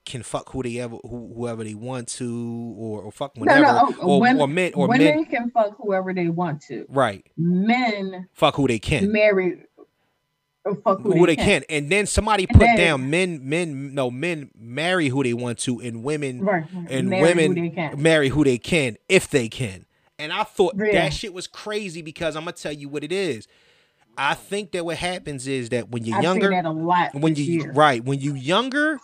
[SPEAKER 1] can fuck who they ever, who, whoever they want to, or, or fuck
[SPEAKER 4] No,
[SPEAKER 1] whenever,
[SPEAKER 4] no, oh,
[SPEAKER 1] or,
[SPEAKER 4] women,
[SPEAKER 1] or men, or
[SPEAKER 4] women
[SPEAKER 1] men,
[SPEAKER 4] can fuck whoever they want to.
[SPEAKER 1] right?
[SPEAKER 4] Men
[SPEAKER 1] Fuck who they can,
[SPEAKER 4] marry or fuck who,
[SPEAKER 1] who they can, and then somebody
[SPEAKER 4] And
[SPEAKER 1] put
[SPEAKER 4] then-
[SPEAKER 1] down men, men, no, men marry who they want to, and women
[SPEAKER 4] Right, right.
[SPEAKER 1] and
[SPEAKER 4] Marry who
[SPEAKER 1] women
[SPEAKER 4] they can.
[SPEAKER 1] marry who they can if they can. And I thought
[SPEAKER 4] Yeah.
[SPEAKER 1] that shit was crazy because I'm gonna tell you what it is. I think that what happens is that when you're
[SPEAKER 4] I've
[SPEAKER 1] younger,
[SPEAKER 4] seen that a lot.
[SPEAKER 1] when
[SPEAKER 4] this
[SPEAKER 1] you
[SPEAKER 4] year.
[SPEAKER 1] right when you younger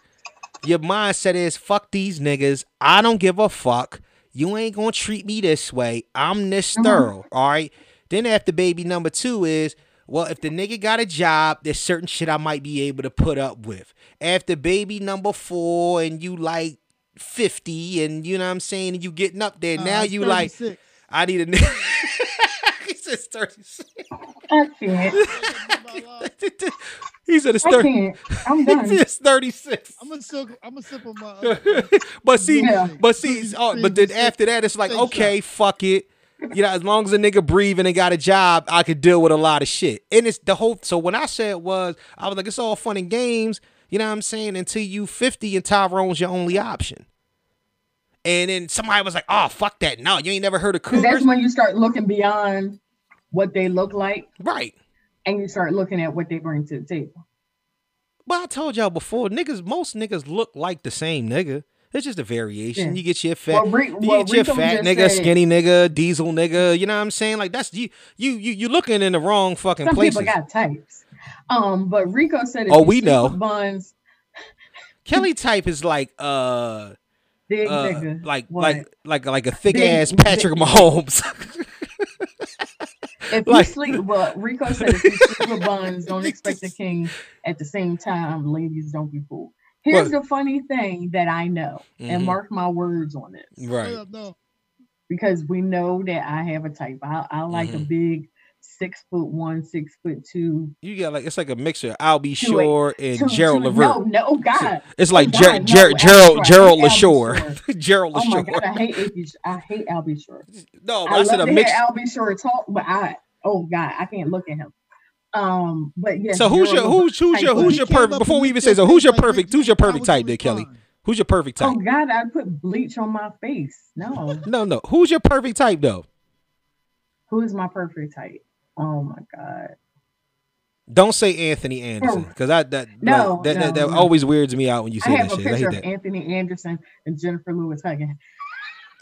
[SPEAKER 1] your mindset is fuck these niggas i don't give a fuck you ain't gonna treat me this way i'm this
[SPEAKER 4] Mm-hmm.
[SPEAKER 1] thorough all right then after baby number two is well if the nigga got a job there's certain shit i might be able to put up with after baby number four and you like 50 and you know what i'm saying and you getting up
[SPEAKER 4] Oh,
[SPEAKER 1] there now
[SPEAKER 2] Uh,
[SPEAKER 1] you like
[SPEAKER 2] 36.
[SPEAKER 1] i need a nigga <laughs> he says 36
[SPEAKER 4] I can't.
[SPEAKER 1] <laughs> he said it's
[SPEAKER 4] I
[SPEAKER 1] 30
[SPEAKER 4] can't.
[SPEAKER 1] <laughs>
[SPEAKER 4] I'm
[SPEAKER 1] he said
[SPEAKER 4] done.
[SPEAKER 1] it's 36
[SPEAKER 2] I'm gonna sip. I'm gonna sip on my. Other
[SPEAKER 1] <laughs> but see,
[SPEAKER 4] Yeah.
[SPEAKER 1] but see, oh, but then after that, it's like, okay, fuck it. You know, as long as a nigga breathing and got a job, I could deal with a lot of shit. And it's the whole. So when I said was, I was like, it's all fun and games. You know what I'm saying? Until you 50 and Tyrone's your only option. And then somebody was like, oh, fuck that. No, you ain't never heard of
[SPEAKER 4] 'Cause
[SPEAKER 1] Cougars.
[SPEAKER 4] That's when you start looking beyond what they look like,
[SPEAKER 1] right.
[SPEAKER 4] and you start looking at what they bring to the table.
[SPEAKER 1] Well, I told y'all before, niggas, most niggas look like the same nigga. It's just a variation.
[SPEAKER 4] Yeah.
[SPEAKER 1] You get your fat,
[SPEAKER 4] Well, Re-
[SPEAKER 1] you
[SPEAKER 4] well,
[SPEAKER 1] get your
[SPEAKER 4] Rico
[SPEAKER 1] fat
[SPEAKER 4] just
[SPEAKER 1] nigga,
[SPEAKER 4] said-
[SPEAKER 1] skinny nigga, diesel nigga. You know what I'm saying? Like that's you, you, you, you looking in the wrong fucking
[SPEAKER 4] Some
[SPEAKER 1] places.
[SPEAKER 4] people got types. Um, but Rico said, if
[SPEAKER 1] Oh,
[SPEAKER 4] you
[SPEAKER 1] we
[SPEAKER 4] sleep
[SPEAKER 1] know.
[SPEAKER 4] with Buns,
[SPEAKER 1] Kelly type is like, uh,
[SPEAKER 4] big
[SPEAKER 1] uh
[SPEAKER 4] nigga,
[SPEAKER 1] like,
[SPEAKER 4] What?
[SPEAKER 1] like, like, like a thick
[SPEAKER 4] Big-
[SPEAKER 1] ass Patrick Mahomes.
[SPEAKER 4] if
[SPEAKER 1] like-
[SPEAKER 4] you sleep, well, Rico said, if you
[SPEAKER 1] <laughs>
[SPEAKER 4] sleep with Buns, don't expect the king at the same time. Ladies, don't be fooled. Here's the funny thing that I know, <laughs> and
[SPEAKER 1] Mhm.
[SPEAKER 4] mark my words on it.
[SPEAKER 1] right.
[SPEAKER 2] No,
[SPEAKER 4] because we know that I have a type. I, I like a
[SPEAKER 1] Mhm.
[SPEAKER 4] big six foot one, six foot two.
[SPEAKER 1] You got like it's like a mixture. I'll be
[SPEAKER 4] Two, wait,
[SPEAKER 1] sure and
[SPEAKER 4] two-
[SPEAKER 1] Gerald
[SPEAKER 4] two-
[SPEAKER 1] Levert.
[SPEAKER 4] No, no, God.
[SPEAKER 1] It's like
[SPEAKER 4] God,
[SPEAKER 1] Ger-
[SPEAKER 4] no,
[SPEAKER 1] Ger-
[SPEAKER 4] Al
[SPEAKER 1] Gerald
[SPEAKER 4] Shore,
[SPEAKER 1] Gerald
[SPEAKER 4] Al
[SPEAKER 1] <laughs>
[SPEAKER 4] Shore.
[SPEAKER 1] Lashore. Gerald
[SPEAKER 4] Oh my God,
[SPEAKER 1] Lashore.
[SPEAKER 4] I hate Albie. Sh- I hate Albie Shore.
[SPEAKER 1] <laughs> No, but
[SPEAKER 4] I,
[SPEAKER 1] I
[SPEAKER 4] love
[SPEAKER 1] said a
[SPEAKER 4] to
[SPEAKER 1] mix.
[SPEAKER 4] hear Albie Shore talk, but I, oh God, I can't look at him. Um, but yeah.
[SPEAKER 1] So who's your
[SPEAKER 4] Gerald
[SPEAKER 1] who's who's
[SPEAKER 4] type
[SPEAKER 1] your
[SPEAKER 4] of-
[SPEAKER 1] who's your
[SPEAKER 2] He came
[SPEAKER 1] perfect
[SPEAKER 2] up
[SPEAKER 1] before we
[SPEAKER 2] with
[SPEAKER 1] even say so
[SPEAKER 2] this
[SPEAKER 1] who's your
[SPEAKER 2] thing like
[SPEAKER 1] perfect
[SPEAKER 2] this,
[SPEAKER 1] who's your
[SPEAKER 2] I was
[SPEAKER 1] perfect type there
[SPEAKER 2] really
[SPEAKER 1] Kelly
[SPEAKER 2] fine.
[SPEAKER 1] who's your perfect
[SPEAKER 4] Levert.
[SPEAKER 1] type
[SPEAKER 4] Oh God, I put bleach on my face. No.
[SPEAKER 1] no no who's your perfect type though
[SPEAKER 4] Who is my perfect type? Oh my God.
[SPEAKER 1] don't say Anthony Anderson because I that
[SPEAKER 4] No,
[SPEAKER 1] like, that, that,
[SPEAKER 4] no,
[SPEAKER 1] that
[SPEAKER 4] no.
[SPEAKER 1] always weirds me out when you
[SPEAKER 4] I
[SPEAKER 1] say
[SPEAKER 4] have
[SPEAKER 1] that
[SPEAKER 4] a
[SPEAKER 1] shit I
[SPEAKER 4] picture
[SPEAKER 1] hate
[SPEAKER 4] of
[SPEAKER 1] that
[SPEAKER 4] Anthony Anderson and Jennifer Lewis Huggins.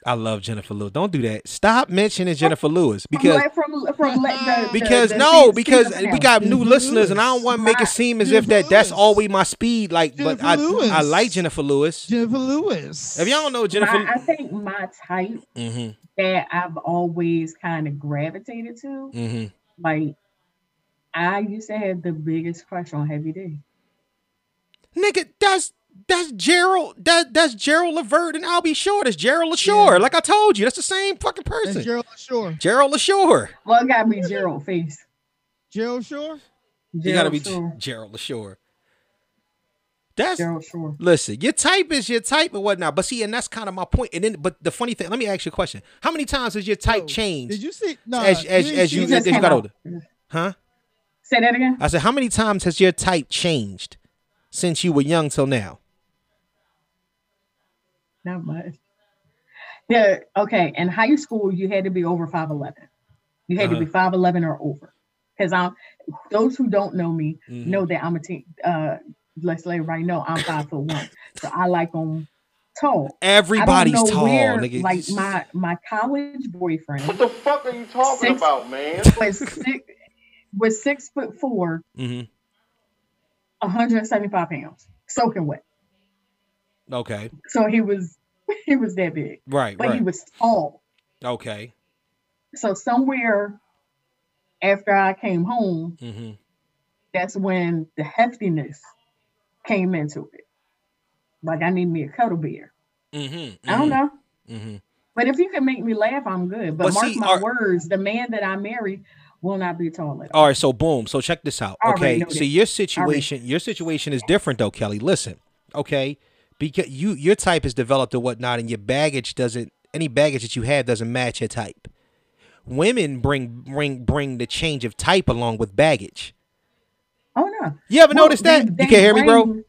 [SPEAKER 1] I love Jennifer Lewis don't do that stop
[SPEAKER 4] Oh,
[SPEAKER 1] mentioning Jennifer Lewis because
[SPEAKER 4] <laughs> from, la- from, from la- the, the-
[SPEAKER 1] because
[SPEAKER 4] the
[SPEAKER 1] no
[SPEAKER 4] season
[SPEAKER 1] because
[SPEAKER 4] finale.
[SPEAKER 1] we got new
[SPEAKER 2] Jennifer
[SPEAKER 1] listeners and I don't
[SPEAKER 2] Lewis.
[SPEAKER 1] want to make it
[SPEAKER 4] Right.
[SPEAKER 1] seem as if
[SPEAKER 2] Jennifer
[SPEAKER 1] that that's
[SPEAKER 2] Lewis.
[SPEAKER 1] always my speed like but
[SPEAKER 2] Jennifer
[SPEAKER 1] I
[SPEAKER 2] Lewis.
[SPEAKER 1] I like Jennifer Lewis
[SPEAKER 2] Jennifer Lewis.
[SPEAKER 1] if y'all don't know Jennifer
[SPEAKER 4] My, I think my type
[SPEAKER 1] Mhm,
[SPEAKER 4] that I've always kind of gravitated to,
[SPEAKER 1] mhm.
[SPEAKER 4] like I used to have the biggest crush on Heavy D.
[SPEAKER 1] nigga, that's that's Gerald, that that's Gerald Levert and I'll be sure that's Gerald LaShore.
[SPEAKER 2] Yeah.
[SPEAKER 1] Like I told you, that's the same fucking
[SPEAKER 2] That's
[SPEAKER 1] person.
[SPEAKER 2] Gerald Shore.
[SPEAKER 1] Gerald LaShore.
[SPEAKER 4] Well, it gotta be Gerald face.
[SPEAKER 2] Gerald Shore.
[SPEAKER 4] Gerald
[SPEAKER 1] You gotta be G-
[SPEAKER 4] Shore.
[SPEAKER 1] Gerald LaShore. That's
[SPEAKER 4] Gerald Shore.
[SPEAKER 1] listen, your type is your type and whatnot. But see, and that's kind of my point. And then but the funny thing, let me ask you a question. How many times has your type
[SPEAKER 2] Yo, Did
[SPEAKER 1] changed
[SPEAKER 2] you see? No.
[SPEAKER 1] as as, as you
[SPEAKER 4] see that?
[SPEAKER 1] as you got older? Huh?
[SPEAKER 4] Say that again.
[SPEAKER 1] I said, how many times has your type changed since you were young till now?
[SPEAKER 4] Not much. Yeah. Okay. In high school, you had to be over five eleven. You had
[SPEAKER 1] Uh-huh.
[SPEAKER 4] to be five eleven or over. Because I'm those who don't know me
[SPEAKER 1] Mm-hmm.
[SPEAKER 4] know that I'm a teen. Uh, let's let everybody know I'm five foot one. So I like them tall.
[SPEAKER 1] Everybody's
[SPEAKER 4] I don't know
[SPEAKER 1] tall,
[SPEAKER 4] where,
[SPEAKER 1] nigga.
[SPEAKER 4] Like my my college
[SPEAKER 3] What
[SPEAKER 4] boyfriend
[SPEAKER 3] the fuck are you talking
[SPEAKER 4] Six-
[SPEAKER 3] about, man?
[SPEAKER 4] was six was six foot four,
[SPEAKER 1] Mhm.
[SPEAKER 4] 175 pounds, soaking wet.
[SPEAKER 1] Okay.
[SPEAKER 4] So he was <laughs> he was that big,
[SPEAKER 1] Right.
[SPEAKER 4] but
[SPEAKER 1] Right.
[SPEAKER 4] he was tall.
[SPEAKER 1] okay.
[SPEAKER 4] So somewhere after I came home,
[SPEAKER 1] hmm
[SPEAKER 4] that's when the heftiness came into it. Like I need me a cuddle bear.
[SPEAKER 1] hmm
[SPEAKER 4] I don't know.
[SPEAKER 1] hmm
[SPEAKER 4] But if you can make me laugh, I'm good. But,
[SPEAKER 1] But
[SPEAKER 4] mark
[SPEAKER 1] see,
[SPEAKER 4] my
[SPEAKER 1] are-
[SPEAKER 4] words, the man that I marry will not be tall at all.
[SPEAKER 1] All right. So boom. So check this out.
[SPEAKER 4] I already
[SPEAKER 1] Okay.
[SPEAKER 4] know
[SPEAKER 1] So
[SPEAKER 4] that.
[SPEAKER 1] your situation, your situation is different though, Kelly. Listen. Okay. Because you your type is developed or whatnot, and your baggage doesn't any baggage that you have doesn't match your type. Women bring bring bring the change of type along with baggage.
[SPEAKER 4] Oh no.
[SPEAKER 1] You ever
[SPEAKER 4] Well,
[SPEAKER 1] noticed that?
[SPEAKER 4] they-
[SPEAKER 1] you
[SPEAKER 4] they
[SPEAKER 1] can hear me, bro.
[SPEAKER 4] bring-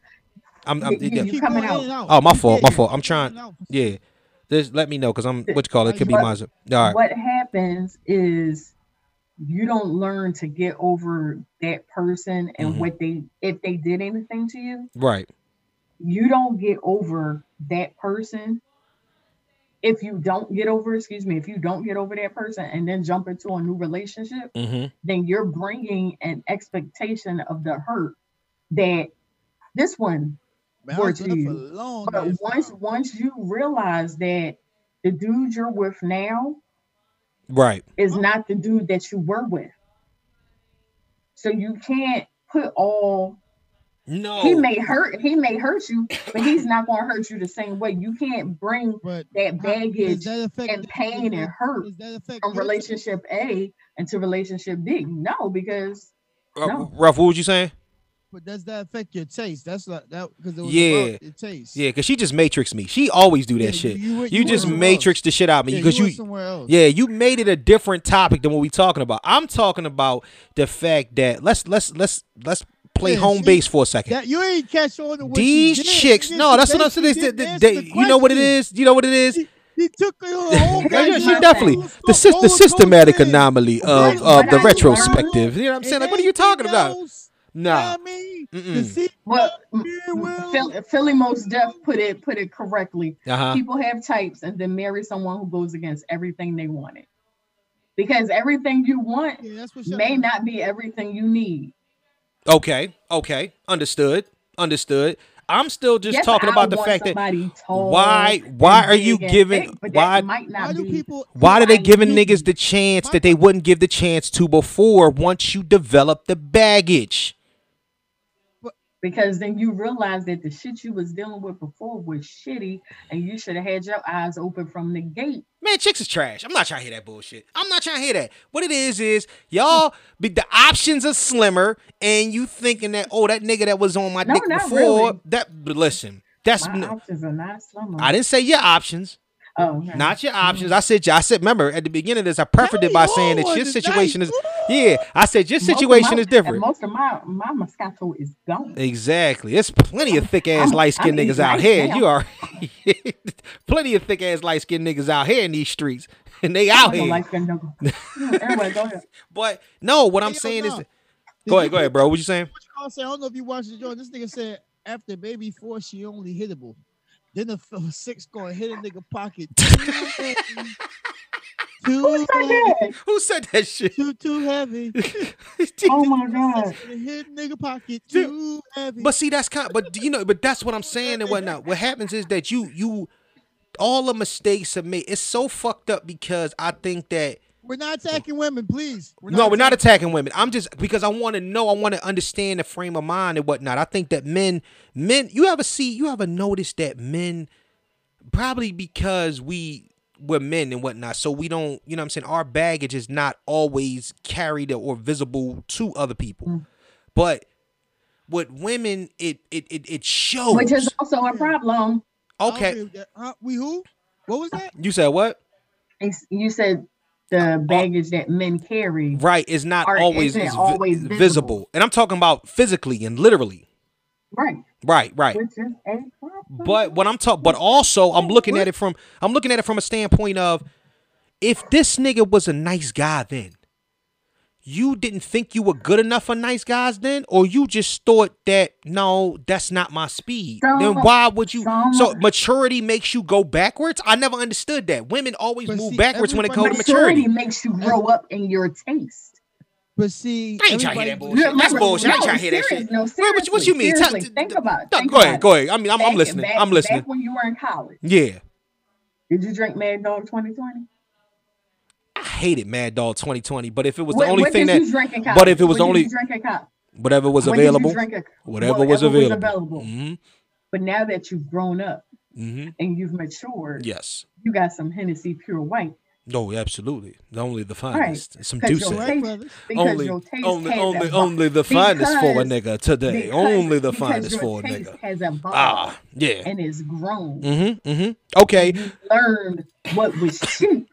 [SPEAKER 1] I'm, I'm
[SPEAKER 4] you-
[SPEAKER 1] yeah.
[SPEAKER 4] you-
[SPEAKER 2] Keep
[SPEAKER 4] coming
[SPEAKER 2] going in
[SPEAKER 4] out.
[SPEAKER 2] and
[SPEAKER 1] Oh, my fault, my
[SPEAKER 2] Yeah,
[SPEAKER 1] fault. I'm
[SPEAKER 2] keep
[SPEAKER 1] trying-
[SPEAKER 2] going in and out.
[SPEAKER 1] yeah. This let me know because I'm what you call it could be
[SPEAKER 4] But-
[SPEAKER 1] mine. All right.
[SPEAKER 4] What happens is you don't learn to get over that person and
[SPEAKER 1] Mhm.
[SPEAKER 4] what they if they did anything to you.
[SPEAKER 1] Right.
[SPEAKER 4] You don't get over that person if you don't get over, excuse me, if you don't get over that person and then jump into a new relationship,
[SPEAKER 1] Mm-hmm.
[SPEAKER 4] then you're bringing an expectation of the hurt that this one
[SPEAKER 2] Man, I was
[SPEAKER 4] Work
[SPEAKER 2] good
[SPEAKER 4] you.
[SPEAKER 2] for a long
[SPEAKER 4] But
[SPEAKER 2] ass
[SPEAKER 4] once
[SPEAKER 2] time.
[SPEAKER 4] once you realize that the dude you're with now
[SPEAKER 1] Right.
[SPEAKER 4] is not the dude that you were with. So you can't put all
[SPEAKER 1] No.
[SPEAKER 4] he may hurt he may hurt you, but he's not gonna hurt you the same way. You can't bring
[SPEAKER 2] but
[SPEAKER 4] that
[SPEAKER 2] how- does
[SPEAKER 4] baggage
[SPEAKER 2] that affect-
[SPEAKER 4] and
[SPEAKER 2] does
[SPEAKER 4] pain
[SPEAKER 2] that-
[SPEAKER 4] and hurt
[SPEAKER 2] does that affect
[SPEAKER 4] from
[SPEAKER 2] your-
[SPEAKER 4] relationship A into relationship B. No, because
[SPEAKER 1] Uh,
[SPEAKER 4] No.
[SPEAKER 1] Ralph, what was you saying?
[SPEAKER 2] But does that affect your taste? That's not that because it was
[SPEAKER 1] Yeah.
[SPEAKER 2] about your taste.
[SPEAKER 1] Yeah, because she just matrix me. She always do that
[SPEAKER 2] Yeah,
[SPEAKER 1] shit.
[SPEAKER 2] You, went-
[SPEAKER 1] You,
[SPEAKER 2] went
[SPEAKER 1] just
[SPEAKER 2] somewhere
[SPEAKER 1] matrix the shit out of
[SPEAKER 2] else.
[SPEAKER 1] me
[SPEAKER 2] Yeah,
[SPEAKER 1] because
[SPEAKER 2] went
[SPEAKER 1] you,
[SPEAKER 2] somewhere else.
[SPEAKER 1] yeah, you made it a different topic than what we talking about. I'm talking about the fact that let's let's let's let's play
[SPEAKER 2] Yeah,
[SPEAKER 1] home
[SPEAKER 2] see,
[SPEAKER 1] base for a second.
[SPEAKER 2] That you ain't catch on to what she
[SPEAKER 1] These
[SPEAKER 2] did.
[SPEAKER 1] chicks,
[SPEAKER 2] She
[SPEAKER 1] no, that's what I'm saying.
[SPEAKER 2] basically
[SPEAKER 1] They,
[SPEAKER 2] didn't
[SPEAKER 1] they,
[SPEAKER 2] answer
[SPEAKER 1] they-
[SPEAKER 2] the
[SPEAKER 1] you know what it
[SPEAKER 2] question.
[SPEAKER 1] is. You know what it is.
[SPEAKER 2] She, she took her whole
[SPEAKER 1] Yeah, yeah,
[SPEAKER 4] Guys,
[SPEAKER 2] goddamn
[SPEAKER 1] she
[SPEAKER 4] my
[SPEAKER 1] definitely
[SPEAKER 2] roller
[SPEAKER 1] the sys- the
[SPEAKER 2] coaster
[SPEAKER 1] systematic
[SPEAKER 2] in.
[SPEAKER 1] anomaly
[SPEAKER 2] Right,
[SPEAKER 1] of,
[SPEAKER 4] what
[SPEAKER 1] of the
[SPEAKER 4] I learned-
[SPEAKER 1] retrospective. You know what I'm saying? Like, what are you talking about?
[SPEAKER 2] Else,
[SPEAKER 1] Nah,
[SPEAKER 2] I mean,
[SPEAKER 1] Mm-mm.
[SPEAKER 2] to see
[SPEAKER 4] well mm,
[SPEAKER 2] Free will.
[SPEAKER 4] Philly, Philly most deaf put it put it correctly.
[SPEAKER 1] uh huh.
[SPEAKER 4] people have types and then marry someone who goes against everything they wanted because everything you want
[SPEAKER 2] yeah, that's what she
[SPEAKER 4] may not be everything you need
[SPEAKER 1] Okay, okay, understood, understood. I'm still just
[SPEAKER 4] Yes,
[SPEAKER 1] talking
[SPEAKER 4] I
[SPEAKER 1] about the
[SPEAKER 4] want
[SPEAKER 1] fact that
[SPEAKER 4] somebody tall
[SPEAKER 1] why-
[SPEAKER 4] and
[SPEAKER 1] why are you
[SPEAKER 4] big and
[SPEAKER 1] giving-
[SPEAKER 4] thick, but
[SPEAKER 1] why-
[SPEAKER 4] that might not
[SPEAKER 2] Why do
[SPEAKER 4] be
[SPEAKER 2] people?
[SPEAKER 1] why do they
[SPEAKER 4] why
[SPEAKER 1] giving
[SPEAKER 4] you-
[SPEAKER 1] niggas the chance that they wouldn't give the chance to before once you develop the baggage?
[SPEAKER 4] because then you realize that the shit you was dealing with before was shitty and you should have had your eyes open from the gate
[SPEAKER 1] Man, chicks is trash. I'm not trying to hear that bullshit. I'm not trying to hear that. What it is is y'all be the options are slimmer, and you thinking that oh that nigga that was on my
[SPEAKER 4] No,
[SPEAKER 1] dick
[SPEAKER 4] not
[SPEAKER 1] before
[SPEAKER 4] really.
[SPEAKER 1] that. but Listen, that's
[SPEAKER 4] my options are not slumber
[SPEAKER 1] I didn't say your options,
[SPEAKER 4] oh, okay.
[SPEAKER 1] not your options. I said I said. Remember at the beginning of this, I prefared it by saying that your situation is yeah. I said your
[SPEAKER 4] Most of
[SPEAKER 1] situation
[SPEAKER 4] my-
[SPEAKER 1] is different.
[SPEAKER 4] and most of my my moscato is gone
[SPEAKER 1] Exactly. There's plenty of thick ass
[SPEAKER 4] I'm-
[SPEAKER 1] light skinned
[SPEAKER 4] I'm
[SPEAKER 1] niggas
[SPEAKER 4] eating
[SPEAKER 1] out
[SPEAKER 4] right
[SPEAKER 1] here.
[SPEAKER 4] now.
[SPEAKER 1] You are <laughs> plenty of thick ass light skinned niggas out here in these streets. <laughs> And they out
[SPEAKER 4] I'm a
[SPEAKER 1] here.
[SPEAKER 4] light-skinned
[SPEAKER 1] <laughs>
[SPEAKER 4] nigga. anyway, go
[SPEAKER 2] <laughs>
[SPEAKER 4] ahead.
[SPEAKER 1] but no, what I'm
[SPEAKER 2] Hey, yo,
[SPEAKER 1] saying is
[SPEAKER 2] dog.
[SPEAKER 1] Go ahead, go ahead, bro. What you saying?
[SPEAKER 2] I don't know if you watched the joint. This nigga said after baby four, she only hittable. Then the f- <laughs> six gonna hit a nigga pocket. Too heavy,
[SPEAKER 4] Hey,
[SPEAKER 1] Who said that <laughs> shit?
[SPEAKER 2] too too heavy.
[SPEAKER 4] Oh my god.
[SPEAKER 2] Gonna Hit nigga pocket
[SPEAKER 1] Dude,
[SPEAKER 2] too heavy.
[SPEAKER 1] But see, that's kind. But do you know, but that's what I'm saying and whatnot. What happens is that you, you, all the mistakes are made. It's so fucked up because I think that
[SPEAKER 2] we're not attacking women, please.
[SPEAKER 1] no, we're not attacking women. I'm just because I want to know, I want to understand the frame of mind and whatnot. I think that men, men, you ever see, you ever notice that men, probably because we we're men and whatnot, so we don't, you know, what I'm saying our baggage is not always carried or visible to other people, but with women, it it it, it shows.
[SPEAKER 4] Which is also a problem.
[SPEAKER 2] I don't agree
[SPEAKER 1] okay,
[SPEAKER 2] with that. Huh? We who? What was that?
[SPEAKER 1] you said what?
[SPEAKER 4] It's- You said
[SPEAKER 1] Oh.
[SPEAKER 4] the baggage that men carry.
[SPEAKER 1] Right, is not
[SPEAKER 4] Or
[SPEAKER 1] always,
[SPEAKER 4] isn't
[SPEAKER 1] is vi-
[SPEAKER 4] always
[SPEAKER 1] visible.
[SPEAKER 4] visible.
[SPEAKER 1] and I'm talking about physically and literally.
[SPEAKER 4] Right.
[SPEAKER 1] Right, right.
[SPEAKER 4] Which is a problem.
[SPEAKER 1] But what I'm talking, but also I'm looking at it from I'm looking at it from a standpoint of if this nigga was a nice guy, then you didn't think you were good enough for nice guys then, or you just thought that no, that's not my speed. then
[SPEAKER 4] Some-
[SPEAKER 1] why would you?
[SPEAKER 4] some-
[SPEAKER 1] so maturity makes you go backwards. I never understood that. Women always
[SPEAKER 2] But
[SPEAKER 1] move
[SPEAKER 2] see,
[SPEAKER 1] backwards when it comes
[SPEAKER 2] everybody-
[SPEAKER 1] to
[SPEAKER 4] Maturity
[SPEAKER 1] maturity.
[SPEAKER 4] makes you grow up in your taste.
[SPEAKER 2] But see,
[SPEAKER 1] I ain't trying to hear that
[SPEAKER 2] everybody-
[SPEAKER 1] bullshit. That's
[SPEAKER 4] No,
[SPEAKER 1] bullshit. I ain't
[SPEAKER 4] no,
[SPEAKER 1] trying to hear that
[SPEAKER 4] serious-
[SPEAKER 1] shit.
[SPEAKER 4] no,
[SPEAKER 1] What- what, what you mean? Tell-
[SPEAKER 4] seriously, think about it,
[SPEAKER 1] No,
[SPEAKER 4] think
[SPEAKER 1] go
[SPEAKER 4] about
[SPEAKER 1] ahead.
[SPEAKER 4] it.
[SPEAKER 1] Go ahead. I mean, I'm,
[SPEAKER 4] Back-
[SPEAKER 1] I'm listening.
[SPEAKER 4] back-
[SPEAKER 1] I'm listening.
[SPEAKER 4] Back when you were in college,
[SPEAKER 1] Yeah.
[SPEAKER 4] did you drink Mad Dog 2020?
[SPEAKER 1] I hated Mad Dog 2020, but if it was
[SPEAKER 4] What-
[SPEAKER 1] the only
[SPEAKER 4] what
[SPEAKER 1] thing
[SPEAKER 4] did
[SPEAKER 1] that,
[SPEAKER 4] you drink in
[SPEAKER 1] but
[SPEAKER 4] college?
[SPEAKER 1] if it was
[SPEAKER 4] What did
[SPEAKER 1] only
[SPEAKER 4] you drink in college?
[SPEAKER 1] whatever was
[SPEAKER 4] What did you
[SPEAKER 1] available,
[SPEAKER 4] drink in-
[SPEAKER 1] whatever was
[SPEAKER 4] whatever was
[SPEAKER 1] available.
[SPEAKER 4] available.
[SPEAKER 1] Mm-hmm.
[SPEAKER 4] But now that you've grown up
[SPEAKER 1] Mm-hmm.
[SPEAKER 4] and you've matured,
[SPEAKER 1] Yes.
[SPEAKER 4] you got some Hennessy Pure White
[SPEAKER 1] No, absolutely. Only the
[SPEAKER 4] right.
[SPEAKER 1] finest. Some
[SPEAKER 4] Because
[SPEAKER 1] Douce.
[SPEAKER 4] your
[SPEAKER 2] Right,
[SPEAKER 4] taste-
[SPEAKER 2] brothers?
[SPEAKER 4] because
[SPEAKER 1] Only,
[SPEAKER 4] your taste
[SPEAKER 1] only,
[SPEAKER 4] has
[SPEAKER 1] only,
[SPEAKER 4] evolved.
[SPEAKER 1] only the finest for a
[SPEAKER 4] Because-
[SPEAKER 1] nigga today.
[SPEAKER 4] because-
[SPEAKER 1] only the
[SPEAKER 4] because
[SPEAKER 1] finest
[SPEAKER 4] your
[SPEAKER 1] for a
[SPEAKER 4] taste
[SPEAKER 1] nigga.
[SPEAKER 4] Has evolved
[SPEAKER 1] Ah, yeah.
[SPEAKER 4] and it's grown.
[SPEAKER 1] Mm-hmm. Mm-hmm. Okay.
[SPEAKER 4] Learned what was cheap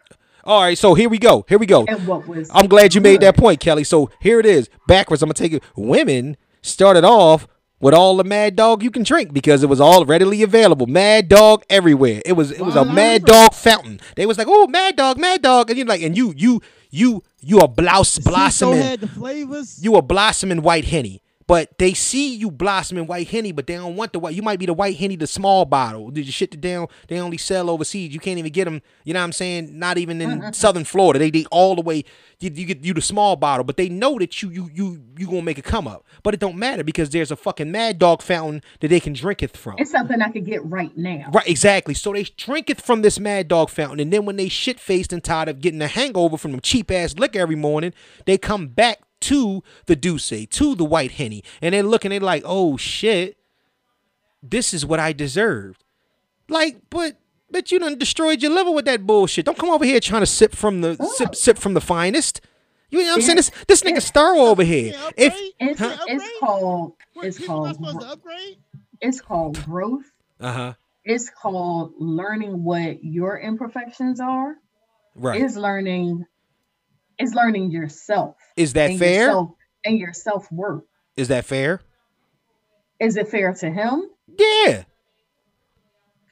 [SPEAKER 1] All right. So here we go. Here we go.
[SPEAKER 4] and what was.
[SPEAKER 1] I'm glad you made that
[SPEAKER 4] good.
[SPEAKER 1] point, Kelly. So here it is. Backwards, I'm gonna take it. Women started off with all the mad dog you can drink because it was all readily available. Mad dog everywhere. It was it was a
[SPEAKER 2] Well, I
[SPEAKER 1] mad
[SPEAKER 2] remember.
[SPEAKER 1] dog fountain. They was like, oh mad dog, mad dog. And you're like, and you you you you are blouse
[SPEAKER 2] Cecil
[SPEAKER 1] blossoming.
[SPEAKER 2] had the flavors.
[SPEAKER 1] You are blossoming white henny. But they see you blossoming white henny, but they don't want the white. You might be the white henny, the small bottle. Did you shit the down? They only sell overseas. You can't even get them. You know what I'm saying? Not even in Southern Florida. They they all the way. You, you get you the small bottle, but they know that you you you you gonna make a come up. But it don't matter because there's a fucking Mad Dog fountain that they can drink it from.
[SPEAKER 4] It's something I could get right now.
[SPEAKER 1] Right, exactly. So they drink it from this Mad Dog fountain, and then when they shit faced and tired of getting a hangover from the cheap ass liquor every morning, they come back to the Douce, to the White Henny, and they're looking. They're like, "Oh shit, this is what I deserved." Like, but but you done destroyed your liver with that bullshit. Don't come over here trying to sip from the sip sip from the finest. You know what I'm saying? This this nigga thorough over here.
[SPEAKER 2] Yeah, upgrade.
[SPEAKER 1] If
[SPEAKER 4] It's,
[SPEAKER 2] Huh?
[SPEAKER 4] it's called.
[SPEAKER 2] Wait,
[SPEAKER 4] It's
[SPEAKER 2] people not
[SPEAKER 4] called.
[SPEAKER 2] supposed to
[SPEAKER 4] gro-
[SPEAKER 2] upgrade.
[SPEAKER 4] It's called growth.
[SPEAKER 1] uh huh,
[SPEAKER 4] It's called learning what your imperfections are.
[SPEAKER 1] right.
[SPEAKER 4] Is learning. Is learning yourself.
[SPEAKER 1] Is that
[SPEAKER 4] and
[SPEAKER 1] fair?
[SPEAKER 4] Yourself, and your self worth.
[SPEAKER 1] Is that fair?
[SPEAKER 4] Is it fair to him?
[SPEAKER 1] Yeah.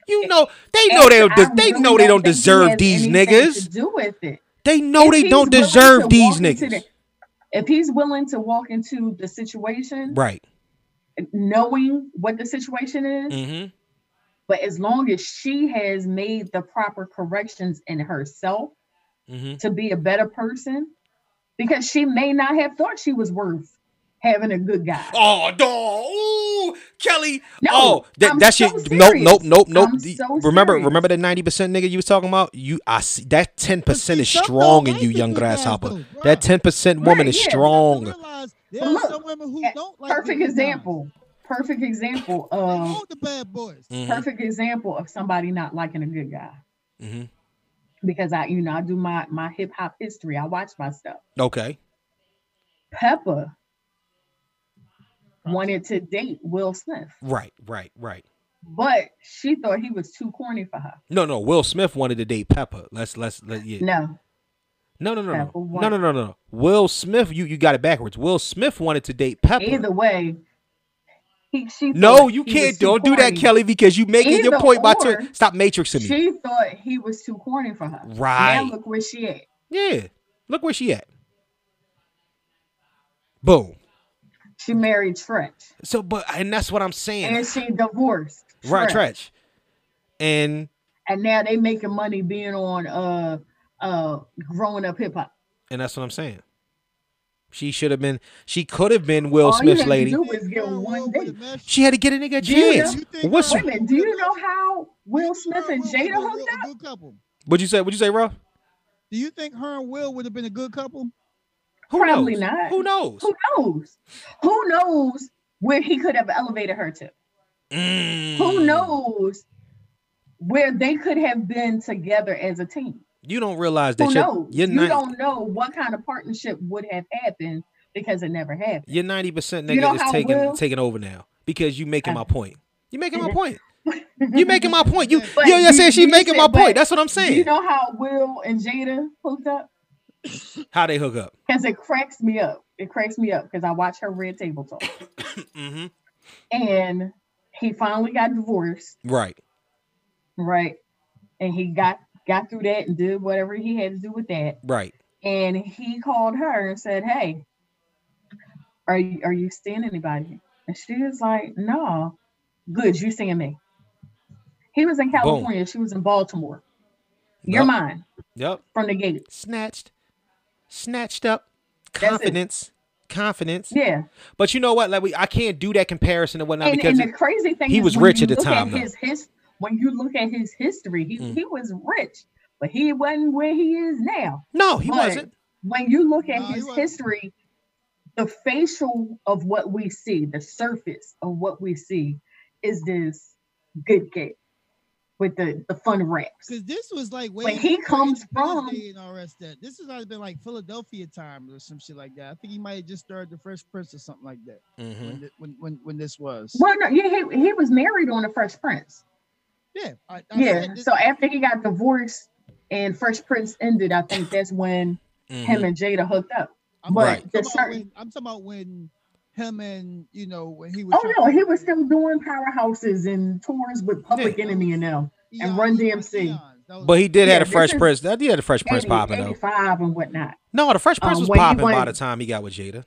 [SPEAKER 1] You know they know they don't
[SPEAKER 4] And
[SPEAKER 1] de-
[SPEAKER 4] I
[SPEAKER 1] they
[SPEAKER 4] really
[SPEAKER 1] know they don't
[SPEAKER 4] think he
[SPEAKER 1] deserve
[SPEAKER 4] has
[SPEAKER 1] these
[SPEAKER 4] anything To
[SPEAKER 1] niggas.
[SPEAKER 4] do with it.
[SPEAKER 1] They know
[SPEAKER 4] If
[SPEAKER 1] they
[SPEAKER 4] he's
[SPEAKER 1] don't
[SPEAKER 4] willing to
[SPEAKER 1] deserve
[SPEAKER 4] walk
[SPEAKER 1] these
[SPEAKER 4] into
[SPEAKER 1] niggas.
[SPEAKER 4] the- if he's willing to walk into the situation,
[SPEAKER 1] Right.
[SPEAKER 4] knowing what the situation is,
[SPEAKER 1] Mm-hmm.
[SPEAKER 4] but as long as she has made the proper corrections in herself
[SPEAKER 1] Mm-hmm.
[SPEAKER 4] to be a better person, because she may not have thought she was worth having a good guy.
[SPEAKER 1] Oh, dog. Ooh, Kelly.
[SPEAKER 4] No,
[SPEAKER 1] oh, that,
[SPEAKER 4] I'm
[SPEAKER 1] that's
[SPEAKER 4] so
[SPEAKER 1] your nope,
[SPEAKER 4] serious.
[SPEAKER 1] nope, nope, nope.
[SPEAKER 4] I'm
[SPEAKER 1] The-
[SPEAKER 4] so
[SPEAKER 1] remember,
[SPEAKER 4] serious.
[SPEAKER 1] remember the ninety percent nigga you was talking about. You, I see that ten percent is
[SPEAKER 2] But see, some
[SPEAKER 1] strong
[SPEAKER 2] don't
[SPEAKER 1] in you,
[SPEAKER 2] like
[SPEAKER 1] young
[SPEAKER 2] the good guys,
[SPEAKER 1] grasshopper.
[SPEAKER 2] though,
[SPEAKER 1] That
[SPEAKER 2] bruh.
[SPEAKER 1] ten percent woman
[SPEAKER 4] Right,
[SPEAKER 1] is
[SPEAKER 4] yeah.
[SPEAKER 2] You have
[SPEAKER 1] strong.
[SPEAKER 2] to realize there
[SPEAKER 4] But
[SPEAKER 2] are
[SPEAKER 4] look,
[SPEAKER 2] some women who
[SPEAKER 4] at-
[SPEAKER 2] don't like the
[SPEAKER 4] perfect
[SPEAKER 2] good guys.
[SPEAKER 4] example. um, Perfect example
[SPEAKER 2] They
[SPEAKER 4] of
[SPEAKER 1] Mm-hmm.
[SPEAKER 2] want the bad boys.
[SPEAKER 1] Mhm,
[SPEAKER 4] perfect example of somebody not liking a good guy.
[SPEAKER 1] mhm.
[SPEAKER 4] Because I, you know, I do my my hip hop history. I watch my stuff.
[SPEAKER 1] Okay.
[SPEAKER 4] Peppa wanted to date Will Smith,
[SPEAKER 1] Right. Right. Right.
[SPEAKER 4] but she thought he was too corny for her.
[SPEAKER 1] No, no. Will Smith wanted to date Pepper. Let's let's let yeah.
[SPEAKER 4] No,
[SPEAKER 1] No, no, no,
[SPEAKER 4] Pepper
[SPEAKER 1] no, no,
[SPEAKER 4] wanted-
[SPEAKER 1] no, no, no. Will Smith, you you got it backwards. Will Smith wanted to date Pepper.
[SPEAKER 4] either way, he she.
[SPEAKER 1] no,
[SPEAKER 4] thought
[SPEAKER 1] you
[SPEAKER 4] he was
[SPEAKER 1] can't.
[SPEAKER 4] too
[SPEAKER 1] Don't do that,
[SPEAKER 4] corny.
[SPEAKER 1] Kelly, because you making your
[SPEAKER 4] Either
[SPEAKER 1] point by
[SPEAKER 4] or,
[SPEAKER 1] turn. Stop matrixing me.
[SPEAKER 4] She thought he was too corny for her.
[SPEAKER 1] Right.
[SPEAKER 4] Now look where she at.
[SPEAKER 1] Yeah, look where she at. Boom.
[SPEAKER 4] She married Tretch,
[SPEAKER 1] So, but and that's what I'm saying.
[SPEAKER 4] and she divorced.
[SPEAKER 1] right,
[SPEAKER 4] Tretch.
[SPEAKER 1] Tretch. And
[SPEAKER 4] and now they making money being on uh uh growing up hip hop.
[SPEAKER 1] and that's what I'm saying. She should have been. She could have been Will
[SPEAKER 4] All you
[SPEAKER 1] Smith's
[SPEAKER 4] had to
[SPEAKER 1] lady.
[SPEAKER 4] do- Who is getting
[SPEAKER 2] Girl,
[SPEAKER 4] one
[SPEAKER 2] woman
[SPEAKER 4] date?
[SPEAKER 2] with a mess.
[SPEAKER 1] She had to get a nigga a
[SPEAKER 4] Do you
[SPEAKER 1] chance.
[SPEAKER 4] know-
[SPEAKER 2] You think
[SPEAKER 1] What's
[SPEAKER 2] I-
[SPEAKER 4] Wait a minute, do you know how Will Smith
[SPEAKER 2] Her
[SPEAKER 4] and
[SPEAKER 2] Will
[SPEAKER 4] Jada
[SPEAKER 2] would've been
[SPEAKER 4] hooked
[SPEAKER 2] a
[SPEAKER 4] up?
[SPEAKER 2] good couple.
[SPEAKER 1] what you say? What you say, Ruff?
[SPEAKER 2] Do you think her and Will would have been a good couple?
[SPEAKER 1] Who
[SPEAKER 4] Probably
[SPEAKER 1] knows?
[SPEAKER 4] not.
[SPEAKER 1] Who knows?
[SPEAKER 4] Who knows? Who knows where he could have elevated her to? Who
[SPEAKER 1] Mm.
[SPEAKER 4] knows where they could have been together as a team?
[SPEAKER 1] You don't realize that
[SPEAKER 4] Who
[SPEAKER 1] you're,
[SPEAKER 4] knows?
[SPEAKER 1] you're
[SPEAKER 4] you
[SPEAKER 1] not-
[SPEAKER 4] don't know what kind of partnership would have happened because it never happened.
[SPEAKER 1] Your ninety percent nigga
[SPEAKER 4] You know
[SPEAKER 1] is
[SPEAKER 4] how
[SPEAKER 1] taking
[SPEAKER 4] Will-
[SPEAKER 1] taking over now because you making my
[SPEAKER 4] Uh.
[SPEAKER 1] point. You making my point.
[SPEAKER 4] <laughs>
[SPEAKER 1] You making my point. You
[SPEAKER 4] But
[SPEAKER 1] yo, you're
[SPEAKER 4] do-
[SPEAKER 1] saying she
[SPEAKER 4] do you
[SPEAKER 1] making
[SPEAKER 4] say-
[SPEAKER 1] my point.
[SPEAKER 4] but
[SPEAKER 1] That's what I'm saying.
[SPEAKER 4] Do you know how Will and Jada hooked up?
[SPEAKER 1] how they hook up.
[SPEAKER 4] Because it cracks me up. It cracks me up because I watch her red table talk.
[SPEAKER 1] hmm
[SPEAKER 4] and he finally got divorced,
[SPEAKER 1] Right.
[SPEAKER 4] right? And he got got through that and did whatever he had to do with that.
[SPEAKER 1] Right.
[SPEAKER 4] and he called her and said, "Hey, are you, are you seeing anybody?" And she was like, "No." Good, you seeing me? He was in California. She was in Baltimore. You're
[SPEAKER 1] Yup.
[SPEAKER 4] mine
[SPEAKER 1] Yep.
[SPEAKER 4] from the gate.
[SPEAKER 1] Snatched. Snatched up.
[SPEAKER 4] it.
[SPEAKER 1] Confidence. Confidence.
[SPEAKER 4] Yeah.
[SPEAKER 1] But you know what? Like we I can't do that comparison and whatnot
[SPEAKER 4] and,
[SPEAKER 1] because
[SPEAKER 4] and the
[SPEAKER 1] it-
[SPEAKER 4] crazy thing
[SPEAKER 1] he
[SPEAKER 4] is
[SPEAKER 1] was
[SPEAKER 4] when
[SPEAKER 1] rich
[SPEAKER 4] you
[SPEAKER 1] at the
[SPEAKER 4] look
[SPEAKER 1] time, though.
[SPEAKER 4] His, his, when you look at his history, he,
[SPEAKER 1] Mm.
[SPEAKER 4] he was rich, but he wasn't where he is now.
[SPEAKER 1] no, he
[SPEAKER 4] but-
[SPEAKER 1] wasn't.
[SPEAKER 4] When you look at
[SPEAKER 2] No, he
[SPEAKER 4] his
[SPEAKER 2] wasn't.
[SPEAKER 4] history, the facial of what we see, the surface of what we see, is this good kid with the the fun raps.
[SPEAKER 2] Because this was like way
[SPEAKER 4] When he
[SPEAKER 2] before
[SPEAKER 4] comes
[SPEAKER 2] Independence
[SPEAKER 4] from-
[SPEAKER 2] Day and all rest that. This has always been like Philadelphia time or some shit like that. I think he might have just started the Fresh Prince or something like that
[SPEAKER 1] Mhm.
[SPEAKER 2] when, thi- when when when this was.
[SPEAKER 4] Well, no, yeah, he, he was married on the Fresh Prince.
[SPEAKER 2] Yeah, I, I
[SPEAKER 4] Yeah.
[SPEAKER 2] said this-
[SPEAKER 4] So after he got divorced and Fresh Prince ended, I think that's when him
[SPEAKER 1] Mhm.
[SPEAKER 4] and Jada hooked up.
[SPEAKER 2] I'm,
[SPEAKER 4] Right.
[SPEAKER 2] talking
[SPEAKER 4] the
[SPEAKER 2] about
[SPEAKER 4] certain-
[SPEAKER 2] when, I'm talking about when him and you know when he was.
[SPEAKER 4] Oh no, he was still doing powerhouses and tours with Public
[SPEAKER 2] Yeah.
[SPEAKER 4] Enemy and them.
[SPEAKER 2] Eon-
[SPEAKER 4] and Run
[SPEAKER 2] Eon-
[SPEAKER 4] DMC.
[SPEAKER 2] Eons. That was-
[SPEAKER 1] But he did
[SPEAKER 4] Yeah,
[SPEAKER 1] have a
[SPEAKER 4] this
[SPEAKER 1] fresh
[SPEAKER 4] is
[SPEAKER 1] prince. He had a fresh prince
[SPEAKER 4] 80,
[SPEAKER 1] popping though.
[SPEAKER 4] 85 and whatnot.
[SPEAKER 1] No, the fresh prince
[SPEAKER 4] Um,
[SPEAKER 1] was
[SPEAKER 4] when he
[SPEAKER 1] popping by
[SPEAKER 4] went-
[SPEAKER 1] the time he got with Jada.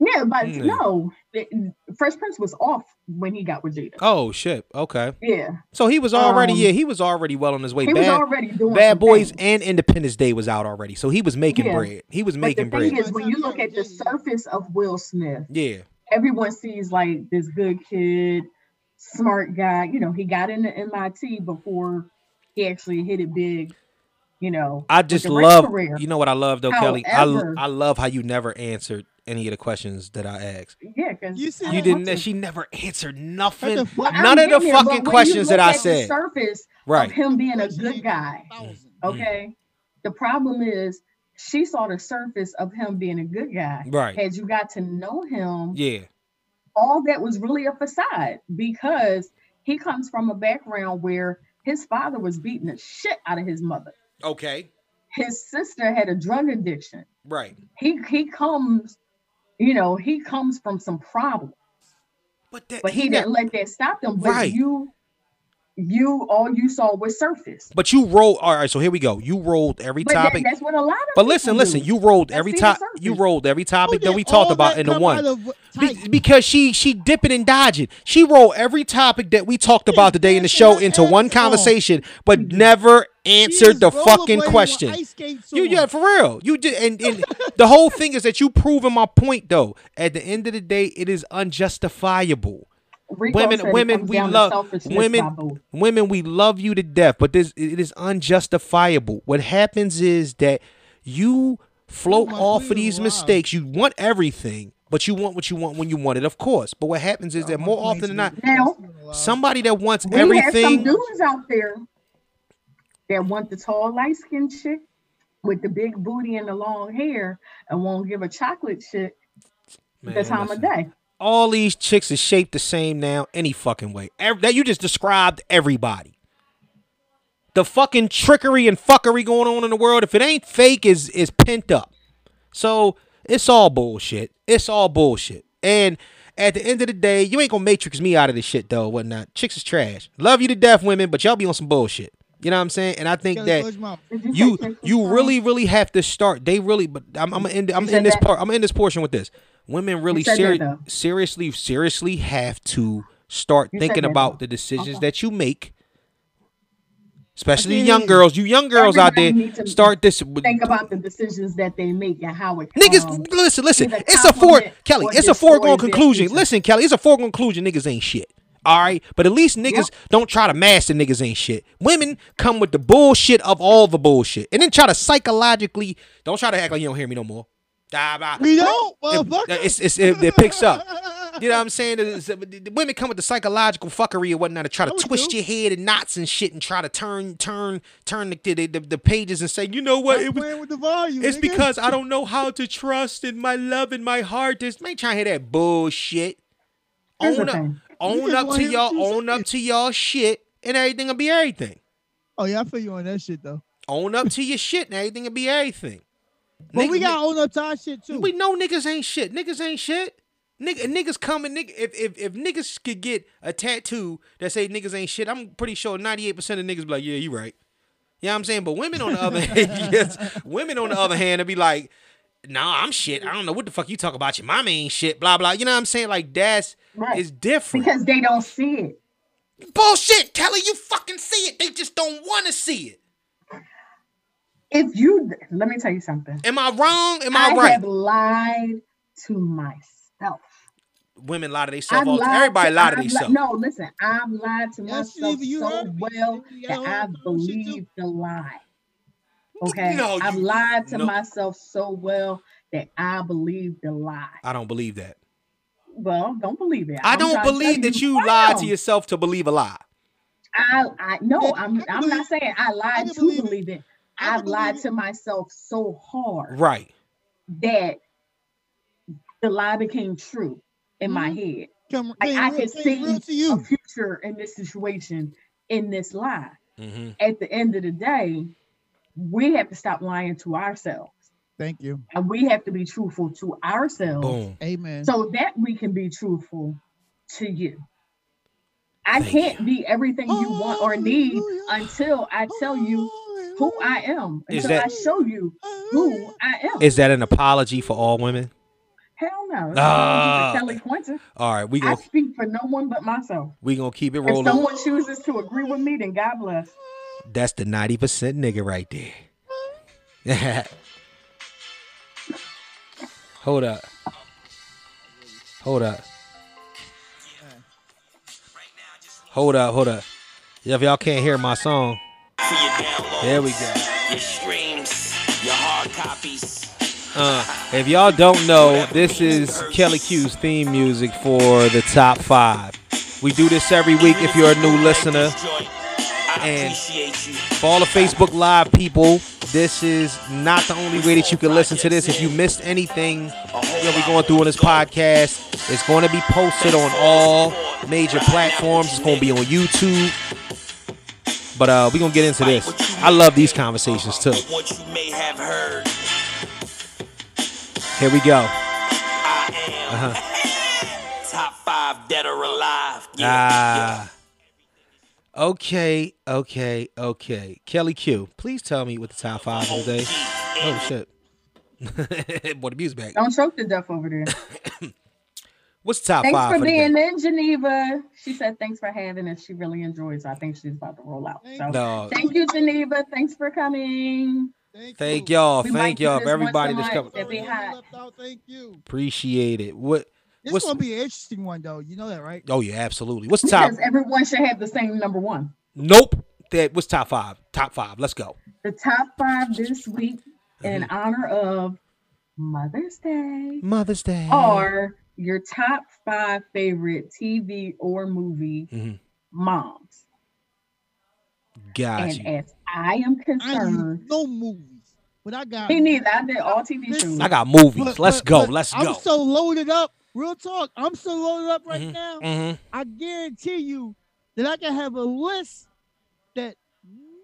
[SPEAKER 4] Yeah, but
[SPEAKER 1] Mm.
[SPEAKER 4] no, it- Fresh Prince was off when he got with Jada.
[SPEAKER 1] Oh shit. Okay.
[SPEAKER 4] Yeah,
[SPEAKER 1] So he was already
[SPEAKER 4] Um,
[SPEAKER 1] yeah, he was already well on his way.
[SPEAKER 4] he was
[SPEAKER 1] Bad,
[SPEAKER 4] already doing
[SPEAKER 1] Bad
[SPEAKER 4] some
[SPEAKER 1] Boys
[SPEAKER 4] things.
[SPEAKER 1] and Independence Day was out already. So he was making
[SPEAKER 4] Yeah.
[SPEAKER 1] bread. He was
[SPEAKER 4] But the
[SPEAKER 1] making
[SPEAKER 4] thing
[SPEAKER 1] bread.
[SPEAKER 4] is, when you look at the surface of Will Smith,
[SPEAKER 1] yeah.
[SPEAKER 4] everyone sees like this good kid, smart guy. You know, he got into MIT before he actually hit it big. You know,
[SPEAKER 1] I
[SPEAKER 4] with
[SPEAKER 1] just
[SPEAKER 4] the rap
[SPEAKER 1] love
[SPEAKER 4] career.
[SPEAKER 1] you know what I love though, Kelly. I,
[SPEAKER 4] However-
[SPEAKER 1] I love how you never answered any of the questions that I asked.
[SPEAKER 4] yeah, because
[SPEAKER 2] You see
[SPEAKER 1] You
[SPEAKER 2] Yeah,
[SPEAKER 1] didn't that she never answered
[SPEAKER 2] What the
[SPEAKER 1] nothing.
[SPEAKER 2] fuck?
[SPEAKER 4] I'm
[SPEAKER 1] None of the
[SPEAKER 4] getting it, but
[SPEAKER 1] fucking
[SPEAKER 4] when you
[SPEAKER 1] questions that
[SPEAKER 4] look
[SPEAKER 1] I
[SPEAKER 4] at the
[SPEAKER 1] said.
[SPEAKER 4] surface of
[SPEAKER 1] Right.
[SPEAKER 4] him being a
[SPEAKER 2] She
[SPEAKER 4] good
[SPEAKER 2] ain't
[SPEAKER 4] guy.
[SPEAKER 2] got a thousand.
[SPEAKER 1] Mm.
[SPEAKER 4] Okay. The problem is she saw the surface of him being a good guy.
[SPEAKER 1] Right.
[SPEAKER 4] Had you got to know him,
[SPEAKER 1] Yeah.
[SPEAKER 4] all that was really a facade because he comes from a background where his father was beating the shit out of his mother.
[SPEAKER 1] Okay.
[SPEAKER 4] His sister had a drug addiction.
[SPEAKER 1] Right.
[SPEAKER 4] He he comes, you know, he comes from some problems.
[SPEAKER 1] But that
[SPEAKER 4] But he,
[SPEAKER 1] ne-
[SPEAKER 4] didn't let that stop them. But
[SPEAKER 1] Right.
[SPEAKER 4] you you all you saw was surface.
[SPEAKER 1] But you rolled all right, so here we go. You rolled every
[SPEAKER 4] But that,
[SPEAKER 1] topic.
[SPEAKER 4] that's what a lot of
[SPEAKER 1] But listen,
[SPEAKER 4] people
[SPEAKER 1] listen,
[SPEAKER 4] do.
[SPEAKER 1] you rolled
[SPEAKER 4] Let's
[SPEAKER 1] every
[SPEAKER 4] see the
[SPEAKER 1] topic. You
[SPEAKER 4] surface.
[SPEAKER 1] rolled every topic
[SPEAKER 2] How
[SPEAKER 1] that we
[SPEAKER 2] did
[SPEAKER 1] talked
[SPEAKER 2] all
[SPEAKER 1] about
[SPEAKER 2] that
[SPEAKER 1] in the
[SPEAKER 2] come out
[SPEAKER 1] one.
[SPEAKER 2] of what-
[SPEAKER 1] Be-
[SPEAKER 2] Titan?
[SPEAKER 1] because she she dipping and dodging. She rolled every topic that we talked about today in the show into one conversation, but never answered
[SPEAKER 2] Jesus,
[SPEAKER 1] the
[SPEAKER 2] rollerblade
[SPEAKER 1] fucking
[SPEAKER 2] with
[SPEAKER 1] question.
[SPEAKER 2] ice skates
[SPEAKER 1] You
[SPEAKER 2] on.
[SPEAKER 1] yeah, for real. You did, and, and the whole thing is that you proving my point though. At the end of the day, it is unjustifiable.
[SPEAKER 4] Rico said
[SPEAKER 1] Women,
[SPEAKER 4] it
[SPEAKER 1] women,
[SPEAKER 4] comes
[SPEAKER 1] we
[SPEAKER 4] down to
[SPEAKER 1] love
[SPEAKER 4] selfishness,
[SPEAKER 1] women,
[SPEAKER 4] Babu.
[SPEAKER 1] women, we love you to death. But this, it is unjustifiable. What happens is that you float
[SPEAKER 2] Oh my
[SPEAKER 1] off of
[SPEAKER 2] God,
[SPEAKER 1] these
[SPEAKER 2] wow.
[SPEAKER 1] mistakes. You want everything, but you want what you want when you want it, of course. But what happens is that more often than not,
[SPEAKER 4] Now,
[SPEAKER 1] somebody that wants
[SPEAKER 4] We have some
[SPEAKER 1] everything,
[SPEAKER 4] dudes out there that want the tall, light skinned chick with the big booty and the long hair and won't give a chocolate chick
[SPEAKER 1] Man,
[SPEAKER 4] the time
[SPEAKER 1] listen.
[SPEAKER 4] of day.
[SPEAKER 1] all these chicks is shaped the same now, any fucking way. Ev- that you just described everybody. The fucking trickery and fuckery going on in the world, if it ain't fake, is is pent up. So it's all bullshit. It's all bullshit. And at the end of the day, you ain't gonna matrix me out of this shit though, whatnot. Chicks is trash. Love you to death, women, but y'all be on some bullshit. You know what I'm saying? And I think
[SPEAKER 2] Kelly,
[SPEAKER 1] that
[SPEAKER 2] close your mouth.
[SPEAKER 4] Did say
[SPEAKER 1] you
[SPEAKER 4] Texas
[SPEAKER 1] you
[SPEAKER 4] Chainsaw?
[SPEAKER 1] really really have to start. They really, but I'm I'm gonna end I'm gonna
[SPEAKER 4] You said
[SPEAKER 1] end this
[SPEAKER 4] that-
[SPEAKER 1] part. I'm gonna end this portion with this. Women really
[SPEAKER 4] said
[SPEAKER 1] seri-
[SPEAKER 4] that, though.
[SPEAKER 1] seriously seriously have to start
[SPEAKER 4] You said
[SPEAKER 1] thinking
[SPEAKER 4] that,
[SPEAKER 1] about
[SPEAKER 4] though.
[SPEAKER 1] the decisions
[SPEAKER 4] Okay.
[SPEAKER 1] that you make. Especially
[SPEAKER 2] hear
[SPEAKER 1] young
[SPEAKER 2] you.
[SPEAKER 1] girls, you young girls out there,
[SPEAKER 4] Everybody needs to
[SPEAKER 1] start this.
[SPEAKER 4] think about the decisions that they make and how it um,
[SPEAKER 1] Niggas,
[SPEAKER 2] um,
[SPEAKER 4] comes.
[SPEAKER 1] listen, listen.
[SPEAKER 4] either
[SPEAKER 1] It's a for
[SPEAKER 4] compliment
[SPEAKER 1] Kelly.
[SPEAKER 4] or
[SPEAKER 1] It's a
[SPEAKER 4] destroys their
[SPEAKER 1] foregone conclusion.
[SPEAKER 4] future.
[SPEAKER 1] Listen, Kelly. It's a foregone conclusion. Niggas ain't shit. All right, but at least niggas don't try to mask the niggas ain't shit. Women come with the bullshit of all the bullshit, and then try to psychologically. Don't try to act like you don't hear me no more. Da, ba.
[SPEAKER 2] We don't,
[SPEAKER 1] It,
[SPEAKER 2] motherfucker.
[SPEAKER 1] it's, it's, it, it picks
[SPEAKER 2] <laughs>
[SPEAKER 1] up. You know what I'm saying? It's- the women come with the psychological fuckery and whatnot to try to
[SPEAKER 2] I would
[SPEAKER 1] twist
[SPEAKER 2] do.
[SPEAKER 1] your head in knots and shit, and try to turn, turn, turn the the, the, the pages and say, you know what?
[SPEAKER 2] Stop
[SPEAKER 1] It was
[SPEAKER 2] playing with the volume.
[SPEAKER 1] it's
[SPEAKER 2] nigga.
[SPEAKER 1] because I don't know how to trust and my love and my heart is. Man, trying to hear that bullshit.
[SPEAKER 4] Here's the
[SPEAKER 1] Own up,
[SPEAKER 4] thing.
[SPEAKER 1] own
[SPEAKER 2] just
[SPEAKER 1] up
[SPEAKER 2] wanna
[SPEAKER 1] to
[SPEAKER 2] hear
[SPEAKER 1] y'all,
[SPEAKER 2] what you
[SPEAKER 1] own
[SPEAKER 2] said.
[SPEAKER 1] up to y'all shit, and everything will be everything.
[SPEAKER 2] Oh yeah, I feel you on that shit though.
[SPEAKER 1] Own up to your shit, and everything will be everything.
[SPEAKER 2] But
[SPEAKER 1] Nigga-
[SPEAKER 2] we got own up to our shit too.
[SPEAKER 1] we know niggas ain't shit. Niggas ain't shit. Nigga, niggas coming. Nigga, if, if if niggas could get a tattoo that say niggas ain't shit, I'm pretty sure 98 percent of niggas be like, yeah, you right. You know what I'm saying? But women on the other <laughs> hand, yes, women on the other hand, they be like, nah, I'm shit. I don't know what the fuck you talk about. Your mama ain't shit, blah, blah. You know what I'm saying? Like, that's,
[SPEAKER 4] Right.
[SPEAKER 1] it's different.
[SPEAKER 4] because they don't see it.
[SPEAKER 1] Bullshit, Kelly, you fucking see it. They just don't want to see it.
[SPEAKER 4] If you let me tell you something,
[SPEAKER 1] Am I wrong? Am I,
[SPEAKER 4] I
[SPEAKER 1] right?
[SPEAKER 4] have lied to myself.
[SPEAKER 1] Women lie to
[SPEAKER 4] I've
[SPEAKER 1] themselves. all the time.
[SPEAKER 4] lied
[SPEAKER 1] Everybody lie to
[SPEAKER 4] I've li-
[SPEAKER 1] themselves.
[SPEAKER 4] No, listen, I've lied to
[SPEAKER 2] Yes,
[SPEAKER 4] myself
[SPEAKER 2] Stevie, you
[SPEAKER 4] so
[SPEAKER 2] heard me.
[SPEAKER 4] well
[SPEAKER 2] Yeah,
[SPEAKER 4] that
[SPEAKER 2] all
[SPEAKER 4] I
[SPEAKER 2] the time she do.
[SPEAKER 4] believe
[SPEAKER 2] <laughs>
[SPEAKER 4] the lie. Okay,
[SPEAKER 1] <laughs> No,
[SPEAKER 4] I've
[SPEAKER 1] you-
[SPEAKER 4] lied to
[SPEAKER 1] no.
[SPEAKER 4] myself so well that I believe the lie.
[SPEAKER 1] I don't believe that.
[SPEAKER 4] Well, don't believe it.
[SPEAKER 1] I
[SPEAKER 4] I'm
[SPEAKER 1] don't
[SPEAKER 4] trying to tell
[SPEAKER 1] believe that you lied to
[SPEAKER 4] wrong.
[SPEAKER 1] yourself to believe a lie.
[SPEAKER 4] I, I no,
[SPEAKER 2] Yeah,
[SPEAKER 4] I'm,
[SPEAKER 2] I can
[SPEAKER 4] I'm
[SPEAKER 2] believe
[SPEAKER 4] not saying I
[SPEAKER 2] I
[SPEAKER 4] lied
[SPEAKER 2] can
[SPEAKER 4] to
[SPEAKER 2] believe it.
[SPEAKER 4] believe it.
[SPEAKER 2] I can
[SPEAKER 4] I've lied
[SPEAKER 2] believe
[SPEAKER 4] to myself so hard
[SPEAKER 1] Right.
[SPEAKER 4] that the lie became true in my
[SPEAKER 2] Mm-hmm.
[SPEAKER 4] head.
[SPEAKER 2] Come,
[SPEAKER 4] Like,
[SPEAKER 2] came
[SPEAKER 4] I
[SPEAKER 2] real, came
[SPEAKER 4] can see
[SPEAKER 2] real to
[SPEAKER 4] a
[SPEAKER 2] you.
[SPEAKER 4] future in this situation in this lie.
[SPEAKER 1] Mm-hmm.
[SPEAKER 4] At the end of the day, we have to stop lying to ourselves
[SPEAKER 2] Thank you.
[SPEAKER 4] and we have to be truthful to ourselves
[SPEAKER 1] Boom.
[SPEAKER 2] Amen.
[SPEAKER 4] so that we can be truthful to you. I
[SPEAKER 1] Thank
[SPEAKER 4] can't be everything you want or need
[SPEAKER 2] Hallelujah.
[SPEAKER 4] until I tell you who I am,
[SPEAKER 1] Is
[SPEAKER 4] until I
[SPEAKER 1] that-
[SPEAKER 4] show you who I am.
[SPEAKER 1] Is that an apology for all women?
[SPEAKER 4] Hell no.
[SPEAKER 1] Ah.
[SPEAKER 4] Kelly Quinter.
[SPEAKER 1] All right, we
[SPEAKER 4] I
[SPEAKER 1] gonna
[SPEAKER 4] speak for no one but myself.
[SPEAKER 1] we gonna keep it
[SPEAKER 4] If
[SPEAKER 1] rolling.
[SPEAKER 4] someone chooses to agree with me, then God bless.
[SPEAKER 1] That's the ninety percent nigga right there. <laughs> Hold up. Hold up. Hold up. Hold up. If y'all can't hear my song,
[SPEAKER 9] for your downloads,
[SPEAKER 1] there we go.
[SPEAKER 9] your streams, your hard copies.
[SPEAKER 1] Uh, if y'all don't know, this is Kelly Q's theme music for the top five. We do this every week. If you're a new listener, and-
[SPEAKER 9] and appreciate you.
[SPEAKER 1] For all the Facebook Live people, this is not the only way that you can listen to this. If you missed anything that we're going through on this podcast, it's going to be posted on all major platforms. It's going to be on YouTube. But uh, we're going to get into this. I love these conversations too.
[SPEAKER 9] What you may have heard,
[SPEAKER 1] Here we go.
[SPEAKER 9] I am <laughs> top five dead or alive. Yeah, yeah.
[SPEAKER 1] Uh-huh. Ah. Okay, okay, okay. Kelly Q, please tell me what the top five is today. Oh, shit. <laughs> Boy, the music's back.
[SPEAKER 4] Don't choke to death over there.
[SPEAKER 1] What's top
[SPEAKER 4] Thanks
[SPEAKER 1] five
[SPEAKER 4] for
[SPEAKER 1] for the day?
[SPEAKER 4] being in Geneva. She said thanks for having us. She really enjoys. it. I think she's about to roll out. So
[SPEAKER 1] No.
[SPEAKER 4] thank you, Geneva. Thanks for coming.
[SPEAKER 1] Thank y'all.
[SPEAKER 4] We might
[SPEAKER 1] Thank
[SPEAKER 4] do
[SPEAKER 1] y'all.
[SPEAKER 4] this once a
[SPEAKER 1] Everybody that's coming.
[SPEAKER 4] month. If we had-
[SPEAKER 2] Thank you.
[SPEAKER 1] Appreciate it. What?
[SPEAKER 2] This
[SPEAKER 1] What's-
[SPEAKER 2] is gonna be an interesting one, though. You know that, right?
[SPEAKER 1] Oh yeah, absolutely. What's top?
[SPEAKER 4] Because everyone should have the same number one.
[SPEAKER 1] Nope. That what's top five? Top five. Let's go.
[SPEAKER 4] The top five this week in
[SPEAKER 1] Mm-hmm.
[SPEAKER 4] honor of Mother's Day
[SPEAKER 1] Mother's Day.
[SPEAKER 4] are your top five favorite TV or movie
[SPEAKER 1] Mhm.
[SPEAKER 4] moms.
[SPEAKER 1] Got
[SPEAKER 4] And
[SPEAKER 1] you.
[SPEAKER 4] as I
[SPEAKER 2] I
[SPEAKER 4] am
[SPEAKER 2] ain't
[SPEAKER 4] concerned,
[SPEAKER 2] no movies, but I got.
[SPEAKER 4] me neither. I did all TV shows.
[SPEAKER 1] I got movies.
[SPEAKER 2] but-
[SPEAKER 1] Let's
[SPEAKER 2] but-
[SPEAKER 1] go.
[SPEAKER 2] but
[SPEAKER 1] Let's
[SPEAKER 2] I'm
[SPEAKER 1] go.
[SPEAKER 2] so loaded up. Real talk. I'm so loaded up right now.
[SPEAKER 1] Mhm.
[SPEAKER 2] I guarantee you that I can have a list that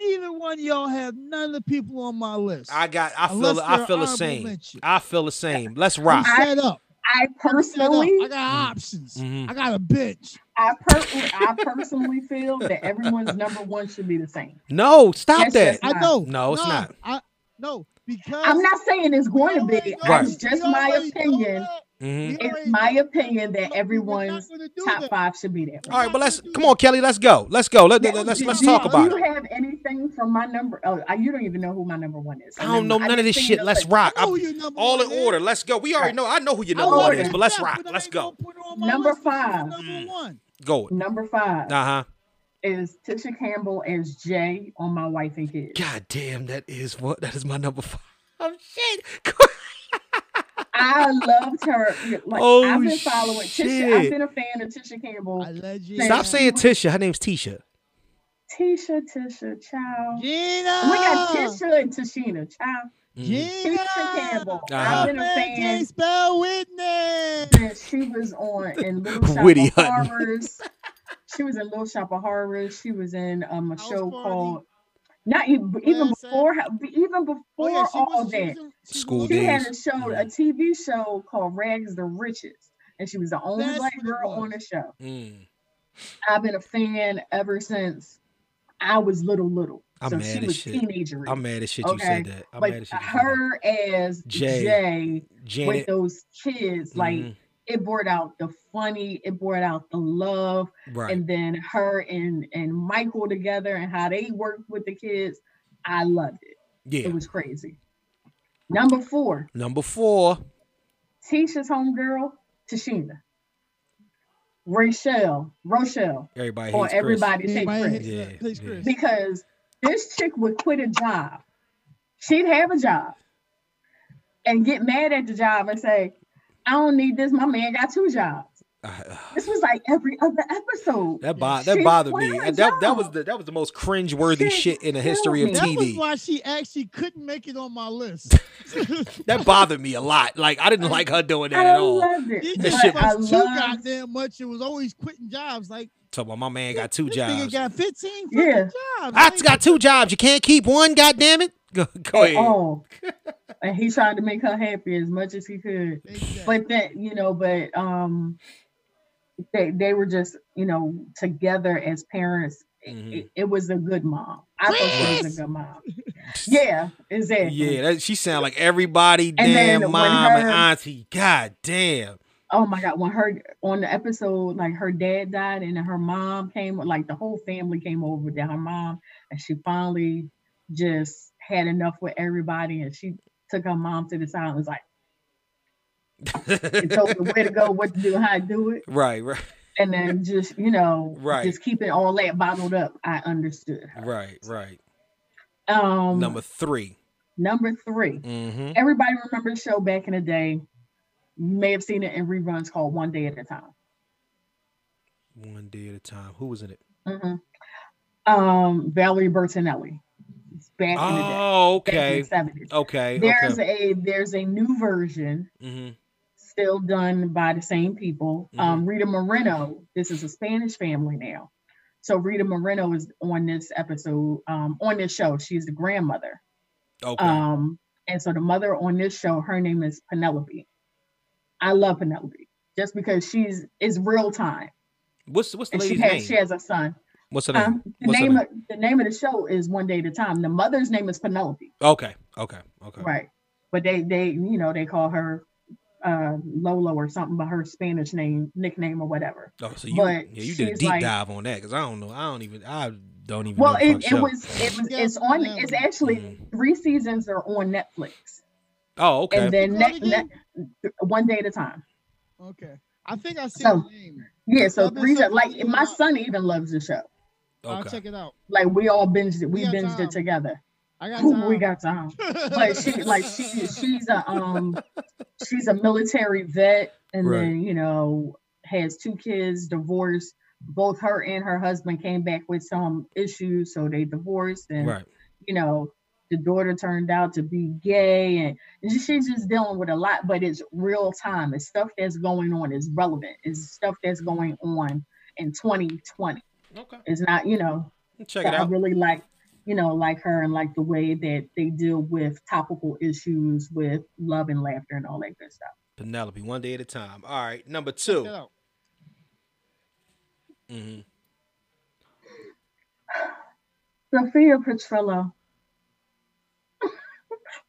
[SPEAKER 2] neither one of y'all have. None of the people on my list.
[SPEAKER 1] I got. I
[SPEAKER 2] Unless
[SPEAKER 1] feel. I
[SPEAKER 2] they're
[SPEAKER 1] feel the
[SPEAKER 2] honorable
[SPEAKER 1] same.
[SPEAKER 2] mention.
[SPEAKER 1] I feel the same. Let's
[SPEAKER 2] I'm
[SPEAKER 1] rock.
[SPEAKER 2] set up.
[SPEAKER 4] I
[SPEAKER 2] I'm set up.
[SPEAKER 4] personally
[SPEAKER 2] I got options.
[SPEAKER 1] Mhm.
[SPEAKER 2] I got a bench.
[SPEAKER 4] I personally, I personally feel that everyone's number one should be the same.
[SPEAKER 1] No, stop
[SPEAKER 4] That's just
[SPEAKER 1] that.
[SPEAKER 2] I
[SPEAKER 4] Nah.
[SPEAKER 2] know.
[SPEAKER 1] No, it's
[SPEAKER 2] Nah,
[SPEAKER 1] not.
[SPEAKER 2] I no because
[SPEAKER 4] I'm not saying it's
[SPEAKER 2] we
[SPEAKER 4] going to
[SPEAKER 2] already
[SPEAKER 4] be.
[SPEAKER 2] know-
[SPEAKER 1] Right.
[SPEAKER 4] It's just
[SPEAKER 2] we
[SPEAKER 4] my
[SPEAKER 2] already know
[SPEAKER 4] opinion.
[SPEAKER 2] that.
[SPEAKER 1] Mhm.
[SPEAKER 2] We
[SPEAKER 4] It's
[SPEAKER 2] already
[SPEAKER 4] my
[SPEAKER 2] know
[SPEAKER 4] opinion
[SPEAKER 2] that.
[SPEAKER 4] that
[SPEAKER 2] We're
[SPEAKER 4] everyone's
[SPEAKER 2] not gonna do
[SPEAKER 4] top
[SPEAKER 2] that.
[SPEAKER 4] five should be that.
[SPEAKER 1] All right, but let's come on, Kelly. Let's go. Let's go. Let, let, let's let's
[SPEAKER 4] do
[SPEAKER 1] talk
[SPEAKER 4] you,
[SPEAKER 1] about
[SPEAKER 4] Do
[SPEAKER 1] it.
[SPEAKER 4] you have anything from my number? Oh, I- you don't even know who my number one is.
[SPEAKER 1] I don't know none of this shit. Let's rock.
[SPEAKER 4] rock.
[SPEAKER 2] I know
[SPEAKER 1] I'm-
[SPEAKER 2] who your number
[SPEAKER 1] all
[SPEAKER 2] one
[SPEAKER 1] in order.
[SPEAKER 2] is.
[SPEAKER 1] Let's go. We already
[SPEAKER 4] Right.
[SPEAKER 1] know. I know who your
[SPEAKER 2] I
[SPEAKER 1] number one
[SPEAKER 4] it
[SPEAKER 1] is,
[SPEAKER 2] know
[SPEAKER 1] but let's
[SPEAKER 2] that,
[SPEAKER 1] rock.
[SPEAKER 2] but I
[SPEAKER 1] Let's
[SPEAKER 2] ain't
[SPEAKER 1] go. Mm.
[SPEAKER 2] gonna put it on my
[SPEAKER 4] Number
[SPEAKER 2] list 'cause it's
[SPEAKER 4] five.
[SPEAKER 2] Number one.
[SPEAKER 1] Go. Uh
[SPEAKER 4] Number five
[SPEAKER 1] huh.
[SPEAKER 4] is Tisha Campbell as Jay on My Wife and Kids.
[SPEAKER 1] God damn, that is what that is my number five. <laughs> Oh,
[SPEAKER 4] I loved her. Like,
[SPEAKER 1] Oh,
[SPEAKER 4] I've been following Tisha. I've
[SPEAKER 1] shit.
[SPEAKER 4] been a fan of Tisha Campbell.
[SPEAKER 2] Alleged.
[SPEAKER 4] Stop Yeah.
[SPEAKER 1] Stop saying Tisha. Her name's Tisha.
[SPEAKER 4] Tisha, Tisha,
[SPEAKER 2] Gina.
[SPEAKER 4] child. We got
[SPEAKER 1] Oh.
[SPEAKER 4] Tisha and Tashina, child.
[SPEAKER 1] Mhm.
[SPEAKER 2] Gina.
[SPEAKER 4] Tisha Campbell.
[SPEAKER 1] Uh-huh.
[SPEAKER 4] I've been a
[SPEAKER 2] Man,
[SPEAKER 4] fan
[SPEAKER 2] can't spell witness.
[SPEAKER 4] since she
[SPEAKER 1] <laughs>
[SPEAKER 4] was on in Little Shop
[SPEAKER 1] Whitty
[SPEAKER 4] of
[SPEAKER 1] Hutton.
[SPEAKER 4] Horrors. She was in Little Shop of Horrors. She was in um, a
[SPEAKER 2] House
[SPEAKER 4] show
[SPEAKER 2] Party.
[SPEAKER 4] called not even, even
[SPEAKER 2] Yes, sir.
[SPEAKER 4] before ho- even before
[SPEAKER 2] Oh, yeah, she
[SPEAKER 4] all
[SPEAKER 2] was, she
[SPEAKER 4] that.
[SPEAKER 2] was in- she
[SPEAKER 1] School
[SPEAKER 2] was
[SPEAKER 4] She
[SPEAKER 2] in-
[SPEAKER 1] days.
[SPEAKER 4] had a show, a TV show called Rags to Riches, and she was the only
[SPEAKER 2] That's
[SPEAKER 4] black
[SPEAKER 1] Mm-hmm.
[SPEAKER 2] what it
[SPEAKER 4] girl
[SPEAKER 2] was.
[SPEAKER 4] on the show.
[SPEAKER 1] Mm.
[SPEAKER 4] I've been a fan ever since. I was little little.
[SPEAKER 1] I'm
[SPEAKER 4] so
[SPEAKER 1] mad
[SPEAKER 4] she
[SPEAKER 1] as
[SPEAKER 4] was
[SPEAKER 1] shit.
[SPEAKER 4] teenagery.
[SPEAKER 1] I'm mad as shit you
[SPEAKER 4] Okay,
[SPEAKER 1] said that. I'm mad as
[SPEAKER 4] But
[SPEAKER 1] shit. you said that.
[SPEAKER 4] her as
[SPEAKER 1] Jay.
[SPEAKER 4] Jay, with
[SPEAKER 1] Janet,
[SPEAKER 4] those kids, like
[SPEAKER 1] mhm,
[SPEAKER 4] it brought out the funny, it brought out the love,
[SPEAKER 1] right.
[SPEAKER 4] and then her and and Michael together and how they worked with the kids. I loved it.
[SPEAKER 1] yeah.
[SPEAKER 4] It was crazy. Number four,
[SPEAKER 1] Number four.
[SPEAKER 4] Tisha's homegirl, Tashina. Rachelle, Rochelle,
[SPEAKER 1] Everybody
[SPEAKER 4] or
[SPEAKER 1] hates
[SPEAKER 4] everybody
[SPEAKER 2] Yeah,
[SPEAKER 4] take
[SPEAKER 2] my
[SPEAKER 4] Chris.
[SPEAKER 2] head-
[SPEAKER 1] Yeah,
[SPEAKER 2] Chris,
[SPEAKER 1] yeah.
[SPEAKER 2] Chris.
[SPEAKER 4] because this chick would quit a job. She'd have a job and get mad at the job and say, I don't need this. My man got two jobs.
[SPEAKER 1] <sighs> Chris. Uh, uh,
[SPEAKER 4] This was like every other episode.
[SPEAKER 1] that bo- that
[SPEAKER 4] She
[SPEAKER 1] bothered
[SPEAKER 4] quit
[SPEAKER 1] me.
[SPEAKER 4] her
[SPEAKER 1] And That, that was
[SPEAKER 4] job.
[SPEAKER 1] the that was the most cringeworthy
[SPEAKER 4] She
[SPEAKER 1] shit in the
[SPEAKER 4] killed
[SPEAKER 1] history of
[SPEAKER 4] me.
[SPEAKER 2] That was
[SPEAKER 1] TV.
[SPEAKER 2] why she actually couldn't make it on
[SPEAKER 1] <laughs>
[SPEAKER 2] my list.
[SPEAKER 1] that bothered me a lot. Like I didn't like her doing that at
[SPEAKER 4] I
[SPEAKER 1] all.
[SPEAKER 4] loved
[SPEAKER 2] These
[SPEAKER 4] it.
[SPEAKER 1] That
[SPEAKER 2] niggas
[SPEAKER 1] shit
[SPEAKER 4] But I
[SPEAKER 2] was too
[SPEAKER 4] loved,
[SPEAKER 2] goddamn much. It was always quitting jobs. Like
[SPEAKER 1] Talking about my man got two
[SPEAKER 2] this
[SPEAKER 1] jobs.
[SPEAKER 2] nigga got 15 fucking
[SPEAKER 4] Yeah.
[SPEAKER 2] jobs.
[SPEAKER 1] I
[SPEAKER 2] Like,
[SPEAKER 1] got two jobs. You can't keep one. God damn it. <laughs> Go, go
[SPEAKER 4] at
[SPEAKER 1] ahead.
[SPEAKER 4] all. and he tried to make her happy as much as he could.
[SPEAKER 2] exactly.
[SPEAKER 4] but that you know but um they they were just you know together as parents It-
[SPEAKER 1] Mhm.
[SPEAKER 4] it, it was a good mom i thought she was
[SPEAKER 2] Yes.
[SPEAKER 4] a good mom yeah exactly
[SPEAKER 1] Yeah, that, she sound like everybody,
[SPEAKER 4] And
[SPEAKER 1] damn
[SPEAKER 4] then when
[SPEAKER 1] mom and
[SPEAKER 4] her-
[SPEAKER 1] auntie. God damn.
[SPEAKER 4] oh my god when her on the episode like her dad died and then her mom came like the whole family came over to her mom and she finally just had enough with everybody and she took her mom to the side and was like
[SPEAKER 1] <laughs>
[SPEAKER 4] and told her where to go what to do how to do it
[SPEAKER 1] right, right,
[SPEAKER 4] and then just you know
[SPEAKER 1] Right.
[SPEAKER 4] just keeping all that bottled up i understood her.
[SPEAKER 1] right, right.
[SPEAKER 4] um
[SPEAKER 1] Number
[SPEAKER 4] number,
[SPEAKER 1] 3
[SPEAKER 4] three
[SPEAKER 1] Mm-hmm.
[SPEAKER 4] everybody remember the show back in the day you may have seen it in reruns called one day at a time
[SPEAKER 1] One day at a time. Who was in it?
[SPEAKER 4] Mhm. um valerie bertinelli It's back in the day
[SPEAKER 1] Oh,
[SPEAKER 4] back in
[SPEAKER 1] okay,
[SPEAKER 4] the 70s.
[SPEAKER 1] okay,
[SPEAKER 4] there's
[SPEAKER 1] okay.
[SPEAKER 4] a there's a new version
[SPEAKER 1] hmm
[SPEAKER 4] still done by the same people.
[SPEAKER 1] Mm-hmm.
[SPEAKER 4] Um, Rita Moreno, this is a Spanish family now. So Rita Moreno is on this episode, um, on this show. She's the grandmother.
[SPEAKER 1] Okay.
[SPEAKER 4] Um, and so the mother on this show, her name is Penelope. I love Penelope just because she's it's real time.
[SPEAKER 1] what's what's the
[SPEAKER 4] And she
[SPEAKER 1] lady's
[SPEAKER 4] has
[SPEAKER 1] name?
[SPEAKER 4] she has a son.
[SPEAKER 1] what's her
[SPEAKER 4] Huh?
[SPEAKER 1] name?
[SPEAKER 4] Uh, the
[SPEAKER 1] What's her
[SPEAKER 4] name
[SPEAKER 1] name?
[SPEAKER 4] of, the name of the show is One Day at a Time. The mother's name is Penelope.
[SPEAKER 1] Okay, okay, okay.
[SPEAKER 4] Right. But they they you know they call her uh Lolo or something by her Spanish name nickname or whatever.
[SPEAKER 1] Oh, so you yeah
[SPEAKER 4] But
[SPEAKER 1] you did a
[SPEAKER 4] she's
[SPEAKER 1] deep
[SPEAKER 4] like-
[SPEAKER 1] dive on that because I don't know. I don't even I don't even.
[SPEAKER 4] Well,
[SPEAKER 1] know
[SPEAKER 4] it,
[SPEAKER 1] the
[SPEAKER 4] it
[SPEAKER 1] show.
[SPEAKER 4] was it was
[SPEAKER 2] Yeah,
[SPEAKER 4] it's on
[SPEAKER 2] yeah.
[SPEAKER 4] it's actually
[SPEAKER 1] Mhm.
[SPEAKER 4] three seasons are on Netflix
[SPEAKER 1] Oh, okay.
[SPEAKER 4] and
[SPEAKER 2] Call
[SPEAKER 4] then ne-
[SPEAKER 2] it
[SPEAKER 4] ne- one day at a time.
[SPEAKER 2] Okay. I think I see
[SPEAKER 4] So,
[SPEAKER 2] the name.
[SPEAKER 4] Yeah, so
[SPEAKER 2] I've been
[SPEAKER 4] three
[SPEAKER 2] so
[SPEAKER 4] se- like
[SPEAKER 2] busy
[SPEAKER 4] my
[SPEAKER 2] with my-
[SPEAKER 4] son even loves the show.
[SPEAKER 2] I'll
[SPEAKER 1] okay.
[SPEAKER 2] check it out.
[SPEAKER 4] Like we all binged it, we
[SPEAKER 2] We got
[SPEAKER 4] binged
[SPEAKER 2] time.
[SPEAKER 4] it together.
[SPEAKER 2] I got
[SPEAKER 4] Ooh,
[SPEAKER 2] time.
[SPEAKER 4] <laughs> we got time.
[SPEAKER 2] <laughs>
[SPEAKER 4] But she like she she's a um she's a military vet and
[SPEAKER 1] Right.
[SPEAKER 4] then you know has two kids, divorced. Both her and her husband came back with some issues, so they divorced and
[SPEAKER 1] Right.
[SPEAKER 4] you know the daughter turned out to be gay and and she- she's just dealing with a lot but it's real time it's stuff that's going on it's relevant it's stuff that's going on in 2020
[SPEAKER 1] Okay.
[SPEAKER 4] it's not you know
[SPEAKER 1] Check
[SPEAKER 4] so
[SPEAKER 1] it
[SPEAKER 4] i
[SPEAKER 1] out.
[SPEAKER 4] really like you know like her and like the way that they deal with topical issues with love and laughter and all that good stuff
[SPEAKER 1] Penelope, one day at a time. All right, number
[SPEAKER 2] Check
[SPEAKER 1] two.
[SPEAKER 2] it out.
[SPEAKER 1] Mm-hmm.
[SPEAKER 4] sophia petrillo <laughs>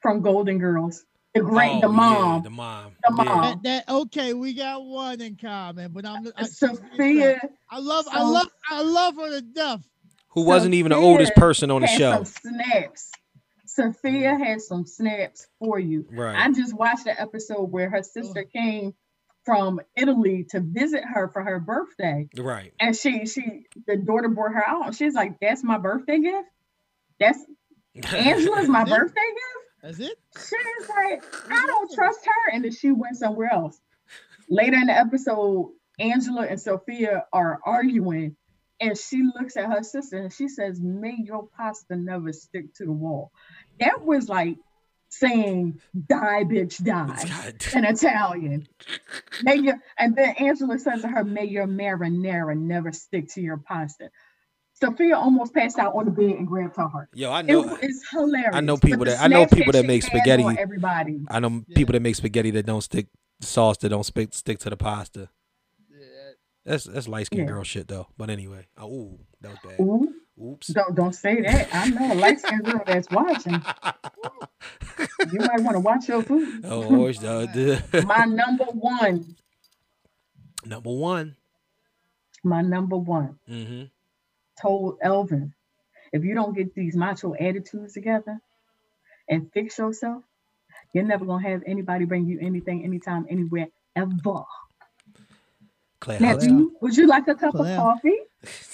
[SPEAKER 4] from golden girls the great the mom
[SPEAKER 1] Oh, the mom,
[SPEAKER 4] The
[SPEAKER 1] Yeah.
[SPEAKER 4] mom.
[SPEAKER 2] That, that okay, we got one in common, but I'm I, she's
[SPEAKER 4] Uh, sophia
[SPEAKER 2] I love I
[SPEAKER 4] so-
[SPEAKER 2] love I love her to death.
[SPEAKER 1] who wasn't even the
[SPEAKER 4] Sophia
[SPEAKER 1] oldest person on the
[SPEAKER 4] had
[SPEAKER 1] show. Mm-hmm.
[SPEAKER 4] Some snaps. Sophia had some snaps for you. I
[SPEAKER 1] Right.
[SPEAKER 4] just watched the episode where her sister came from Italy to visit her for her birthday,
[SPEAKER 1] Right. <laughs>
[SPEAKER 4] and she she the daughter brought her out. She's like, "That's my birthday gift. That's Angela's my
[SPEAKER 2] Yeah.
[SPEAKER 4] birthday gift."
[SPEAKER 2] That's it.
[SPEAKER 4] She's like, "I don't trust her," and then she went somewhere else. Later in the episode, Angela and Sophia are arguing, and she looks at her sister and she says, May your pasta never stick to the wall. That was like saying, Die, bitch, die
[SPEAKER 1] God.
[SPEAKER 4] in Italian. May your, and then Angela says to her, May your marinara never stick to your pasta. Sophia almost passed out on the bed and grabbed her heart.
[SPEAKER 1] Yo, I
[SPEAKER 4] It,
[SPEAKER 1] know.
[SPEAKER 4] it's hilarious.
[SPEAKER 1] I know
[SPEAKER 4] But the
[SPEAKER 1] people that- I know
[SPEAKER 4] snacks
[SPEAKER 1] people that
[SPEAKER 4] she
[SPEAKER 1] make
[SPEAKER 4] had
[SPEAKER 1] spaghetti.
[SPEAKER 4] on Everybody.
[SPEAKER 1] I know
[SPEAKER 2] Yeah.
[SPEAKER 1] people that make spaghetti that don't stick sauce that don't stick stick to the pasta.
[SPEAKER 2] Yeah.
[SPEAKER 1] That's that's light skinned
[SPEAKER 4] Yeah.
[SPEAKER 1] girl shit though. But anyway, oh, ooh, that was bad.
[SPEAKER 4] Ooh,
[SPEAKER 1] Oops.
[SPEAKER 4] Don't don't say that. I know a light skinned girl that's
[SPEAKER 1] <laughs>
[SPEAKER 4] watching. you might want to watch your food.
[SPEAKER 1] Oh, orange <laughs> dog.
[SPEAKER 4] My number one.
[SPEAKER 1] Number one.
[SPEAKER 4] My number one
[SPEAKER 1] Mm-hmm.
[SPEAKER 4] told Elvin, if you don't get these macho attitudes together and fix yourself, you're never gonna have anybody bring you anything, anytime, anywhere, ever.
[SPEAKER 1] Claire
[SPEAKER 4] Now, do
[SPEAKER 1] Huxtable.
[SPEAKER 4] you, would you like a cup
[SPEAKER 2] Claire.
[SPEAKER 4] of coffee?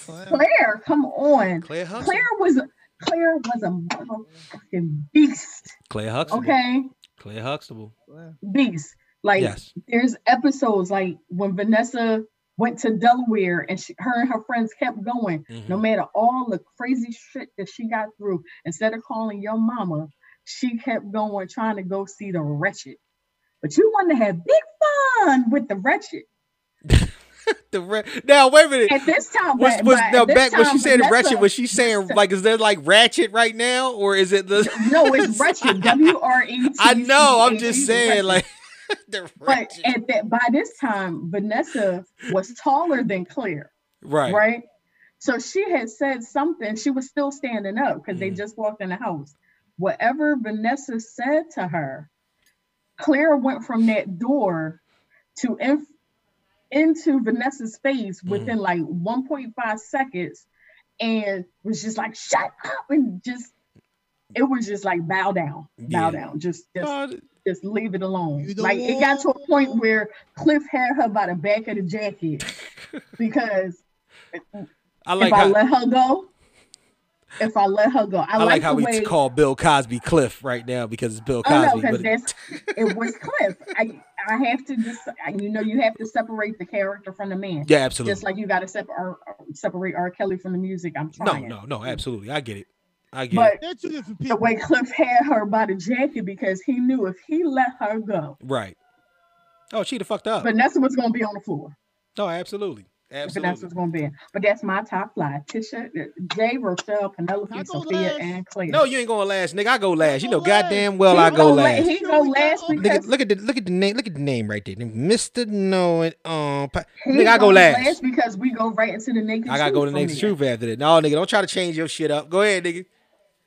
[SPEAKER 2] Claire,
[SPEAKER 4] Claire, come on.
[SPEAKER 1] Claire Huxtable.
[SPEAKER 4] Claire was Claire was a motherfucking beast.
[SPEAKER 1] Claire Huxtable.
[SPEAKER 4] Okay,
[SPEAKER 1] Claire Huxtable.
[SPEAKER 2] Claire.
[SPEAKER 4] beast. Like
[SPEAKER 1] Yes.
[SPEAKER 4] there's episodes like when Vanessa went to Delaware and she, her and her friends kept going, no
[SPEAKER 1] Mhm.
[SPEAKER 4] matter all the crazy shit that she got through. Instead of calling your mama, she kept going, trying to go see the wretched. But you wanted to have big fun with the wretched.
[SPEAKER 1] The re- now wait a minute.
[SPEAKER 4] At this time,
[SPEAKER 1] Was,
[SPEAKER 4] but-
[SPEAKER 1] was
[SPEAKER 4] but at
[SPEAKER 1] now
[SPEAKER 4] this
[SPEAKER 1] back when she
[SPEAKER 4] time,
[SPEAKER 1] said ratchet?
[SPEAKER 4] Vanessa-
[SPEAKER 1] Was she saying
[SPEAKER 4] Vanessa-
[SPEAKER 1] like is there like ratchet right now or is it
[SPEAKER 4] <laughs>
[SPEAKER 1] the?
[SPEAKER 4] no,
[SPEAKER 1] <laughs>
[SPEAKER 4] it's wretched. W R E T.
[SPEAKER 1] I know. I'm just saying
[SPEAKER 4] Wretched.
[SPEAKER 1] like <laughs> the
[SPEAKER 4] But
[SPEAKER 1] ratchet.
[SPEAKER 4] at that, by this time, Vanessa was taller than Claire.
[SPEAKER 1] right.
[SPEAKER 4] right? So she had said something. She was still standing up because they
[SPEAKER 1] Mhm.
[SPEAKER 4] just walked in the house. Whatever Vanessa said to her, Claire went from that door to in, into Vanessa's
[SPEAKER 1] Mm.
[SPEAKER 4] face within like 1.5 seconds and was just like, shut up. And just, it was just like, bow down, bow
[SPEAKER 1] Yeah.
[SPEAKER 4] down, just, just
[SPEAKER 1] Oh,
[SPEAKER 4] just leave it alone.
[SPEAKER 2] Uh, You the
[SPEAKER 4] Like it got to a point where Cliff had her by the back of the
[SPEAKER 1] <laughs>
[SPEAKER 4] jacket because
[SPEAKER 1] I like
[SPEAKER 4] if I
[SPEAKER 1] how
[SPEAKER 4] let her go, if I let her go, I,
[SPEAKER 1] I like, how
[SPEAKER 4] the
[SPEAKER 1] we
[SPEAKER 4] way,
[SPEAKER 1] call Bill Cosby Cliff right now because it's Bill
[SPEAKER 4] Oh no,
[SPEAKER 1] Cosby.
[SPEAKER 4] because
[SPEAKER 1] but
[SPEAKER 4] that's it was Cliff. I I have to just I- you know you have to separate the character from the man.
[SPEAKER 1] yeah, absolutely.
[SPEAKER 4] Just like you got to separate separate R. Kelly from the music. I'm
[SPEAKER 1] no,
[SPEAKER 4] trying.
[SPEAKER 1] no, no, absolutely. I get it. I get
[SPEAKER 4] Mm-hmm. But
[SPEAKER 1] it.
[SPEAKER 2] They're two different
[SPEAKER 4] the
[SPEAKER 2] people.
[SPEAKER 4] way Cliff had her by the jacket because he knew if he let her go,
[SPEAKER 1] Right. Oh, she'd have fucked up.
[SPEAKER 4] Vanessa was going to be on the floor.
[SPEAKER 1] no, absolutely.
[SPEAKER 4] But that's
[SPEAKER 1] Absolutely.
[SPEAKER 4] what's gonna be. But that's my top five. Tisha, uh, Jay, Rochelle, Penelope,
[SPEAKER 2] I go
[SPEAKER 4] Sophia,
[SPEAKER 2] last?
[SPEAKER 4] and Claire.
[SPEAKER 1] No, you ain't going last, nigga. I go last. You know
[SPEAKER 2] go last.
[SPEAKER 1] goddamn well
[SPEAKER 4] He
[SPEAKER 1] I go
[SPEAKER 4] gonna let-
[SPEAKER 1] last.
[SPEAKER 4] He go last
[SPEAKER 2] Look
[SPEAKER 1] Look
[SPEAKER 4] because
[SPEAKER 1] at, look at the look at the name look at the name right there, Mister Know It. Um, pa-
[SPEAKER 4] he
[SPEAKER 1] nigga, I go
[SPEAKER 4] gonna
[SPEAKER 1] last.
[SPEAKER 4] because we go right into the naked.
[SPEAKER 1] I gotta go to the
[SPEAKER 4] Truth from
[SPEAKER 1] next
[SPEAKER 4] there.
[SPEAKER 1] truth after that. No, nigga, don't try to change your shit up. Go ahead, nigga.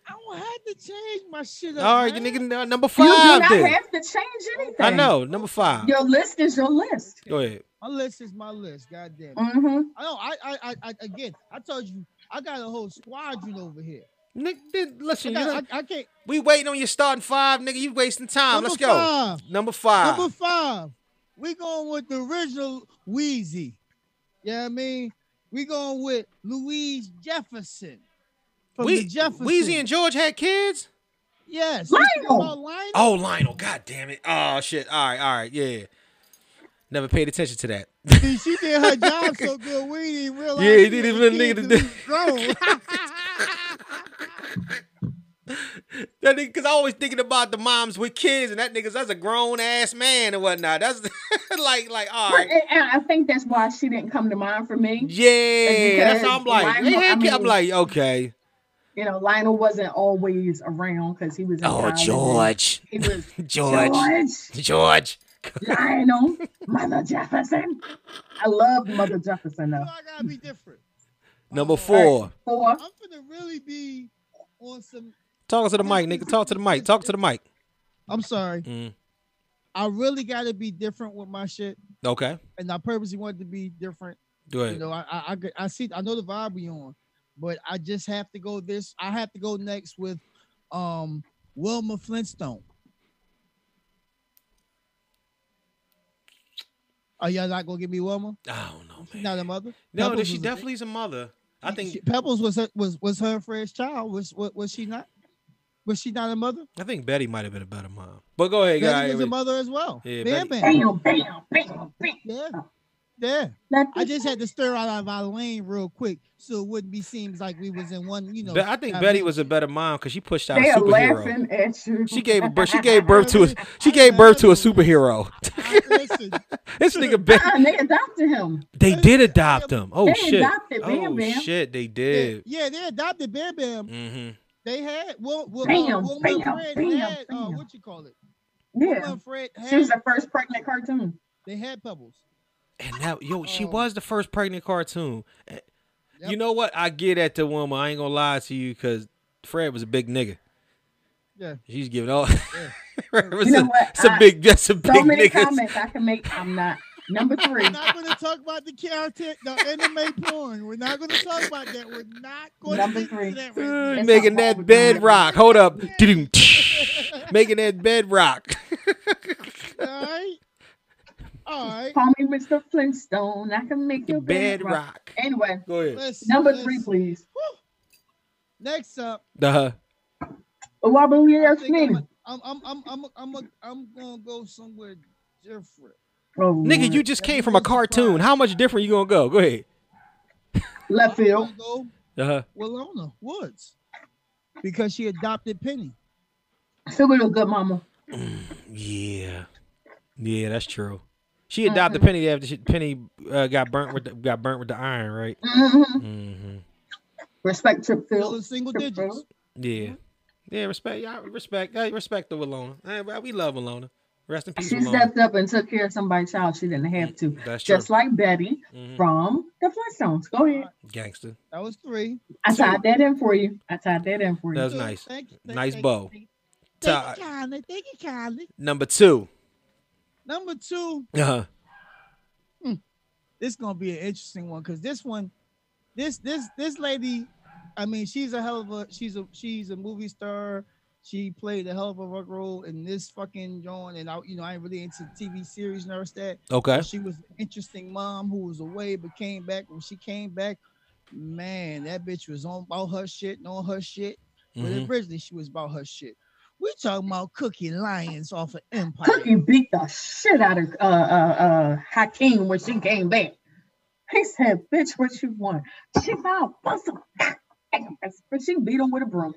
[SPEAKER 2] I don't have to change my shit up.
[SPEAKER 1] All right,
[SPEAKER 2] man.
[SPEAKER 1] nigga, uh, number
[SPEAKER 4] You do
[SPEAKER 1] five.
[SPEAKER 4] not
[SPEAKER 1] Then
[SPEAKER 4] have to change anything.
[SPEAKER 1] I know number five.
[SPEAKER 4] Your list is your list.
[SPEAKER 1] Go ahead.
[SPEAKER 2] My list is my list. God damn. it.
[SPEAKER 4] hmm
[SPEAKER 2] I know. I, I, I, I, again, I told you, I got a whole squadron over here.
[SPEAKER 1] Nick, then,
[SPEAKER 2] I,
[SPEAKER 1] listen, you know,
[SPEAKER 2] got, I, I can't.
[SPEAKER 1] we waiting on your starting five, nigga. You wasting time.
[SPEAKER 2] Number
[SPEAKER 1] Let's go.
[SPEAKER 2] five.
[SPEAKER 1] Number five.
[SPEAKER 2] Number five, we going with the original Wheezy. Yeah, I mean, we going with Louise Jefferson. From
[SPEAKER 1] we,
[SPEAKER 2] the Jefferson.
[SPEAKER 1] Weezy and George had kids.
[SPEAKER 2] yes,
[SPEAKER 4] Lionel.
[SPEAKER 2] we talking about Lionel.
[SPEAKER 1] Oh, Lionel. God damn it. Oh shit. All right. All right. Yeah. Never paid attention to that. <laughs>
[SPEAKER 2] See, she did her job so good, we didn't realize.
[SPEAKER 1] Yeah, he
[SPEAKER 2] she
[SPEAKER 1] didn't
[SPEAKER 2] was a
[SPEAKER 1] even nigga to
[SPEAKER 2] kid till
[SPEAKER 1] do-
[SPEAKER 2] we grown.
[SPEAKER 1] <laughs>
[SPEAKER 2] <laughs>
[SPEAKER 1] That nigga, cause I always thinking about the moms with kids, and that niggas that's a grown ass man and whatnot. That's <laughs> like like all right.
[SPEAKER 4] And- and I think that's why she didn't come to mind for me.
[SPEAKER 1] Yeah, that's how
[SPEAKER 4] because
[SPEAKER 1] I'm like.
[SPEAKER 4] Lionel-
[SPEAKER 1] hey,
[SPEAKER 4] I
[SPEAKER 1] hey, kid. I'm
[SPEAKER 4] mean-
[SPEAKER 1] like, okay.
[SPEAKER 4] You know, Lionel wasn't always around because he was.
[SPEAKER 1] Oh,
[SPEAKER 4] in college and He
[SPEAKER 1] <laughs>
[SPEAKER 4] was George.
[SPEAKER 1] George. <laughs>
[SPEAKER 4] Lionel, Mother Jefferson. I love Mother Jefferson
[SPEAKER 2] You
[SPEAKER 4] though.
[SPEAKER 2] know, I gotta be different.
[SPEAKER 1] Number four.
[SPEAKER 4] Four.
[SPEAKER 2] I'm gonna really be on some.
[SPEAKER 1] Talk to the mic, nigga. Talk to the mic. Talk to the mic.
[SPEAKER 2] I'm sorry.
[SPEAKER 1] Mm.
[SPEAKER 2] I really gotta be different with my shit,
[SPEAKER 1] Okay.
[SPEAKER 2] and I purposely wanted to be different.
[SPEAKER 1] Go
[SPEAKER 2] You
[SPEAKER 1] ahead.
[SPEAKER 2] know, I, I I could- I see I know the vibe we on, but I just have to go this. I have to go next with, um, Wilma Flintstone. Are y'all not gonna give me Wilma?
[SPEAKER 1] I don't know,
[SPEAKER 2] She's
[SPEAKER 1] man.
[SPEAKER 2] not a mother.
[SPEAKER 1] no,
[SPEAKER 2] Pebbles
[SPEAKER 1] she
[SPEAKER 2] was a-
[SPEAKER 1] definitely is a mother. I think
[SPEAKER 2] she, Pebbles was her, was was her first child. Was, was was she not? Was she not a mother?
[SPEAKER 1] I think Betty might have been a better mom. But go ahead,
[SPEAKER 2] Betty
[SPEAKER 1] guys.
[SPEAKER 2] was a mother as well.
[SPEAKER 1] Yeah,
[SPEAKER 2] Bam
[SPEAKER 1] Betty-
[SPEAKER 2] Bam.
[SPEAKER 4] Bam, bam, bam, bam.
[SPEAKER 2] Yeah. Yeah.
[SPEAKER 4] Let
[SPEAKER 2] I
[SPEAKER 4] me-
[SPEAKER 2] just had to stir out of our lane real quick so it wouldn't be seems like we was in one, you know.
[SPEAKER 1] Be- I think
[SPEAKER 2] I
[SPEAKER 1] Betty
[SPEAKER 2] mean-
[SPEAKER 1] was a better mom because she pushed out a
[SPEAKER 4] they are
[SPEAKER 1] superhero.
[SPEAKER 4] laughing at you.
[SPEAKER 1] She gave birth. She gave birth
[SPEAKER 4] <laughs>
[SPEAKER 1] to a. She
[SPEAKER 2] <laughs> I
[SPEAKER 1] gave birth to a
[SPEAKER 2] love you.
[SPEAKER 1] superhero. <laughs>
[SPEAKER 2] I- listen,
[SPEAKER 1] This nigga Betty.
[SPEAKER 4] Uh-uh, they
[SPEAKER 1] <laughs>
[SPEAKER 4] adopted him.
[SPEAKER 1] They did adopt him. Oh
[SPEAKER 4] They
[SPEAKER 1] shit.
[SPEAKER 4] adopted Bam
[SPEAKER 1] Oh
[SPEAKER 4] Bam.
[SPEAKER 1] shit. They
[SPEAKER 2] they-
[SPEAKER 1] did.
[SPEAKER 2] yeah, they adopted Bam Bam.
[SPEAKER 1] Mm-hmm.
[SPEAKER 2] They had well, well,
[SPEAKER 4] Bam,
[SPEAKER 2] well,
[SPEAKER 4] bam,
[SPEAKER 2] Fred
[SPEAKER 4] bam,
[SPEAKER 2] had uh,
[SPEAKER 4] bam.
[SPEAKER 2] what you call it?
[SPEAKER 4] Yeah,
[SPEAKER 2] Wilma Fred
[SPEAKER 4] she was
[SPEAKER 2] had
[SPEAKER 4] the first pregnant cartoon.
[SPEAKER 2] they had Pebbles.
[SPEAKER 1] And now, yo, she
[SPEAKER 2] Um,
[SPEAKER 1] was the first pregnant cartoon.
[SPEAKER 2] Yep.
[SPEAKER 1] You know what? I get at the woman. I ain't gonna lie to you because Fred was a big nigga.
[SPEAKER 2] Yeah.
[SPEAKER 1] She's giving all. <laughs> Fred was
[SPEAKER 4] You know
[SPEAKER 1] a,
[SPEAKER 4] what?
[SPEAKER 1] it's a
[SPEAKER 4] I-
[SPEAKER 1] big. That's a big
[SPEAKER 4] So
[SPEAKER 1] <laughs>
[SPEAKER 4] many
[SPEAKER 1] nigga.
[SPEAKER 4] comments I can make. I'm not number three.
[SPEAKER 2] We're not going to talk about the character, the
[SPEAKER 4] <laughs>
[SPEAKER 2] anime porn. We're not going to talk about that. We're not going
[SPEAKER 4] Number
[SPEAKER 2] to
[SPEAKER 4] three.
[SPEAKER 2] that right now.
[SPEAKER 1] Uh,
[SPEAKER 4] That's
[SPEAKER 1] making
[SPEAKER 4] not what
[SPEAKER 1] that
[SPEAKER 4] we're doing.
[SPEAKER 1] bed rock. Hold up. Doo-doo.
[SPEAKER 4] <laughs>
[SPEAKER 1] making that bed <laughs> rock.
[SPEAKER 2] All right. All right.
[SPEAKER 4] Call me Mr. Flintstone. I can make your bed
[SPEAKER 1] bed
[SPEAKER 4] rock.
[SPEAKER 1] rock.
[SPEAKER 4] Anyway,
[SPEAKER 1] Go ahead.
[SPEAKER 2] Let's,
[SPEAKER 4] number
[SPEAKER 2] let's-
[SPEAKER 4] three, please.
[SPEAKER 2] whew. Next up,
[SPEAKER 1] Uh-huh.
[SPEAKER 4] Wabu
[SPEAKER 2] I
[SPEAKER 4] yes,
[SPEAKER 2] think I'm,
[SPEAKER 4] me.
[SPEAKER 2] a- I'm, I'm, I'm, I'm, a- I'm, a- I'm gonna go somewhere different.
[SPEAKER 4] Oh,
[SPEAKER 1] Nigga, you just came from a cartoon. How much different you gonna go? Go ahead.
[SPEAKER 4] left
[SPEAKER 2] I'm
[SPEAKER 4] field.
[SPEAKER 2] gonna go
[SPEAKER 1] Uh-huh.
[SPEAKER 2] Winona Woods because she adopted Penny.
[SPEAKER 4] Still little good mama.
[SPEAKER 1] Yeah. Yeah, that's true. She adopted Penny after she, Penny uh, got burnt with the, got burnt with the iron, right?
[SPEAKER 4] hmm
[SPEAKER 1] Mm-hmm.
[SPEAKER 4] Respect Trip
[SPEAKER 2] Still in
[SPEAKER 4] Field.
[SPEAKER 2] single
[SPEAKER 4] Trip
[SPEAKER 2] digits.
[SPEAKER 4] Field.
[SPEAKER 1] Yeah. Yeah, respect. Yeah, respect. I respect the Willona. Eh, well, we love Willona. Rest in peace,
[SPEAKER 4] She
[SPEAKER 1] Willona.
[SPEAKER 4] stepped up and took care of somebody's child she didn't have to.
[SPEAKER 1] That's true.
[SPEAKER 4] Just like Betty
[SPEAKER 1] Mhm.
[SPEAKER 4] from the Flintstones. Go ahead.
[SPEAKER 1] Gangster.
[SPEAKER 2] That was three.
[SPEAKER 4] I tied that in for you. I tied that in for you.
[SPEAKER 1] That was
[SPEAKER 2] Two.
[SPEAKER 1] nice.
[SPEAKER 2] Thank you, thank-
[SPEAKER 1] Nice
[SPEAKER 2] thank you,
[SPEAKER 1] bow.
[SPEAKER 2] Thank you,
[SPEAKER 1] Todd.
[SPEAKER 2] thank you kindly. Thank you kindly.
[SPEAKER 1] Number two. <laughs>
[SPEAKER 2] Number two,
[SPEAKER 1] Uh-huh.
[SPEAKER 2] this is gonna be an interesting one because this one, this this this lady, I mean, she's a hell of a she's a she's a movie star. She played a hell of a role in this fucking joint, and I, you know, I ain't really into TV series nurse that.
[SPEAKER 1] Okay.
[SPEAKER 2] She was an interesting mom who was away but came back. When she came back, man, that bitch was on about her shit, and on her shit.
[SPEAKER 1] Mhm.
[SPEAKER 2] But originally she was about her shit. We talking about Cookie
[SPEAKER 1] <laughs>
[SPEAKER 2] Lions off of Empire.
[SPEAKER 4] Cookie beat the shit out of uh, uh, uh, Hakeem when she came back. He said, "Bitch, what you want?" She found bust him, but she beat him with a broom.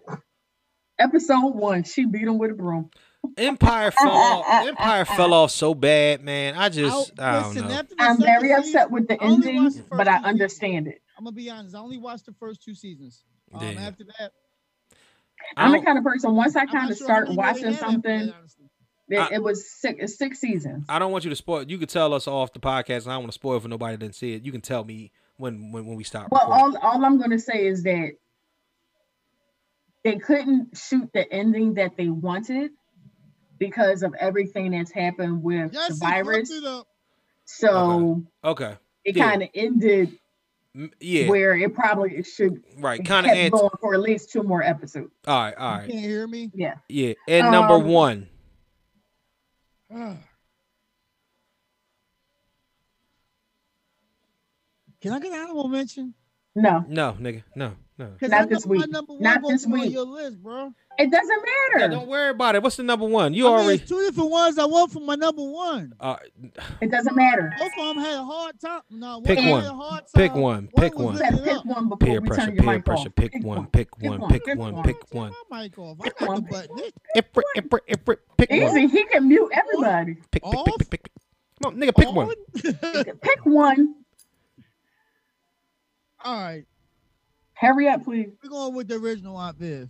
[SPEAKER 4] Episode one, she beat him with a broom.
[SPEAKER 1] Empire fell off. Empire fell off so bad, man. I just I, don't
[SPEAKER 2] listen,
[SPEAKER 1] know.
[SPEAKER 2] after the
[SPEAKER 4] I'm
[SPEAKER 2] second
[SPEAKER 4] very upset
[SPEAKER 2] season-
[SPEAKER 4] with the
[SPEAKER 2] I only
[SPEAKER 4] ending,
[SPEAKER 2] watched the
[SPEAKER 4] but
[SPEAKER 2] first
[SPEAKER 4] I
[SPEAKER 2] two
[SPEAKER 4] understand it.
[SPEAKER 2] I'm gonna be honest. I only watched the first two seasons. Um,
[SPEAKER 1] Yeah.
[SPEAKER 2] After that,
[SPEAKER 1] I
[SPEAKER 4] I'm the
[SPEAKER 1] don't,
[SPEAKER 4] kind of person once I
[SPEAKER 2] I'm not
[SPEAKER 4] kind of
[SPEAKER 2] sure how
[SPEAKER 4] start
[SPEAKER 2] many more they had
[SPEAKER 4] watching
[SPEAKER 2] after
[SPEAKER 4] something,
[SPEAKER 2] that, honestly.
[SPEAKER 1] I-
[SPEAKER 4] that it was six, it's six seasons.
[SPEAKER 1] I don't want you to spoil. You could tell us off the podcast, and I don't want to spoil for nobody that didn't see it. You can tell me when when, when we stop.
[SPEAKER 4] Well,
[SPEAKER 1] recording.
[SPEAKER 4] all all I'm gonna say is that they couldn't shoot the ending that they wanted because of everything that's happened with
[SPEAKER 2] Yes,
[SPEAKER 4] the
[SPEAKER 2] it
[SPEAKER 4] virus.
[SPEAKER 2] fucked it up.
[SPEAKER 4] So
[SPEAKER 1] okay,
[SPEAKER 4] it
[SPEAKER 1] Yeah.
[SPEAKER 4] kind of ended
[SPEAKER 1] M- yeah,
[SPEAKER 4] where it probably it should
[SPEAKER 1] right.
[SPEAKER 4] it
[SPEAKER 1] Kind of
[SPEAKER 4] kept
[SPEAKER 1] adds. All
[SPEAKER 4] going for at least two more episodes.
[SPEAKER 1] right, all
[SPEAKER 2] You
[SPEAKER 1] right.
[SPEAKER 2] can't hear me. <sighs>
[SPEAKER 4] Yeah.
[SPEAKER 1] Yeah, and number
[SPEAKER 4] Um,
[SPEAKER 1] one.
[SPEAKER 2] Can I get an honorable mention?
[SPEAKER 4] No,
[SPEAKER 1] No, nigga, no, no.
[SPEAKER 2] 'Cause
[SPEAKER 4] Not
[SPEAKER 2] I know
[SPEAKER 4] this
[SPEAKER 2] my
[SPEAKER 4] week.
[SPEAKER 2] number one
[SPEAKER 4] Not
[SPEAKER 2] gonna
[SPEAKER 4] this
[SPEAKER 2] be on
[SPEAKER 4] week.
[SPEAKER 2] your list, bro.
[SPEAKER 4] it doesn't
[SPEAKER 1] Yeah,
[SPEAKER 4] matter.
[SPEAKER 1] don't worry about it. What's the number one? You
[SPEAKER 2] I mean,
[SPEAKER 1] already.
[SPEAKER 2] it's two different ones I want for my number one.
[SPEAKER 1] Uh,
[SPEAKER 4] it doesn't matter.
[SPEAKER 2] Both of them had a hard time. No,
[SPEAKER 1] Pick
[SPEAKER 2] had
[SPEAKER 1] one.
[SPEAKER 2] a hard
[SPEAKER 1] Pick
[SPEAKER 2] time.
[SPEAKER 1] one, pick
[SPEAKER 2] was
[SPEAKER 1] one.
[SPEAKER 4] You
[SPEAKER 2] lifting
[SPEAKER 4] gotta pick
[SPEAKER 2] up.
[SPEAKER 4] one before
[SPEAKER 1] peer
[SPEAKER 4] we
[SPEAKER 1] pressure,
[SPEAKER 4] turn your
[SPEAKER 1] peer
[SPEAKER 4] mic
[SPEAKER 1] pressure.
[SPEAKER 4] off.
[SPEAKER 1] Pick one, pick one, pick one, pick one.
[SPEAKER 2] Turn my mic off. I got the
[SPEAKER 4] one.
[SPEAKER 2] button. This-
[SPEAKER 1] Ipri- ipri- ipri- Pick one.
[SPEAKER 4] Easy, he can mute everybody.
[SPEAKER 1] Pick, pick, pick,
[SPEAKER 2] Off?
[SPEAKER 1] pick, pick. Come on, nigga, pick one.
[SPEAKER 2] on. <laughs>
[SPEAKER 4] Pick one.
[SPEAKER 2] All right,
[SPEAKER 4] Hurry up, please.
[SPEAKER 2] we're going with the original Aunt Viv.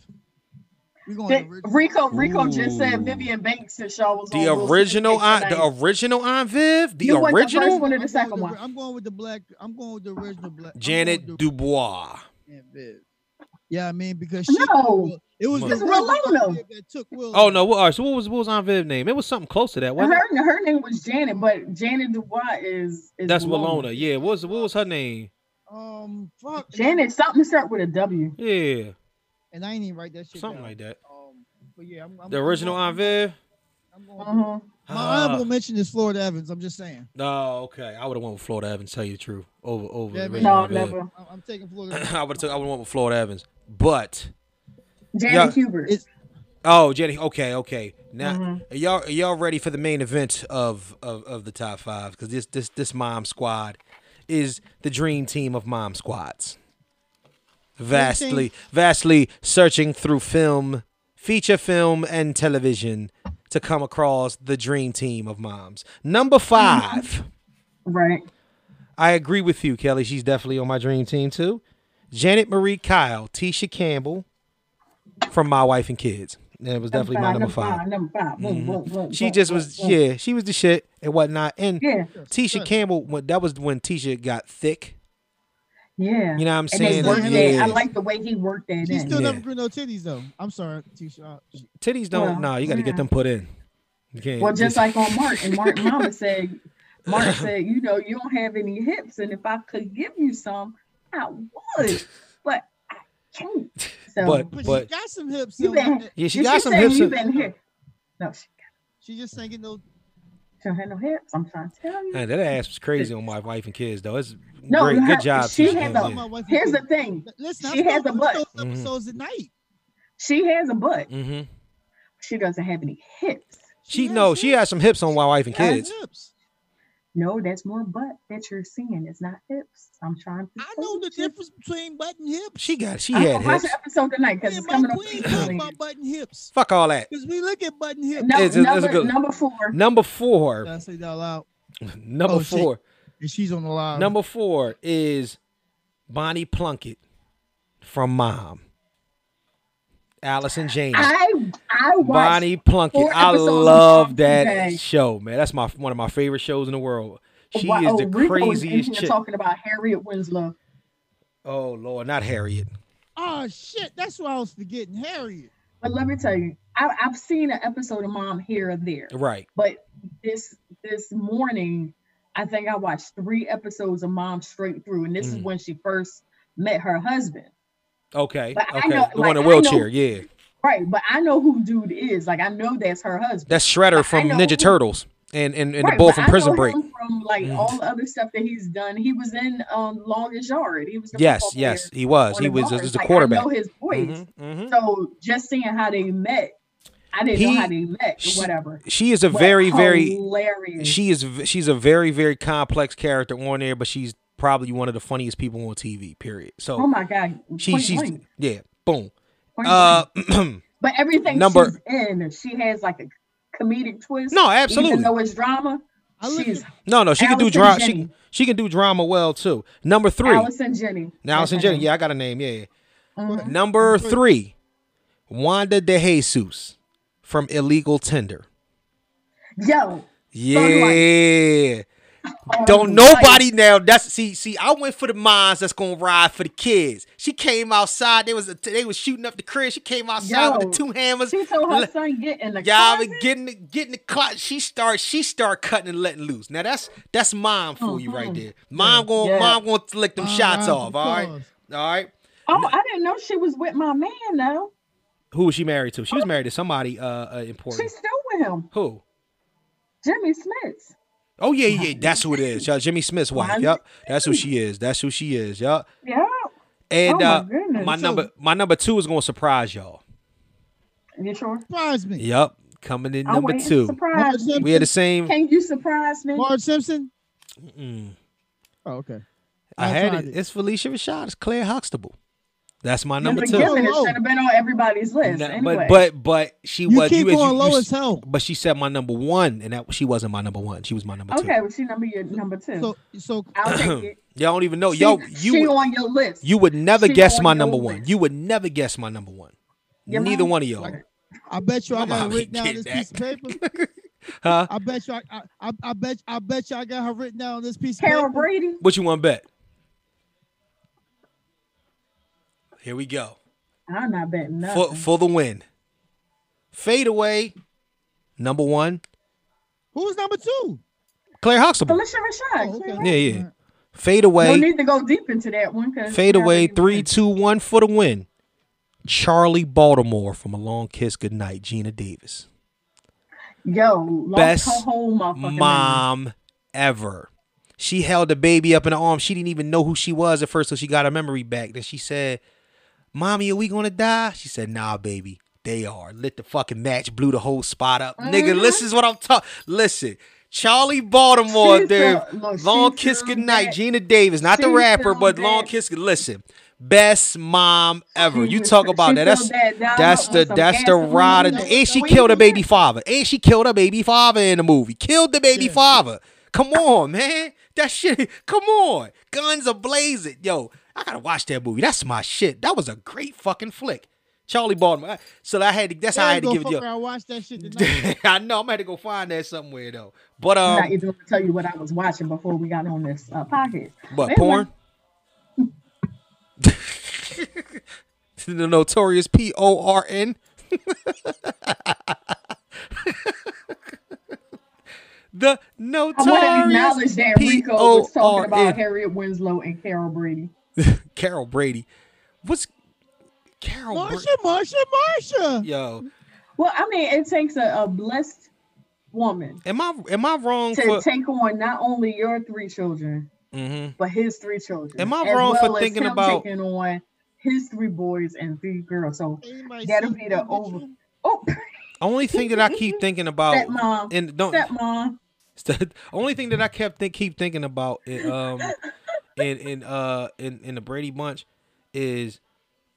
[SPEAKER 2] We're going
[SPEAKER 4] That-
[SPEAKER 2] original.
[SPEAKER 4] Rico, Rico just
[SPEAKER 1] Ooh.
[SPEAKER 4] said Vivian Banks since y'all was
[SPEAKER 1] The
[SPEAKER 4] on Will Smith
[SPEAKER 1] original, Aunt,
[SPEAKER 4] tonight.
[SPEAKER 1] the original Aunt Viv, the
[SPEAKER 4] You want the first
[SPEAKER 1] original
[SPEAKER 4] one or
[SPEAKER 2] I'm
[SPEAKER 4] the
[SPEAKER 2] going
[SPEAKER 4] second
[SPEAKER 2] with
[SPEAKER 4] one?
[SPEAKER 2] I'm going with the black. I'm going with the original black. I'm
[SPEAKER 1] Janet
[SPEAKER 2] going with the
[SPEAKER 1] Dubois.
[SPEAKER 2] Aunt Viv. Yeah, I mean because she.
[SPEAKER 4] No.
[SPEAKER 2] it was the
[SPEAKER 1] It's
[SPEAKER 2] original
[SPEAKER 4] Winona.
[SPEAKER 2] Aunt Viv that took Will.
[SPEAKER 1] Oh no! What, all right, so what was what was Aunt Viv's name? It was something close to that, wasn't it?
[SPEAKER 4] Her, her name was Janet, but Janet Dubois is, is
[SPEAKER 1] That's
[SPEAKER 4] Malone.
[SPEAKER 1] Walona. Yeah. What was what was her name?
[SPEAKER 2] Um, fuck.
[SPEAKER 4] Janet, something start with a W.
[SPEAKER 1] Yeah,
[SPEAKER 2] And I ain't even write that shit.
[SPEAKER 1] something
[SPEAKER 2] down.
[SPEAKER 1] like that.
[SPEAKER 2] Um, but yeah, I'm, I'm,
[SPEAKER 1] The original
[SPEAKER 2] I'm
[SPEAKER 1] Aunt
[SPEAKER 2] going,
[SPEAKER 1] Viv.
[SPEAKER 2] I'm going with-
[SPEAKER 4] Uh-huh.
[SPEAKER 2] My
[SPEAKER 1] Ah.
[SPEAKER 2] honorable mention is Florida Evans. I'm just saying.
[SPEAKER 1] Oh, okay. I would have went with Florida Evans. Tell you the truth, over over the
[SPEAKER 2] Yeah, man.
[SPEAKER 1] original
[SPEAKER 4] No,
[SPEAKER 1] Aunt Viv.
[SPEAKER 4] never.
[SPEAKER 2] I'm, I'm
[SPEAKER 1] <coughs>
[SPEAKER 2] taking Florida.
[SPEAKER 1] <laughs>
[SPEAKER 2] Evans.
[SPEAKER 1] I would have took. I would have went with Florida Evans, but
[SPEAKER 4] Janet
[SPEAKER 1] Yeah.
[SPEAKER 4] Hubert.
[SPEAKER 2] It's-
[SPEAKER 1] oh, Jenny. Okay, okay. Now
[SPEAKER 4] Mhm.
[SPEAKER 1] are y'all are y'all ready for the main event of of, of the top five? Because this this this mom squad is the dream team of mom squads. Vastly, vastly searching through film, feature film, and television to come across the dream team of moms. Number 5
[SPEAKER 2] <laughs>
[SPEAKER 4] Right.
[SPEAKER 1] I agree with you, Kelly. She's definitely on my dream team too. Janet Marie Kyle, Tisha Campbell from My Wife and Kids. That was definitely my number five.
[SPEAKER 4] Number five. Boom, boom, boom,
[SPEAKER 1] Mm-hmm. She
[SPEAKER 4] boom,
[SPEAKER 1] just
[SPEAKER 4] boom,
[SPEAKER 1] was,
[SPEAKER 4] boom.
[SPEAKER 1] yeah, she was the shit and whatnot. And
[SPEAKER 4] Yeah.
[SPEAKER 1] Tisha Campbell, when, that was when Tisha got thick.
[SPEAKER 4] Yeah.
[SPEAKER 1] You know what I'm
[SPEAKER 4] and they
[SPEAKER 1] saying?
[SPEAKER 2] work
[SPEAKER 4] worked that.
[SPEAKER 1] Yeah.
[SPEAKER 4] I like the way he worked that
[SPEAKER 2] She
[SPEAKER 4] in.
[SPEAKER 2] still never
[SPEAKER 1] Yeah.
[SPEAKER 2] grew no titties though. I'm sorry, Tisha. Uh,
[SPEAKER 1] Titties don't.
[SPEAKER 4] Well,
[SPEAKER 1] nah, you got to
[SPEAKER 4] yeah.
[SPEAKER 1] get them put in. You can't.
[SPEAKER 4] Well, just like on Martin,
[SPEAKER 1] <laughs>
[SPEAKER 4] Martin Mama said, Martin said, you know, you don't have any hips, and if I could give you some, I would, but I can't. So
[SPEAKER 1] But-
[SPEAKER 2] but, she
[SPEAKER 1] But-
[SPEAKER 2] got some hips.
[SPEAKER 4] you
[SPEAKER 2] so
[SPEAKER 4] been,
[SPEAKER 1] yeah, she
[SPEAKER 4] if
[SPEAKER 1] got
[SPEAKER 4] you
[SPEAKER 1] some
[SPEAKER 4] saying
[SPEAKER 1] hips.
[SPEAKER 4] You
[SPEAKER 1] in-
[SPEAKER 4] been here. No, she,
[SPEAKER 2] She just ain't get no.
[SPEAKER 4] she don't have no hips. I'm trying to tell you.
[SPEAKER 1] Man, that ass was crazy on my wife and kids though. It's
[SPEAKER 4] No,
[SPEAKER 1] great.
[SPEAKER 4] you
[SPEAKER 1] Good
[SPEAKER 4] have-
[SPEAKER 1] job.
[SPEAKER 4] she
[SPEAKER 1] Tisha.
[SPEAKER 4] had
[SPEAKER 1] Yeah.
[SPEAKER 4] the-
[SPEAKER 2] My wife-
[SPEAKER 4] Here's the thing.
[SPEAKER 2] Listen,
[SPEAKER 4] she
[SPEAKER 2] I'm
[SPEAKER 4] has a
[SPEAKER 2] those
[SPEAKER 4] butt.
[SPEAKER 1] Mhm.
[SPEAKER 2] episodes at night.
[SPEAKER 4] She has a butt.
[SPEAKER 1] hmm
[SPEAKER 4] She doesn't have any hips.
[SPEAKER 1] She
[SPEAKER 2] has
[SPEAKER 1] no, she
[SPEAKER 2] hips.
[SPEAKER 1] has some hips on my wife and
[SPEAKER 2] She has
[SPEAKER 1] kids.
[SPEAKER 2] hips.
[SPEAKER 4] No, that's more butt that you're seeing. It's not hips. I'm trying to.
[SPEAKER 2] I know the
[SPEAKER 4] tell you.
[SPEAKER 2] difference between butt and hips.
[SPEAKER 1] She got she
[SPEAKER 4] I'm
[SPEAKER 1] had
[SPEAKER 4] gonna watch
[SPEAKER 1] hips.
[SPEAKER 4] the episode tonight because
[SPEAKER 2] Me and
[SPEAKER 4] it's
[SPEAKER 2] my
[SPEAKER 4] coming up.
[SPEAKER 2] queen talk
[SPEAKER 4] easily.
[SPEAKER 2] about butt and hips
[SPEAKER 1] Fuck all that.
[SPEAKER 2] because we look at butt and hips.
[SPEAKER 4] No,
[SPEAKER 1] It's a- it's a
[SPEAKER 4] number,
[SPEAKER 1] good-
[SPEAKER 4] number four.
[SPEAKER 1] Number
[SPEAKER 2] Did
[SPEAKER 1] four.
[SPEAKER 2] I say that out loud?
[SPEAKER 1] Number
[SPEAKER 2] <laughs> Oh, Um, shit.
[SPEAKER 1] four.
[SPEAKER 2] And she's on the line.
[SPEAKER 1] Number four is Bonnie Plunkett from Mom. Allison James.
[SPEAKER 4] I I watched
[SPEAKER 1] Bonnie Plunkett.
[SPEAKER 4] four
[SPEAKER 1] I
[SPEAKER 4] episodes of
[SPEAKER 1] love
[SPEAKER 4] Mom
[SPEAKER 1] that
[SPEAKER 4] today.
[SPEAKER 1] show, man. That's my one of my favorite shows in the world. She
[SPEAKER 4] Why-
[SPEAKER 1] is
[SPEAKER 4] oh,
[SPEAKER 1] the
[SPEAKER 4] Rico was in
[SPEAKER 1] craziest
[SPEAKER 4] here
[SPEAKER 1] chick.
[SPEAKER 4] Talking about Harriet Winslow.
[SPEAKER 1] Oh Lord, not Harriet.
[SPEAKER 2] Oh shit, that's what I was forgetting. Harriet.
[SPEAKER 4] But let me tell you, I, I've seen an episode of Mom here or there.
[SPEAKER 1] Right.
[SPEAKER 4] But this this morning, I think I watched three episodes of Mom straight through, and this is
[SPEAKER 1] Mm.
[SPEAKER 4] when she first met her husband.
[SPEAKER 1] Okay.
[SPEAKER 4] But I
[SPEAKER 1] okay.
[SPEAKER 4] know-
[SPEAKER 1] the one in
[SPEAKER 4] like,
[SPEAKER 1] a
[SPEAKER 4] I know-
[SPEAKER 1] wheelchair, yeah.
[SPEAKER 4] Right, but I know who dude is. Like I know that's her husband.
[SPEAKER 1] That's Shredder
[SPEAKER 4] But I
[SPEAKER 1] from
[SPEAKER 4] know
[SPEAKER 1] Ninja
[SPEAKER 4] who-
[SPEAKER 1] Turtles and and, and
[SPEAKER 4] Right,
[SPEAKER 1] the boy
[SPEAKER 4] but
[SPEAKER 1] from
[SPEAKER 4] I know
[SPEAKER 1] Prison
[SPEAKER 4] him
[SPEAKER 1] Break.
[SPEAKER 4] From like
[SPEAKER 1] Mm.
[SPEAKER 4] all the other stuff that he's done, he was in um, Longest Yard. He was the
[SPEAKER 1] Yes,
[SPEAKER 4] football
[SPEAKER 1] yes,
[SPEAKER 4] player
[SPEAKER 1] he was.
[SPEAKER 4] on
[SPEAKER 1] He
[SPEAKER 4] the
[SPEAKER 1] was
[SPEAKER 4] Guards.
[SPEAKER 1] as a
[SPEAKER 4] Like,
[SPEAKER 1] quarterback.
[SPEAKER 4] I know his voice.
[SPEAKER 1] Mhm, mhm.
[SPEAKER 4] So just seeing how they met, I didn't know how they met
[SPEAKER 1] she-
[SPEAKER 4] or whatever.
[SPEAKER 1] She is a
[SPEAKER 4] But
[SPEAKER 1] very, very.
[SPEAKER 4] hilarious.
[SPEAKER 1] She is. v- She's a very, very complex character on there, but she's probably one of the funniest people on TV. Period. So
[SPEAKER 4] oh my god,
[SPEAKER 1] she,
[SPEAKER 4] point
[SPEAKER 1] she's
[SPEAKER 4] blank,
[SPEAKER 1] yeah. Boom.
[SPEAKER 4] point
[SPEAKER 1] Uh, <clears throat>
[SPEAKER 4] blank. but everything
[SPEAKER 1] number-
[SPEAKER 4] she's in, she has like a comedic twist.
[SPEAKER 1] No, absolutely.
[SPEAKER 4] Even though it's drama,
[SPEAKER 2] I look
[SPEAKER 4] she's
[SPEAKER 2] at
[SPEAKER 1] no, no, she can do
[SPEAKER 4] Allison
[SPEAKER 1] drama. She
[SPEAKER 4] Janney.
[SPEAKER 1] she can do drama well too. Number three,
[SPEAKER 4] Allison Uh-huh. Jenny.
[SPEAKER 1] now Allison Jenny. Yeah, I got a name. Yeah. Number
[SPEAKER 2] Three.
[SPEAKER 1] three, Wanda De Jesus from Illegal Tender.
[SPEAKER 4] Yo,
[SPEAKER 1] Yeah.
[SPEAKER 4] on
[SPEAKER 1] Don't
[SPEAKER 4] life.
[SPEAKER 1] nobody now. That's see, see. I went for the moms that's gonna ride for the kids. She came outside. They was they was shooting up the crib. She came outside with
[SPEAKER 4] Yo,
[SPEAKER 1] the two hammers.
[SPEAKER 4] She told her
[SPEAKER 1] Le-
[SPEAKER 4] son get in the
[SPEAKER 1] Y'all
[SPEAKER 4] closet.
[SPEAKER 1] been getting the, getting the clock. She start she start cutting and letting loose. Now that's that's mom for you right there. Mom gonna
[SPEAKER 4] Uh-huh. Yeah. Uh-huh,
[SPEAKER 1] mom gonna lick them
[SPEAKER 2] Mom
[SPEAKER 1] shots
[SPEAKER 2] rides
[SPEAKER 1] off.
[SPEAKER 2] the
[SPEAKER 1] All right, all
[SPEAKER 2] cars.
[SPEAKER 1] right.
[SPEAKER 4] Oh, I didn't know she was with my man though.
[SPEAKER 1] Who was she married to? She was married to somebody uh, uh important.
[SPEAKER 4] Oh. She's still with him,
[SPEAKER 1] Who?
[SPEAKER 4] Jimmy Smith.
[SPEAKER 1] Oh yeah, yeah. That's who it is. Uh, Jimmy Smith's wife.
[SPEAKER 4] Wanda
[SPEAKER 1] Yep. That's who she is. That's who she is. Yep.
[SPEAKER 4] Yeah,
[SPEAKER 1] And
[SPEAKER 4] Oh, my
[SPEAKER 1] uh,
[SPEAKER 4] goodness.
[SPEAKER 1] my
[SPEAKER 4] So-
[SPEAKER 1] number my number two is gonna surprise y'all.
[SPEAKER 4] you sure?
[SPEAKER 2] surprised me.
[SPEAKER 1] Yep, coming in
[SPEAKER 4] I'm
[SPEAKER 1] number
[SPEAKER 4] waiting to
[SPEAKER 1] two.
[SPEAKER 2] Marge
[SPEAKER 4] Surprise me.
[SPEAKER 2] Simpson.
[SPEAKER 1] We had the same.
[SPEAKER 4] Can you surprise me?
[SPEAKER 2] Marge Simpson.
[SPEAKER 1] Mm,
[SPEAKER 2] Oh, okay.
[SPEAKER 1] I
[SPEAKER 2] I
[SPEAKER 1] had
[SPEAKER 2] tried
[SPEAKER 1] it.
[SPEAKER 2] it.
[SPEAKER 1] It's Felicia Rashad. It's Claire Huxtable. That's my
[SPEAKER 4] It's
[SPEAKER 1] number
[SPEAKER 4] a
[SPEAKER 1] two.
[SPEAKER 4] given. It
[SPEAKER 2] Oh,
[SPEAKER 4] should have been on everybody's list.
[SPEAKER 1] No,
[SPEAKER 4] anyway.
[SPEAKER 1] but but but she
[SPEAKER 2] You
[SPEAKER 1] was
[SPEAKER 2] keep
[SPEAKER 1] you-
[SPEAKER 2] going
[SPEAKER 1] you-
[SPEAKER 2] low
[SPEAKER 1] you-
[SPEAKER 2] as hell.
[SPEAKER 1] But she said my number one, and that she wasn't my number one. She was my number
[SPEAKER 4] okay,
[SPEAKER 1] two.
[SPEAKER 4] well, she number your number two.
[SPEAKER 2] So so
[SPEAKER 1] <clears throat>
[SPEAKER 4] I'll take it.
[SPEAKER 1] Oh, Y'all don't even know.
[SPEAKER 4] She-
[SPEAKER 1] Yo,
[SPEAKER 4] she,
[SPEAKER 1] you would-
[SPEAKER 4] on your list.
[SPEAKER 1] you would never
[SPEAKER 4] she
[SPEAKER 1] guess
[SPEAKER 4] on
[SPEAKER 1] my
[SPEAKER 4] your
[SPEAKER 1] number one.
[SPEAKER 4] list.
[SPEAKER 1] You would never guess my number one.
[SPEAKER 4] Your
[SPEAKER 1] Neither
[SPEAKER 4] mom-
[SPEAKER 1] one of y'all.
[SPEAKER 2] Like- I bet you
[SPEAKER 1] My
[SPEAKER 2] I got
[SPEAKER 1] mom
[SPEAKER 2] her written
[SPEAKER 1] ain't
[SPEAKER 2] down on this
[SPEAKER 1] getting
[SPEAKER 2] piece of paper.
[SPEAKER 1] <laughs> Huh?
[SPEAKER 2] I bet you I, I I- I bet I bet you I got her written down on this piece of
[SPEAKER 4] Carol
[SPEAKER 2] paper.
[SPEAKER 4] Brady.
[SPEAKER 1] What you want to bet? Here we go.
[SPEAKER 4] I'm not betting nothing.
[SPEAKER 1] For, for the win. Fade away. Number one.
[SPEAKER 2] Who was number two?
[SPEAKER 1] Claire Huxtable.
[SPEAKER 4] Felicia Rashad.
[SPEAKER 2] Oh, okay.
[SPEAKER 4] clear up.
[SPEAKER 1] Yeah, yeah.
[SPEAKER 2] Alright.
[SPEAKER 1] Fade
[SPEAKER 4] No
[SPEAKER 1] away.
[SPEAKER 4] need to go deep into that one because
[SPEAKER 1] Fade away. Three, two, one for the win. Charlie Baltimore from A Long Kiss Goodnight. Gina Davis.
[SPEAKER 4] Yo, lost
[SPEAKER 1] Best
[SPEAKER 4] her whole motherfucking mind.
[SPEAKER 1] Mom ever. She held the baby up in her arms. She didn't even know who she was at first, so she got her memory back. Then she said, Mommy, are we gonna die? She said, Nah, baby. They are. Lit the fucking match, blew the whole spot up.
[SPEAKER 4] Mm-hmm.
[SPEAKER 1] Nigga, this is what I'm talking. Listen, Charlie Baltimore,
[SPEAKER 4] She's
[SPEAKER 1] there.
[SPEAKER 4] a- look,
[SPEAKER 1] long
[SPEAKER 4] she's
[SPEAKER 1] kiss
[SPEAKER 4] a
[SPEAKER 1] goodnight.
[SPEAKER 4] bad-
[SPEAKER 1] Gina Davis, not the
[SPEAKER 4] she's
[SPEAKER 1] rapper,
[SPEAKER 4] a
[SPEAKER 1] but long
[SPEAKER 4] bad-
[SPEAKER 1] kiss. Listen, best mom ever. You
[SPEAKER 4] was-
[SPEAKER 1] talk
[SPEAKER 4] <laughs> she
[SPEAKER 1] about that. That's
[SPEAKER 4] filled that down
[SPEAKER 1] that's
[SPEAKER 4] on
[SPEAKER 1] the
[SPEAKER 4] some
[SPEAKER 1] that's the
[SPEAKER 4] gasoline
[SPEAKER 1] ride. Of,
[SPEAKER 4] that
[SPEAKER 1] and she
[SPEAKER 4] was
[SPEAKER 1] killed her
[SPEAKER 4] going
[SPEAKER 1] baby father. And she killed her baby father in the movie. Killed the baby
[SPEAKER 2] Yeah.
[SPEAKER 1] father. Come on, man. That shit. <laughs> Come on. Guns are blazing. Yo, I gotta watch that movie. That's my shit. That was a great fucking flick. Charlie Baltimore. So I had to. That's how I
[SPEAKER 2] There
[SPEAKER 1] had to
[SPEAKER 2] you
[SPEAKER 1] give
[SPEAKER 2] go,
[SPEAKER 1] it.
[SPEAKER 2] fucker,
[SPEAKER 1] Yo.
[SPEAKER 2] I watched that shit tonight.
[SPEAKER 1] <laughs> I know. I'm gonna have to go find that somewhere though. But
[SPEAKER 4] I'm not
[SPEAKER 1] um,
[SPEAKER 4] even gonna tell you what I was watching before we got on this uh, podcast.
[SPEAKER 1] but
[SPEAKER 4] Anyway,
[SPEAKER 1] porn. to <laughs> the notorious P O R N. <laughs> the
[SPEAKER 4] I want to
[SPEAKER 1] notorious
[SPEAKER 4] acknowledge that Rico was talking about
[SPEAKER 1] P-O-R-N.
[SPEAKER 4] Harriet Winslow and Carol Brady.
[SPEAKER 1] Carol Brady. What's Carol Brady?
[SPEAKER 2] Marsha, Marsha, Marsha.
[SPEAKER 1] Yo,
[SPEAKER 4] Well, I mean, it takes a, a blessed woman
[SPEAKER 1] am I am I wrong
[SPEAKER 4] to
[SPEAKER 1] for?
[SPEAKER 4] take on not only your three children,
[SPEAKER 1] Mhm.
[SPEAKER 4] but his three children.
[SPEAKER 1] Am I
[SPEAKER 4] as
[SPEAKER 1] wrong for
[SPEAKER 4] well as
[SPEAKER 1] thinking
[SPEAKER 4] him
[SPEAKER 1] about-
[SPEAKER 4] taking on his three boys and three girls? So,
[SPEAKER 2] Anybody
[SPEAKER 4] That'll
[SPEAKER 2] see
[SPEAKER 4] be the
[SPEAKER 2] that
[SPEAKER 4] over-
[SPEAKER 2] picture?
[SPEAKER 4] oh,
[SPEAKER 1] Only thing that I keep thinking
[SPEAKER 4] <laughs>
[SPEAKER 1] about,
[SPEAKER 4] stepmom,
[SPEAKER 1] and Oh, don't
[SPEAKER 4] stepmom.
[SPEAKER 1] the <laughs> only thing that I kept think, keep thinking about in um in in uh in, in the Brady Bunch is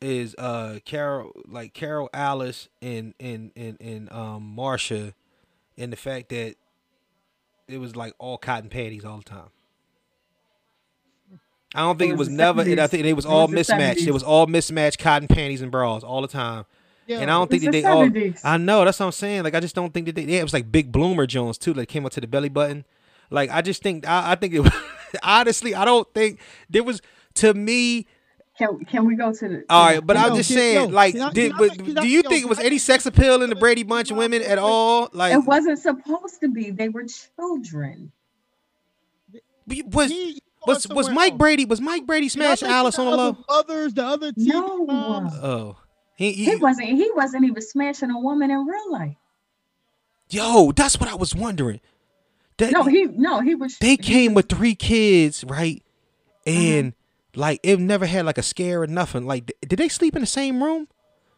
[SPEAKER 1] is uh Carol like Carol Alice and and and, and um Marsha and the fact that it was like all cotton panties all the time. I don't think it
[SPEAKER 4] It
[SPEAKER 1] was,
[SPEAKER 4] was the
[SPEAKER 1] never. It, I
[SPEAKER 4] 70s.
[SPEAKER 1] think it was
[SPEAKER 4] It
[SPEAKER 1] all
[SPEAKER 4] was the
[SPEAKER 1] mismatched. It
[SPEAKER 4] 70s.
[SPEAKER 1] was all mismatched cotton panties and bras all the time.
[SPEAKER 2] Yeah.
[SPEAKER 1] And I don't think
[SPEAKER 4] It's
[SPEAKER 1] that
[SPEAKER 4] the
[SPEAKER 1] they all.
[SPEAKER 4] 70s.
[SPEAKER 1] I know that's what I'm saying. Like I just don't think that they. Yeah, it was like big bloomer Jones too. That came up to the belly button. Like I just think I, I think it. <laughs> honestly, I don't think there was to me.
[SPEAKER 4] Can can we go to the?
[SPEAKER 1] All right, but I'm
[SPEAKER 2] Yo,
[SPEAKER 1] just
[SPEAKER 2] can-
[SPEAKER 1] saying.
[SPEAKER 2] yo,
[SPEAKER 1] like,
[SPEAKER 2] can I-
[SPEAKER 1] did,
[SPEAKER 2] can I-
[SPEAKER 1] but,
[SPEAKER 2] can I-
[SPEAKER 1] do you
[SPEAKER 2] yo,
[SPEAKER 1] think it
[SPEAKER 2] can
[SPEAKER 1] was
[SPEAKER 2] I-
[SPEAKER 1] any sex appeal in the Brady Bunch women at all? Like,
[SPEAKER 4] it wasn't supposed to be. They were children.
[SPEAKER 1] we- was
[SPEAKER 2] He- he
[SPEAKER 1] was
[SPEAKER 2] going
[SPEAKER 1] was
[SPEAKER 2] somewhere
[SPEAKER 1] Mike
[SPEAKER 2] else.
[SPEAKER 1] Brady was Mike Brady
[SPEAKER 2] Did I
[SPEAKER 1] smash
[SPEAKER 2] think
[SPEAKER 1] Alice on the low?
[SPEAKER 2] other Mothers, the other TV
[SPEAKER 4] No.
[SPEAKER 2] moms.
[SPEAKER 1] Oh, he,
[SPEAKER 4] He
[SPEAKER 1] he,
[SPEAKER 4] wasn't. He wasn't even smashing a woman in real life.
[SPEAKER 1] yo, that's what I was wondering. That,
[SPEAKER 4] No, he no, he was. <laughs>
[SPEAKER 1] they
[SPEAKER 4] he
[SPEAKER 1] came with three kids, right?
[SPEAKER 4] Uh-huh.
[SPEAKER 1] And like it never had like a scare or nothing. Like th- did they sleep in the same room?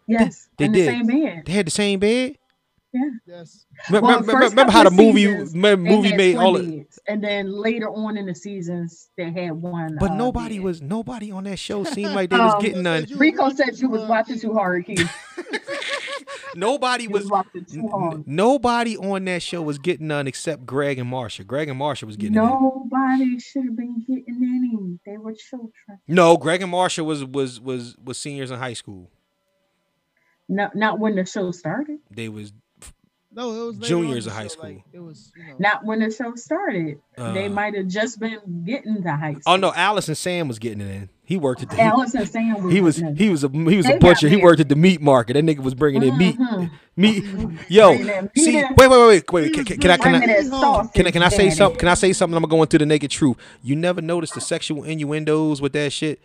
[SPEAKER 4] Yes,
[SPEAKER 1] They
[SPEAKER 4] in
[SPEAKER 1] did.
[SPEAKER 4] the same bed.
[SPEAKER 1] They had the same bed.
[SPEAKER 2] Yes.
[SPEAKER 1] Me-
[SPEAKER 4] Well,
[SPEAKER 1] me- me-
[SPEAKER 4] the first
[SPEAKER 1] remember how the
[SPEAKER 4] couple
[SPEAKER 1] movie
[SPEAKER 4] seasons,
[SPEAKER 1] me-
[SPEAKER 4] They
[SPEAKER 1] movie
[SPEAKER 4] had
[SPEAKER 1] made all
[SPEAKER 4] twin
[SPEAKER 1] of
[SPEAKER 4] beds, and then later on in the seasons they had one.
[SPEAKER 1] but
[SPEAKER 4] uh,
[SPEAKER 1] nobody
[SPEAKER 4] bed.
[SPEAKER 1] was nobody on that show seemed like they was
[SPEAKER 4] Um,
[SPEAKER 1] getting none.
[SPEAKER 4] Rico said you was watching too hard,
[SPEAKER 1] <laughs>
[SPEAKER 4] Keith.
[SPEAKER 1] Nobody
[SPEAKER 4] You was
[SPEAKER 1] was
[SPEAKER 4] watching too hard.
[SPEAKER 1] nobody on that show was getting none except Greg and Marsha. Greg and Marsha was getting none.
[SPEAKER 4] Nobody should have been getting any. They were children.
[SPEAKER 1] No, Greg and Marsha was was was was seniors in high school.
[SPEAKER 4] Not not when the show started.
[SPEAKER 1] They was
[SPEAKER 2] No, it was later on
[SPEAKER 1] Juniors of
[SPEAKER 2] in the
[SPEAKER 1] high
[SPEAKER 2] show, like,
[SPEAKER 1] school.
[SPEAKER 2] it was. You know,
[SPEAKER 4] Not when the show started.
[SPEAKER 1] Uh.
[SPEAKER 4] they might have just been getting to high school.
[SPEAKER 1] oh no, Alice and Sam was getting it in. He worked at the
[SPEAKER 4] Alice and Sam
[SPEAKER 1] He was
[SPEAKER 4] getting it.
[SPEAKER 1] he was a he was a
[SPEAKER 4] They got
[SPEAKER 1] butcher. He
[SPEAKER 4] married.
[SPEAKER 1] worked at the meat market. That nigga was bringing in meat,
[SPEAKER 4] Mhm.
[SPEAKER 1] meat. Yo,
[SPEAKER 4] Bringing in meat
[SPEAKER 1] see,
[SPEAKER 4] in.
[SPEAKER 1] wait, wait, wait, wait. wait. Can, can, can I can
[SPEAKER 4] Bringing
[SPEAKER 1] I
[SPEAKER 4] that sausage,
[SPEAKER 1] can I, can I say
[SPEAKER 4] daddy.
[SPEAKER 1] something? Can I say something? I'm going to the naked truth. You never noticed the sexual innuendos with that shit.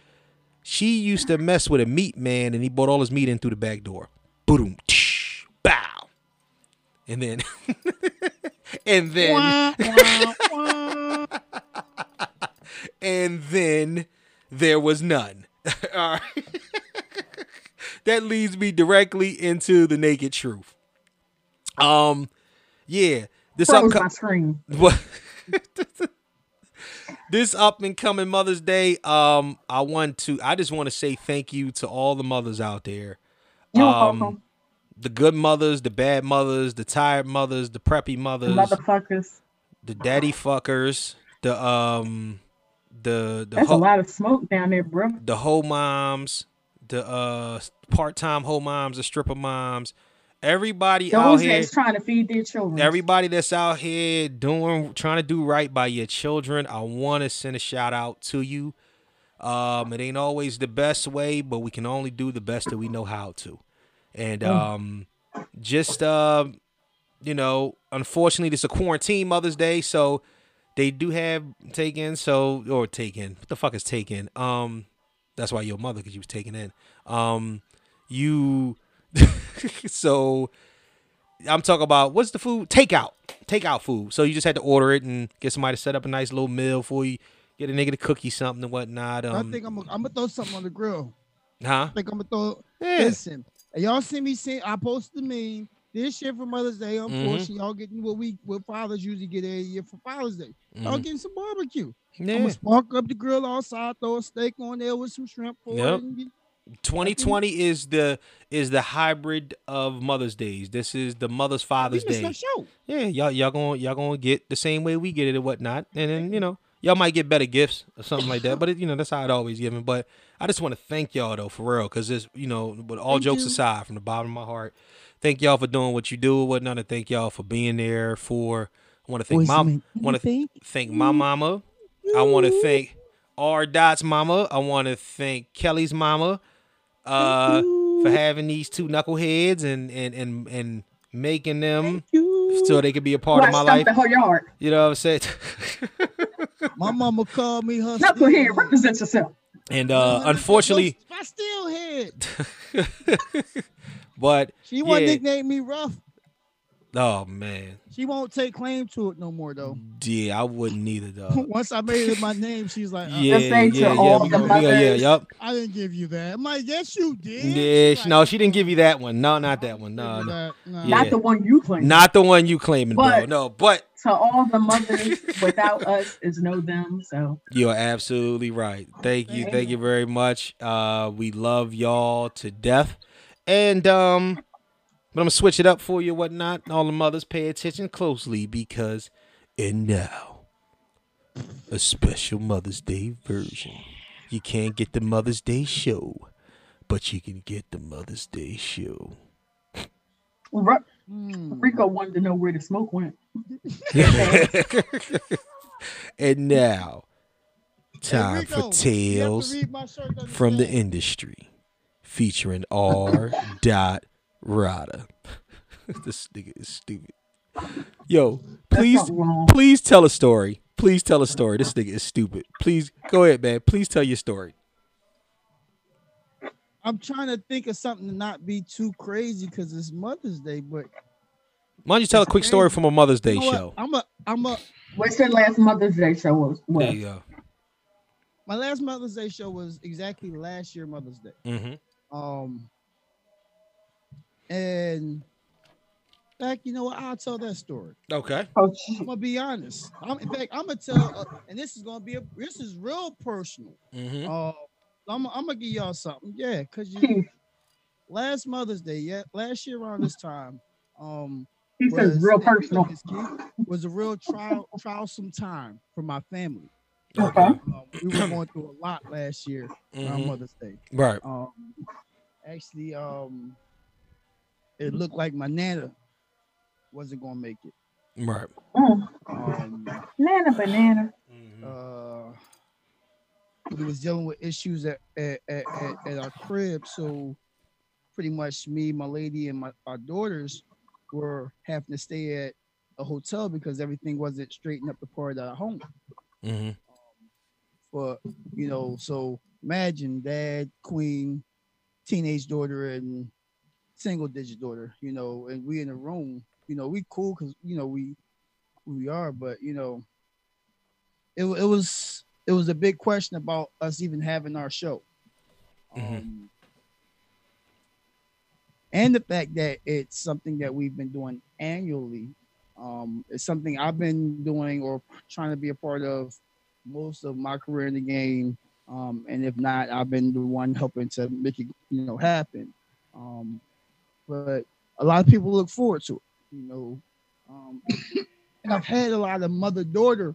[SPEAKER 1] She used to mess with a meat man, and he bought all his meat in through the back door. Boom, tsh, bow, and then <laughs> and then <laughs> and then there was none. <laughs> All right. <laughs> that leads me directly into the naked truth. Um, yeah, this
[SPEAKER 4] Froze my
[SPEAKER 1] upcoming
[SPEAKER 4] screen.
[SPEAKER 1] this up and coming Mother's Day. Um, I want to. I just want to say thank you to all the mothers out there.
[SPEAKER 4] You're
[SPEAKER 1] um,
[SPEAKER 4] welcome,
[SPEAKER 1] The good mothers, the bad mothers, the tired mothers, the preppy mothers,
[SPEAKER 4] motherfuckers.
[SPEAKER 1] the daddy fuckers, the um, the the
[SPEAKER 4] That's a
[SPEAKER 1] ho-
[SPEAKER 4] lot of smoke down there, bro.
[SPEAKER 1] the hoe moms, the uh part-time hoe moms, the stripper moms, everybody out
[SPEAKER 4] Those
[SPEAKER 1] here,
[SPEAKER 4] that's trying to feed their children.
[SPEAKER 1] everybody that's out here doing trying to do right by your children. I want to send a shout out to you. Um it ain't always the best way, but we can only do the best that we know how to. And um just um you know, unfortunately this is a quarantine Mother's Day, so they do have taken so or taken. What the fuck is taken? Um that's why your mother because you was taken in. Um you <laughs> so I'm talking about what's the food? Takeout. Takeout food. So you just had to order it and get somebody to set up a nice little meal for you. Get a nigga to cook you something and whatnot. Um,
[SPEAKER 2] I think I'm gonna I'm gonna throw something on the grill.
[SPEAKER 1] huh?
[SPEAKER 2] I think I'm gonna throw.
[SPEAKER 1] Yeah.
[SPEAKER 2] Listen, y'all see me saying I posted the meme. This year for Mother's Day,
[SPEAKER 1] Mm-hmm.
[SPEAKER 2] unfortunately, y'all getting what we what fathers usually get every year for Father's Day. Y'all
[SPEAKER 1] Mhm.
[SPEAKER 2] getting some barbecue. I'm
[SPEAKER 1] Yeah.
[SPEAKER 2] gonna spark up the grill outside, throw a steak on there with some shrimp for
[SPEAKER 1] Yep.
[SPEAKER 2] it. and get-
[SPEAKER 1] 2020 is the is the hybrid of Mother's Days. This is the Mother's
[SPEAKER 2] We
[SPEAKER 1] Father's
[SPEAKER 2] missed no
[SPEAKER 1] Day.
[SPEAKER 2] show.
[SPEAKER 1] Yeah, y'all y'all gonna y'all gonna get the same way we get it and whatnot. And then you know y'all might get better gifts or something like that. But it, you know that's how it always given. But I just want to thank y'all though for real, cause it's you know with all
[SPEAKER 2] Thank
[SPEAKER 1] jokes
[SPEAKER 2] you.
[SPEAKER 1] aside, from the bottom of my heart, thank y'all for doing what you do and whatnot, and thank y'all for being there. For I want to thank
[SPEAKER 2] Voice
[SPEAKER 1] mom,
[SPEAKER 2] link.
[SPEAKER 1] want to
[SPEAKER 2] Thank
[SPEAKER 1] thank my mama. I want to thank R Dot's mama. I want to thank Kelly's mama. Uh, for having these two knuckleheads and and and and making them so they could be a part
[SPEAKER 4] Right,
[SPEAKER 1] of my
[SPEAKER 4] stomp
[SPEAKER 1] life.
[SPEAKER 4] the whole yard.
[SPEAKER 1] You know what I'm saying? <laughs>
[SPEAKER 2] My mama called me her.
[SPEAKER 4] Knucklehead represents itself.
[SPEAKER 1] and uh unfortunately,
[SPEAKER 2] I still here.
[SPEAKER 1] <laughs> but
[SPEAKER 2] She won't
[SPEAKER 1] Yeah.
[SPEAKER 2] nickname me rough.
[SPEAKER 1] oh man,
[SPEAKER 2] She won't take claim to it no more though.
[SPEAKER 1] yeah, I wouldn't either, dog.
[SPEAKER 2] <laughs> Once I made it my name, she's like, uh,
[SPEAKER 1] Mm. Yeah, yeah,
[SPEAKER 4] say to
[SPEAKER 1] yeah,
[SPEAKER 4] all
[SPEAKER 1] we
[SPEAKER 4] the
[SPEAKER 1] gonna- we gonna- yeah,
[SPEAKER 4] mothers-
[SPEAKER 1] yep.
[SPEAKER 2] I didn't give you that. I'm like, yes, you did.
[SPEAKER 1] Yeah,
[SPEAKER 2] She's
[SPEAKER 1] she,
[SPEAKER 2] like,
[SPEAKER 1] no, she didn't give you that one. No, not that one.
[SPEAKER 2] "Give
[SPEAKER 1] No,
[SPEAKER 2] her
[SPEAKER 1] no,
[SPEAKER 2] that." Nah.
[SPEAKER 1] Yeah.
[SPEAKER 4] Not the one you claim.
[SPEAKER 1] not the one you claiming, bro.
[SPEAKER 4] But-
[SPEAKER 1] No, but
[SPEAKER 4] to all the mothers without us is no them. So
[SPEAKER 1] You're absolutely right. Thank you. Thank you very much. Uh we love y'all to death. And um but I'm gonna switch it up for you, and whatnot. All the mothers pay attention closely because and now a special Mother's Day version. You can't get the Mother's Day show, but you can get the Mother's Day show.
[SPEAKER 4] Ru-
[SPEAKER 2] Mm.
[SPEAKER 4] Rico wanted to know where the smoke went.
[SPEAKER 1] <laughs> and now time
[SPEAKER 2] Rico, you
[SPEAKER 1] for
[SPEAKER 2] have to
[SPEAKER 1] tales.
[SPEAKER 2] read my shirt doesn't
[SPEAKER 1] from the
[SPEAKER 2] say.
[SPEAKER 1] industry featuring <laughs> R. Dot Rada. <laughs> this nigga is stupid. Yo, please,
[SPEAKER 4] not wrong.
[SPEAKER 1] please tell a story. Please tell a story. This nigga is stupid. Please go ahead, man. Please tell your story.
[SPEAKER 2] I'm trying to think of something to not be too crazy because it's Mother's Day. But
[SPEAKER 1] Why don't you tell a quick story from a Mother's Day
[SPEAKER 2] you know what?
[SPEAKER 1] show?
[SPEAKER 2] I'm a, I'm a.
[SPEAKER 4] What's the last Mother's Day show was?
[SPEAKER 1] There
[SPEAKER 4] was?
[SPEAKER 1] you go.
[SPEAKER 2] My last Mother's Day show was exactly last year Mother's Day.
[SPEAKER 1] Mm-hmm.
[SPEAKER 2] Um, and back, you know what? I'll tell that story.
[SPEAKER 1] Okay.
[SPEAKER 4] Oh, sh-
[SPEAKER 2] I'm gonna be honest. I'm in fact, I'm gonna tell, uh, and this is gonna be a, this is real personal.
[SPEAKER 1] Mm-hmm.
[SPEAKER 2] Uh, I'm, I'm gonna give y'all something, yeah, cause you
[SPEAKER 4] he
[SPEAKER 2] last Mother's Day, yeah, last year around this time, um,
[SPEAKER 4] he says real personal.
[SPEAKER 2] was a real trial, trialsome time for my family.
[SPEAKER 4] Okay.
[SPEAKER 2] Um, we were going through a lot last year around
[SPEAKER 1] Mhm.
[SPEAKER 2] Mother's Day.
[SPEAKER 1] Right.
[SPEAKER 2] Um, actually, um, it looked like my nana wasn't gonna make it.
[SPEAKER 1] Right.
[SPEAKER 4] Mm,
[SPEAKER 2] Um,
[SPEAKER 4] Nana banana.
[SPEAKER 1] Mm-hmm.
[SPEAKER 2] uh, we was dealing with issues at at, at, at at our crib, so pretty much me, my lady, and my our daughters were having to stay at a hotel because everything wasn't straightened up the part at home.
[SPEAKER 1] Mm-hmm.
[SPEAKER 2] But you know, so imagine dad, queen, teenage daughter, and single digit daughter. You know, and we in the room. You know, we cool because you know we we are, but you know, it wa- it was it was a big question about us even having our show,
[SPEAKER 1] Mhm.
[SPEAKER 2] um, and the fact that it's something that we've been doing annually. Um, it's something I've been doing or trying to be a part of most of my career in the game. Um, and if not, I've been the one helping to make it, you know, happen. Um, but a lot of people look forward to it, you know. Um, <coughs> and I've had a lot of mother daughter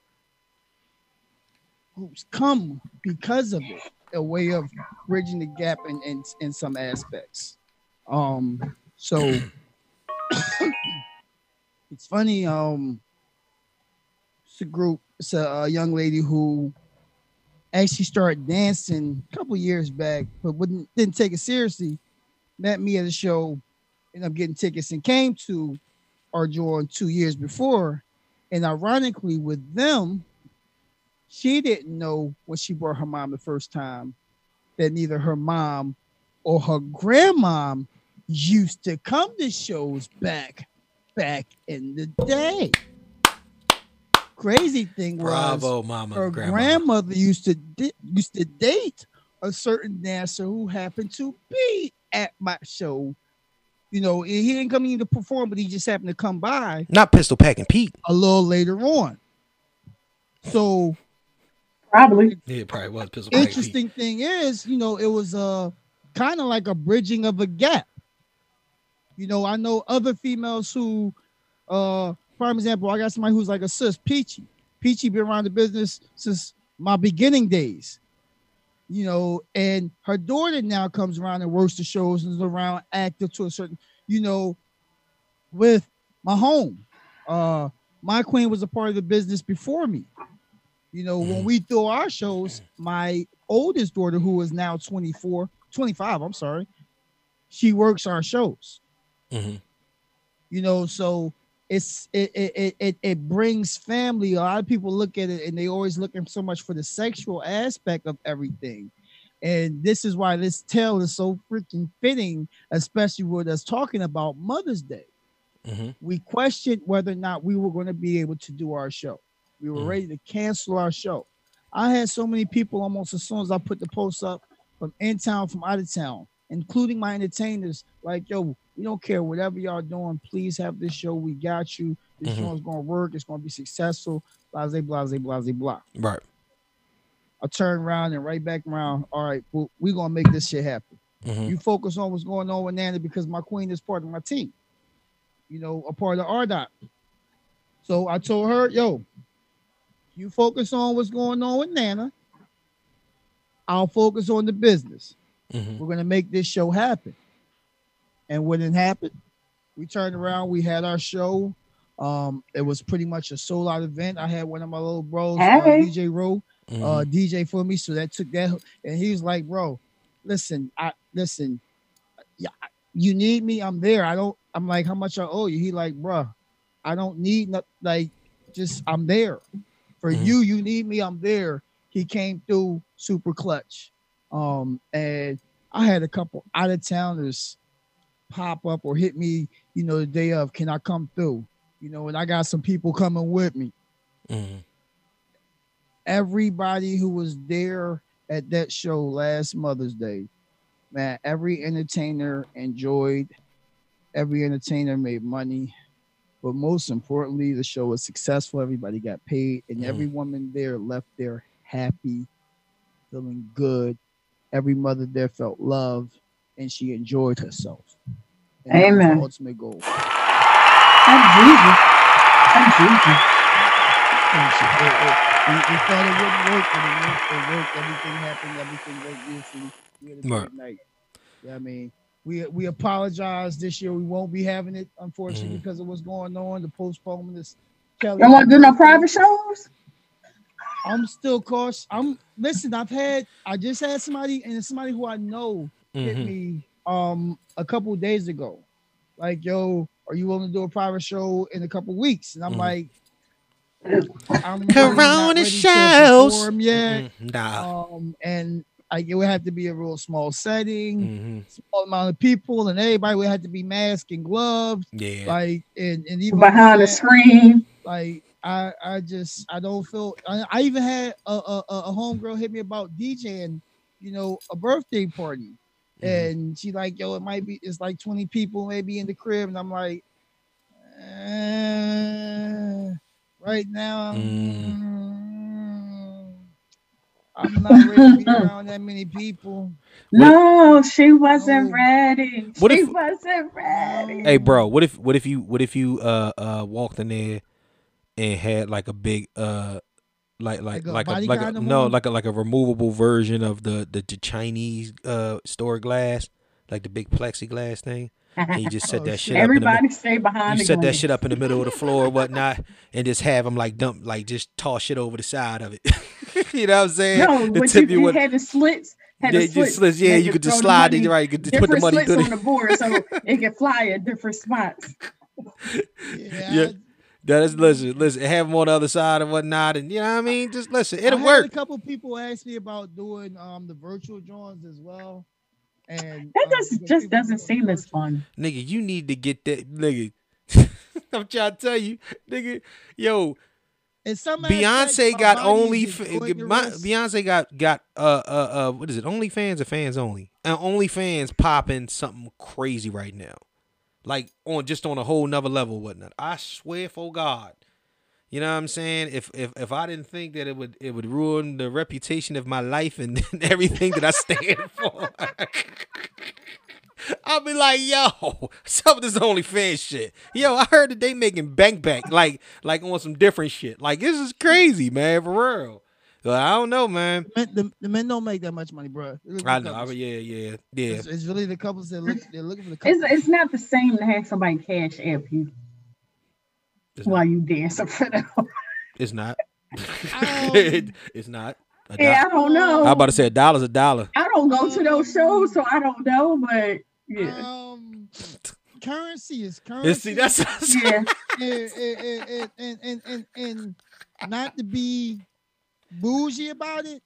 [SPEAKER 2] groups come because of it, a way of bridging the gap in, in, in some aspects. Um, so <coughs> it's funny. Um, it's a group. It's a, a young lady who actually started dancing a couple years back, but wouldn't didn't take it seriously. Met me at a show, ended up getting tickets, and came to our join two years before. And ironically, with them, she didn't know when she brought her mom the first time that neither her mom or her grandmom used to come to shows back back in the day. Crazy thing was
[SPEAKER 1] Bravo, mama,
[SPEAKER 2] her
[SPEAKER 1] grandma.
[SPEAKER 2] grandmother used to di- used to date a certain dancer who happened to be at my show. You know, he didn't come in to perform, but he just happened to come by
[SPEAKER 1] Not pistol packing Pete.
[SPEAKER 2] a little later on. So
[SPEAKER 4] Probably.
[SPEAKER 1] Yeah, it probably was pistol packing Pete.
[SPEAKER 2] interesting thing is, you know, it was uh kind of like a bridging of a gap. You know, I know other females who, uh, prime example, I got somebody who's like a sis, Peachy. Peachy been around the business since my beginning days. You know, and her daughter now comes around and works the shows and is around active to a certain, you know, with my home. Uh, my queen was a part of the business before me. You know, when we throw our shows, my oldest daughter, who is now 24, 25, I'm sorry, she works our shows.
[SPEAKER 1] Mhm.
[SPEAKER 2] You know, so it's it it, it it it brings family. A lot of people look at it and they always looking so much for the sexual aspect of everything. And this is why this tale is so freaking fitting, especially with us talking about Mother's Day.
[SPEAKER 1] Mhm.
[SPEAKER 2] We questioned whether or not we were going to be able to do our show. We were
[SPEAKER 1] Mhm.
[SPEAKER 2] ready to cancel our show. I had so many people almost as soon as I put the post up from in town, from out of town, including my entertainers, like, yo, we don't care. Whatever y'all doing, please have this show. We got you. This
[SPEAKER 1] Mhm.
[SPEAKER 2] show is going to work. It's going to be successful. Blase, blase, blase, blah.
[SPEAKER 1] Right.
[SPEAKER 2] I turn around and right back around. All right, well, we're gonna make this shit happen.
[SPEAKER 1] Mhm.
[SPEAKER 2] You focus on what's going on with Nana because my queen is part of my team, you know, a part of our dot. So I told her, yo, you focus on what's going on with Nana. I'll focus on the business.
[SPEAKER 1] Mhm.
[SPEAKER 2] We're gonna make this show happen. And when it happened, we turned around, we had our show. Um, it was pretty much a sold out event. I had one of my little bros, uh,
[SPEAKER 4] Hey.
[SPEAKER 2] DJ Rowe
[SPEAKER 1] Mhm.
[SPEAKER 2] uh DJ for me. So that took that, and he was like, "Bro, listen, I listen, yeah, I- you need me, I'm there. I don't. I'm like, how much I owe you? He like, bruh, I don't need no, like, just I'm there for
[SPEAKER 1] Mhm.
[SPEAKER 2] you. You need me, I'm there. He came through super clutch, um, and I had a couple out of towners pop up or hit me, you know, the day of, can I come through? You know, and I got some people coming with me
[SPEAKER 1] Mhm.
[SPEAKER 2] everybody who was there at that show last Mother's Day, man, every entertainer enjoyed, every entertainer made money, but most importantly, the show was successful. Everybody got paid, and every woman there left there happy, feeling good. Every mother there felt love, and she enjoyed herself. And that was the
[SPEAKER 4] Amen.
[SPEAKER 2] ultimate goal.
[SPEAKER 4] I'm Jesus. I'm Jesus.
[SPEAKER 2] Thank you. It- it- we, we thought it wouldn't work, but it worked. It worked. Everything happened. Everything worked beautifully. We had a great
[SPEAKER 1] Right.
[SPEAKER 2] night. Yeah, I mean, we we apologize this year. We won't be having it, unfortunately,
[SPEAKER 1] Mhm.
[SPEAKER 2] because of what's going on. The postponement is. Kelly,
[SPEAKER 4] Y'all want to do no
[SPEAKER 2] I'm-
[SPEAKER 4] private shows?
[SPEAKER 2] I'm still cautious. I'm listen. I've had. I just had somebody, and it's somebody who I know hit
[SPEAKER 1] Mhm.
[SPEAKER 2] me um a couple days ago. Like, yo, are you willing to do a private show in a couple weeks? And I'm
[SPEAKER 1] Mhm.
[SPEAKER 2] like, I'm really not
[SPEAKER 1] Corona
[SPEAKER 2] ready to
[SPEAKER 1] shows.
[SPEAKER 2] perform Yet.
[SPEAKER 1] Mhm. Nah.
[SPEAKER 2] Um, and like it would have to be a real small setting,
[SPEAKER 1] Mhm.
[SPEAKER 2] small amount of people, and everybody would have to be masked and gloves.
[SPEAKER 1] Yeah.
[SPEAKER 2] Like and, and even with
[SPEAKER 4] Behind the
[SPEAKER 2] that,
[SPEAKER 4] screen.
[SPEAKER 2] like I I just I don't feel I, I even had a, a a a homegirl hit me about DJing, you know, a birthday party.
[SPEAKER 1] Mhm.
[SPEAKER 2] And she like, yo, it might be it's like 20 people maybe in the crib. And I'm like, eh, right now,
[SPEAKER 4] Um,
[SPEAKER 1] Mm-hmm.
[SPEAKER 2] mm, I'm not
[SPEAKER 1] <laughs>
[SPEAKER 2] ready to be around that many people.
[SPEAKER 4] No, she wasn't
[SPEAKER 2] No.
[SPEAKER 4] ready.
[SPEAKER 1] What
[SPEAKER 4] she
[SPEAKER 1] if-
[SPEAKER 4] wasn't ready.
[SPEAKER 1] Mm-hmm. Hey, bro. What if what if you what if you uh uh walked in there and had like a big uh like like like
[SPEAKER 2] Like a
[SPEAKER 1] a, like a
[SPEAKER 2] bodyguard
[SPEAKER 1] no
[SPEAKER 2] removal?
[SPEAKER 1] like a like a removable version of the the, the Chinese uh store glass like the big plexiglass thing and you
[SPEAKER 4] <laughs>
[SPEAKER 1] just set
[SPEAKER 2] Oh,
[SPEAKER 1] that
[SPEAKER 2] shit.
[SPEAKER 1] shit up in the mid-
[SPEAKER 4] Everybody stay behind
[SPEAKER 1] you
[SPEAKER 4] the
[SPEAKER 1] set that
[SPEAKER 4] glass.
[SPEAKER 1] shit up in the middle of the floor or whatnot and just have them like dump like just toss shit over the side of it <laughs> you know what I'm saying
[SPEAKER 4] No,
[SPEAKER 1] the
[SPEAKER 4] but
[SPEAKER 1] tip
[SPEAKER 4] you,
[SPEAKER 1] you
[SPEAKER 4] you
[SPEAKER 1] would-
[SPEAKER 4] had the slits. Had
[SPEAKER 1] yeah,
[SPEAKER 4] the
[SPEAKER 1] you
[SPEAKER 4] slits.
[SPEAKER 1] slits- yeah
[SPEAKER 4] had
[SPEAKER 1] you
[SPEAKER 4] to
[SPEAKER 1] could just
[SPEAKER 4] throw the
[SPEAKER 1] slide it
[SPEAKER 4] money-
[SPEAKER 1] right you could just put
[SPEAKER 4] Different
[SPEAKER 1] the money
[SPEAKER 4] slits
[SPEAKER 1] through
[SPEAKER 4] on
[SPEAKER 1] the,
[SPEAKER 4] the
[SPEAKER 1] <laughs>
[SPEAKER 4] board, so it could fly at different spots.
[SPEAKER 2] Yeah.
[SPEAKER 1] Yeah.
[SPEAKER 2] I-
[SPEAKER 1] that is listen listen have them on the other side and whatnot and you know what I mean just listen
[SPEAKER 2] I
[SPEAKER 1] it'll
[SPEAKER 2] had
[SPEAKER 1] work
[SPEAKER 2] A couple people asked me about doing um the virtual drawings as well. And
[SPEAKER 1] Oh,
[SPEAKER 4] That
[SPEAKER 2] um,
[SPEAKER 4] just
[SPEAKER 2] because
[SPEAKER 4] just
[SPEAKER 2] people
[SPEAKER 4] doesn't
[SPEAKER 2] doing
[SPEAKER 4] seem as
[SPEAKER 2] virtual-
[SPEAKER 4] fun.
[SPEAKER 1] Nigga, you need to get that nigga. <laughs> I'm trying to tell you, nigga. Yo,
[SPEAKER 2] In some
[SPEAKER 1] Beyonce
[SPEAKER 2] aspects, my
[SPEAKER 1] got
[SPEAKER 2] body is
[SPEAKER 1] only.
[SPEAKER 2] just
[SPEAKER 1] fa-
[SPEAKER 2] joint and
[SPEAKER 1] my-
[SPEAKER 2] wrist.
[SPEAKER 1] Beyonce got got uh uh uh what is it? Only fans or fans only? And only fans popping something crazy right now, like on just on a whole nother level, and whatnot. I swear for God, you know what I'm saying? If if if I didn't think that it would it would ruin the reputation of my life and <laughs> everything that I stand for. <laughs> I'll be like, yo, <laughs> some of this OnlyFans shit. Yo, I heard that they making bank back, like, like on some different shit. Like, this is crazy, man, for real. Like, I don't know, man.
[SPEAKER 2] Men- the, the men don't make that much money, bro.
[SPEAKER 1] I know, I, yeah, yeah, yeah.
[SPEAKER 2] It's, it's really the couples that look, they're looking for the couples.
[SPEAKER 4] It's it's not the same to have somebody cash app you
[SPEAKER 1] It's
[SPEAKER 4] while
[SPEAKER 1] not.
[SPEAKER 4] you dancing for them. <laughs>
[SPEAKER 1] It's not.
[SPEAKER 2] Um,
[SPEAKER 1] <laughs> it's not. A do-
[SPEAKER 4] yeah, I don't know.
[SPEAKER 1] I'm about to say a dollar's a dollar.
[SPEAKER 4] I don't go to those shows, so I don't know. But
[SPEAKER 1] Mm,
[SPEAKER 4] Yeah.
[SPEAKER 2] Um, currency is
[SPEAKER 1] You
[SPEAKER 2] currency.
[SPEAKER 1] see, that's
[SPEAKER 4] Yeah.
[SPEAKER 2] and, and, and- and, and, and, and not to be bougie about it,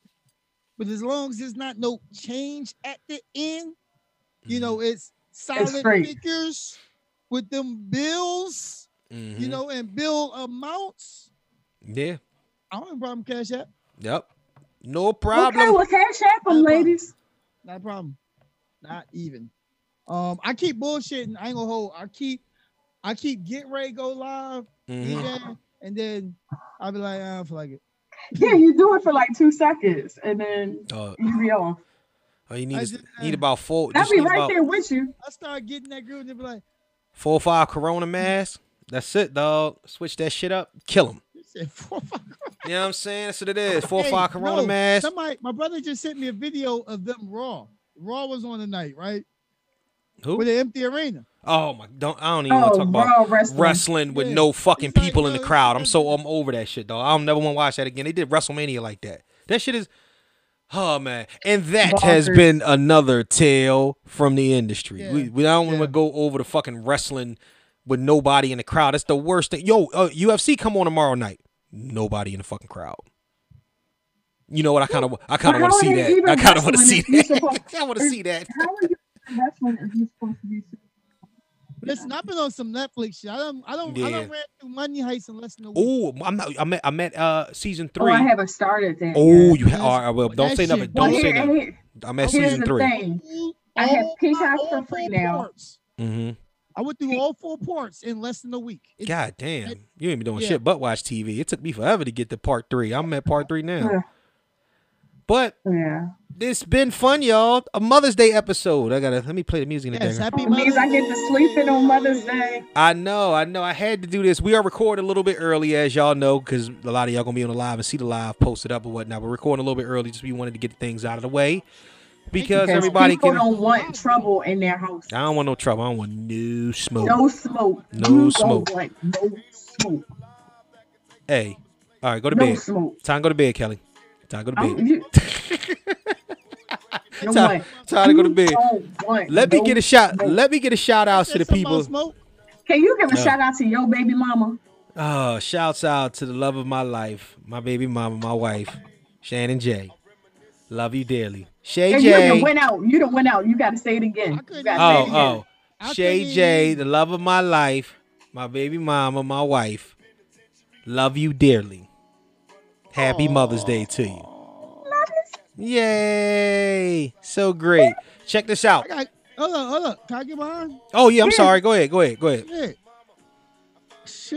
[SPEAKER 2] but as long as there's not no change at the end, you know,
[SPEAKER 1] Mm-hmm.
[SPEAKER 2] it's solid
[SPEAKER 4] straight.
[SPEAKER 2] figures with them bills, you
[SPEAKER 1] Mhm.
[SPEAKER 2] know, and bill amounts.
[SPEAKER 1] Yeah.
[SPEAKER 2] I don't have a problem with cash app.
[SPEAKER 1] Yep. No
[SPEAKER 4] Okay,
[SPEAKER 1] problem.
[SPEAKER 4] well, cash app
[SPEAKER 2] Problem.
[SPEAKER 4] them, ladies.
[SPEAKER 2] Not a problem. Not even. Um, I keep bullshitting. I ain't gonna hold. I keep, I keep getting ready to go live,
[SPEAKER 1] Mhm.
[SPEAKER 2] DJ, and then I'll be like, I don't feel like it.
[SPEAKER 4] Yeah, you do it for like two seconds and then
[SPEAKER 1] Uh,
[SPEAKER 4] you be off.
[SPEAKER 1] all you need
[SPEAKER 2] I
[SPEAKER 1] is
[SPEAKER 2] just-
[SPEAKER 1] need about four.
[SPEAKER 4] I'll
[SPEAKER 1] Just
[SPEAKER 4] be
[SPEAKER 1] need
[SPEAKER 4] right
[SPEAKER 1] about
[SPEAKER 4] there with you.
[SPEAKER 2] I start getting that groove and they be like,
[SPEAKER 1] four or five Corona masks. That's it, dog. Switch that shit up. Kill him.
[SPEAKER 2] you said four, <laughs> five,
[SPEAKER 1] You know what I'm saying? That's what it is. Four or
[SPEAKER 2] Hey,
[SPEAKER 1] five Corona
[SPEAKER 2] no,
[SPEAKER 1] masks.
[SPEAKER 2] Somebody, my brother just sent me a video of them raw. Raw was on tonight, right?
[SPEAKER 1] Who?
[SPEAKER 2] With an empty arena.
[SPEAKER 1] Oh my! Don't I don't even want to
[SPEAKER 4] Oh,
[SPEAKER 1] talk about
[SPEAKER 4] raw wrestling.
[SPEAKER 1] wrestling with
[SPEAKER 2] Yeah.
[SPEAKER 1] no fucking
[SPEAKER 2] It's like,
[SPEAKER 1] people in
[SPEAKER 2] yo,
[SPEAKER 4] uh,
[SPEAKER 1] the crowd. I'm
[SPEAKER 2] it's-
[SPEAKER 1] so I'm over that shit, dog. I don't never want to watch that again. They did WrestleMania like that. That shit is, oh man. And that has
[SPEAKER 4] Bonkers.
[SPEAKER 1] been another tale from the industry.
[SPEAKER 2] Yeah.
[SPEAKER 1] We, we don't want
[SPEAKER 2] Yeah.
[SPEAKER 1] to go over the fucking wrestling with nobody in the crowd. That's the worst thing. Yo, uh, UFC come on tomorrow night. Nobody in the fucking crowd. You know what? I kind of I kind of
[SPEAKER 4] But
[SPEAKER 1] want to see
[SPEAKER 4] how are they
[SPEAKER 1] that.
[SPEAKER 4] even
[SPEAKER 1] I kind of want to
[SPEAKER 4] wrestling
[SPEAKER 1] see
[SPEAKER 4] if you're
[SPEAKER 1] that.
[SPEAKER 4] supposed-
[SPEAKER 1] <laughs> I want to see that.
[SPEAKER 4] How are you wrestling if you're supposed to be
[SPEAKER 2] Listen, I've been on some Netflix shit. I don't, I don't, I
[SPEAKER 1] Yeah.
[SPEAKER 2] don't ran through money heist unless no.
[SPEAKER 1] Oh, I'm not. I met. I met. Uh, season
[SPEAKER 4] Oh,
[SPEAKER 1] three.
[SPEAKER 4] I haven't started that.
[SPEAKER 1] Oh,
[SPEAKER 4] yet.
[SPEAKER 1] you ha-
[SPEAKER 2] That's-
[SPEAKER 1] all right, well, don't
[SPEAKER 2] that
[SPEAKER 1] say
[SPEAKER 2] shit-
[SPEAKER 1] nothing.
[SPEAKER 4] well,
[SPEAKER 1] Don't
[SPEAKER 4] here,
[SPEAKER 1] say nothing.
[SPEAKER 4] here-
[SPEAKER 1] I'm at
[SPEAKER 2] here's
[SPEAKER 1] season
[SPEAKER 4] the
[SPEAKER 1] three.
[SPEAKER 4] thing.
[SPEAKER 2] All-
[SPEAKER 4] I have
[SPEAKER 2] all-
[SPEAKER 4] Peacock
[SPEAKER 2] all
[SPEAKER 4] for
[SPEAKER 2] four
[SPEAKER 4] free now.
[SPEAKER 2] Parts.
[SPEAKER 1] Mm-hmm.
[SPEAKER 2] I went through all four parts in less than a week. It's-
[SPEAKER 1] God damn, you ain't been doing
[SPEAKER 2] yeah.
[SPEAKER 1] shit but watch TV. It took me forever to get to part three. I'm at part three now.
[SPEAKER 4] Yeah.
[SPEAKER 1] But
[SPEAKER 4] Yeah.
[SPEAKER 1] it's been fun, y'all. A Mother's Day episode. I gotta let me play the music in the
[SPEAKER 2] Yes,
[SPEAKER 1] background.
[SPEAKER 2] happy
[SPEAKER 4] It means I get to sleep in on Mother's Day.
[SPEAKER 1] I know, I know. I had to do this. We are recording a little bit early, as y'all know, because a lot of y'all gonna be on the live and see the live posted up and whatnot. We're recording a little bit early, just we wanted to get things out of the way because
[SPEAKER 4] Because
[SPEAKER 1] everybody
[SPEAKER 4] people
[SPEAKER 1] can.
[SPEAKER 4] don't want trouble in their house.
[SPEAKER 1] I don't want no trouble. I don't want no smoke.
[SPEAKER 4] No smoke.
[SPEAKER 1] No
[SPEAKER 4] You don't
[SPEAKER 1] smoke.
[SPEAKER 4] want No smoke.
[SPEAKER 1] Hey, all right, go to
[SPEAKER 4] No
[SPEAKER 1] bed.
[SPEAKER 4] smoke.
[SPEAKER 1] Time to go to bed, Kelly. <laughs> Time to go to
[SPEAKER 4] I'm,
[SPEAKER 1] bed.
[SPEAKER 4] you, you know
[SPEAKER 1] Time,
[SPEAKER 4] what?
[SPEAKER 1] time to go to
[SPEAKER 4] You
[SPEAKER 1] bed.
[SPEAKER 4] don't want
[SPEAKER 1] Let me
[SPEAKER 4] no
[SPEAKER 1] get a shout.
[SPEAKER 4] smoke.
[SPEAKER 1] Let me get a shout out to
[SPEAKER 2] Said
[SPEAKER 1] the
[SPEAKER 2] something about
[SPEAKER 1] people.
[SPEAKER 2] Smoke.
[SPEAKER 4] Can you give a
[SPEAKER 1] Yeah.
[SPEAKER 4] shout out to your baby mama?
[SPEAKER 1] Oh, shouts out to the love of my life, my baby mama, my wife, Shannon J. Love you dearly, Shay
[SPEAKER 4] And you done
[SPEAKER 1] J.
[SPEAKER 4] went out. You done went out. You got to say it again.
[SPEAKER 2] I couldn't
[SPEAKER 1] Oh,
[SPEAKER 4] You gotta say it
[SPEAKER 2] even-
[SPEAKER 4] again.
[SPEAKER 1] oh,
[SPEAKER 2] I
[SPEAKER 1] Shay
[SPEAKER 2] couldn't
[SPEAKER 1] J.
[SPEAKER 2] even-
[SPEAKER 1] The love of my life, my baby mama, my wife. Love you dearly. Happy Mother's Day to you. Yay! So great. Check this out.
[SPEAKER 2] I got. Hold on, hold on. Can I get mine?
[SPEAKER 1] Oh yeah, I'm
[SPEAKER 4] Yeah.
[SPEAKER 1] sorry. Go ahead. Go ahead. Go ahead.
[SPEAKER 2] Shit.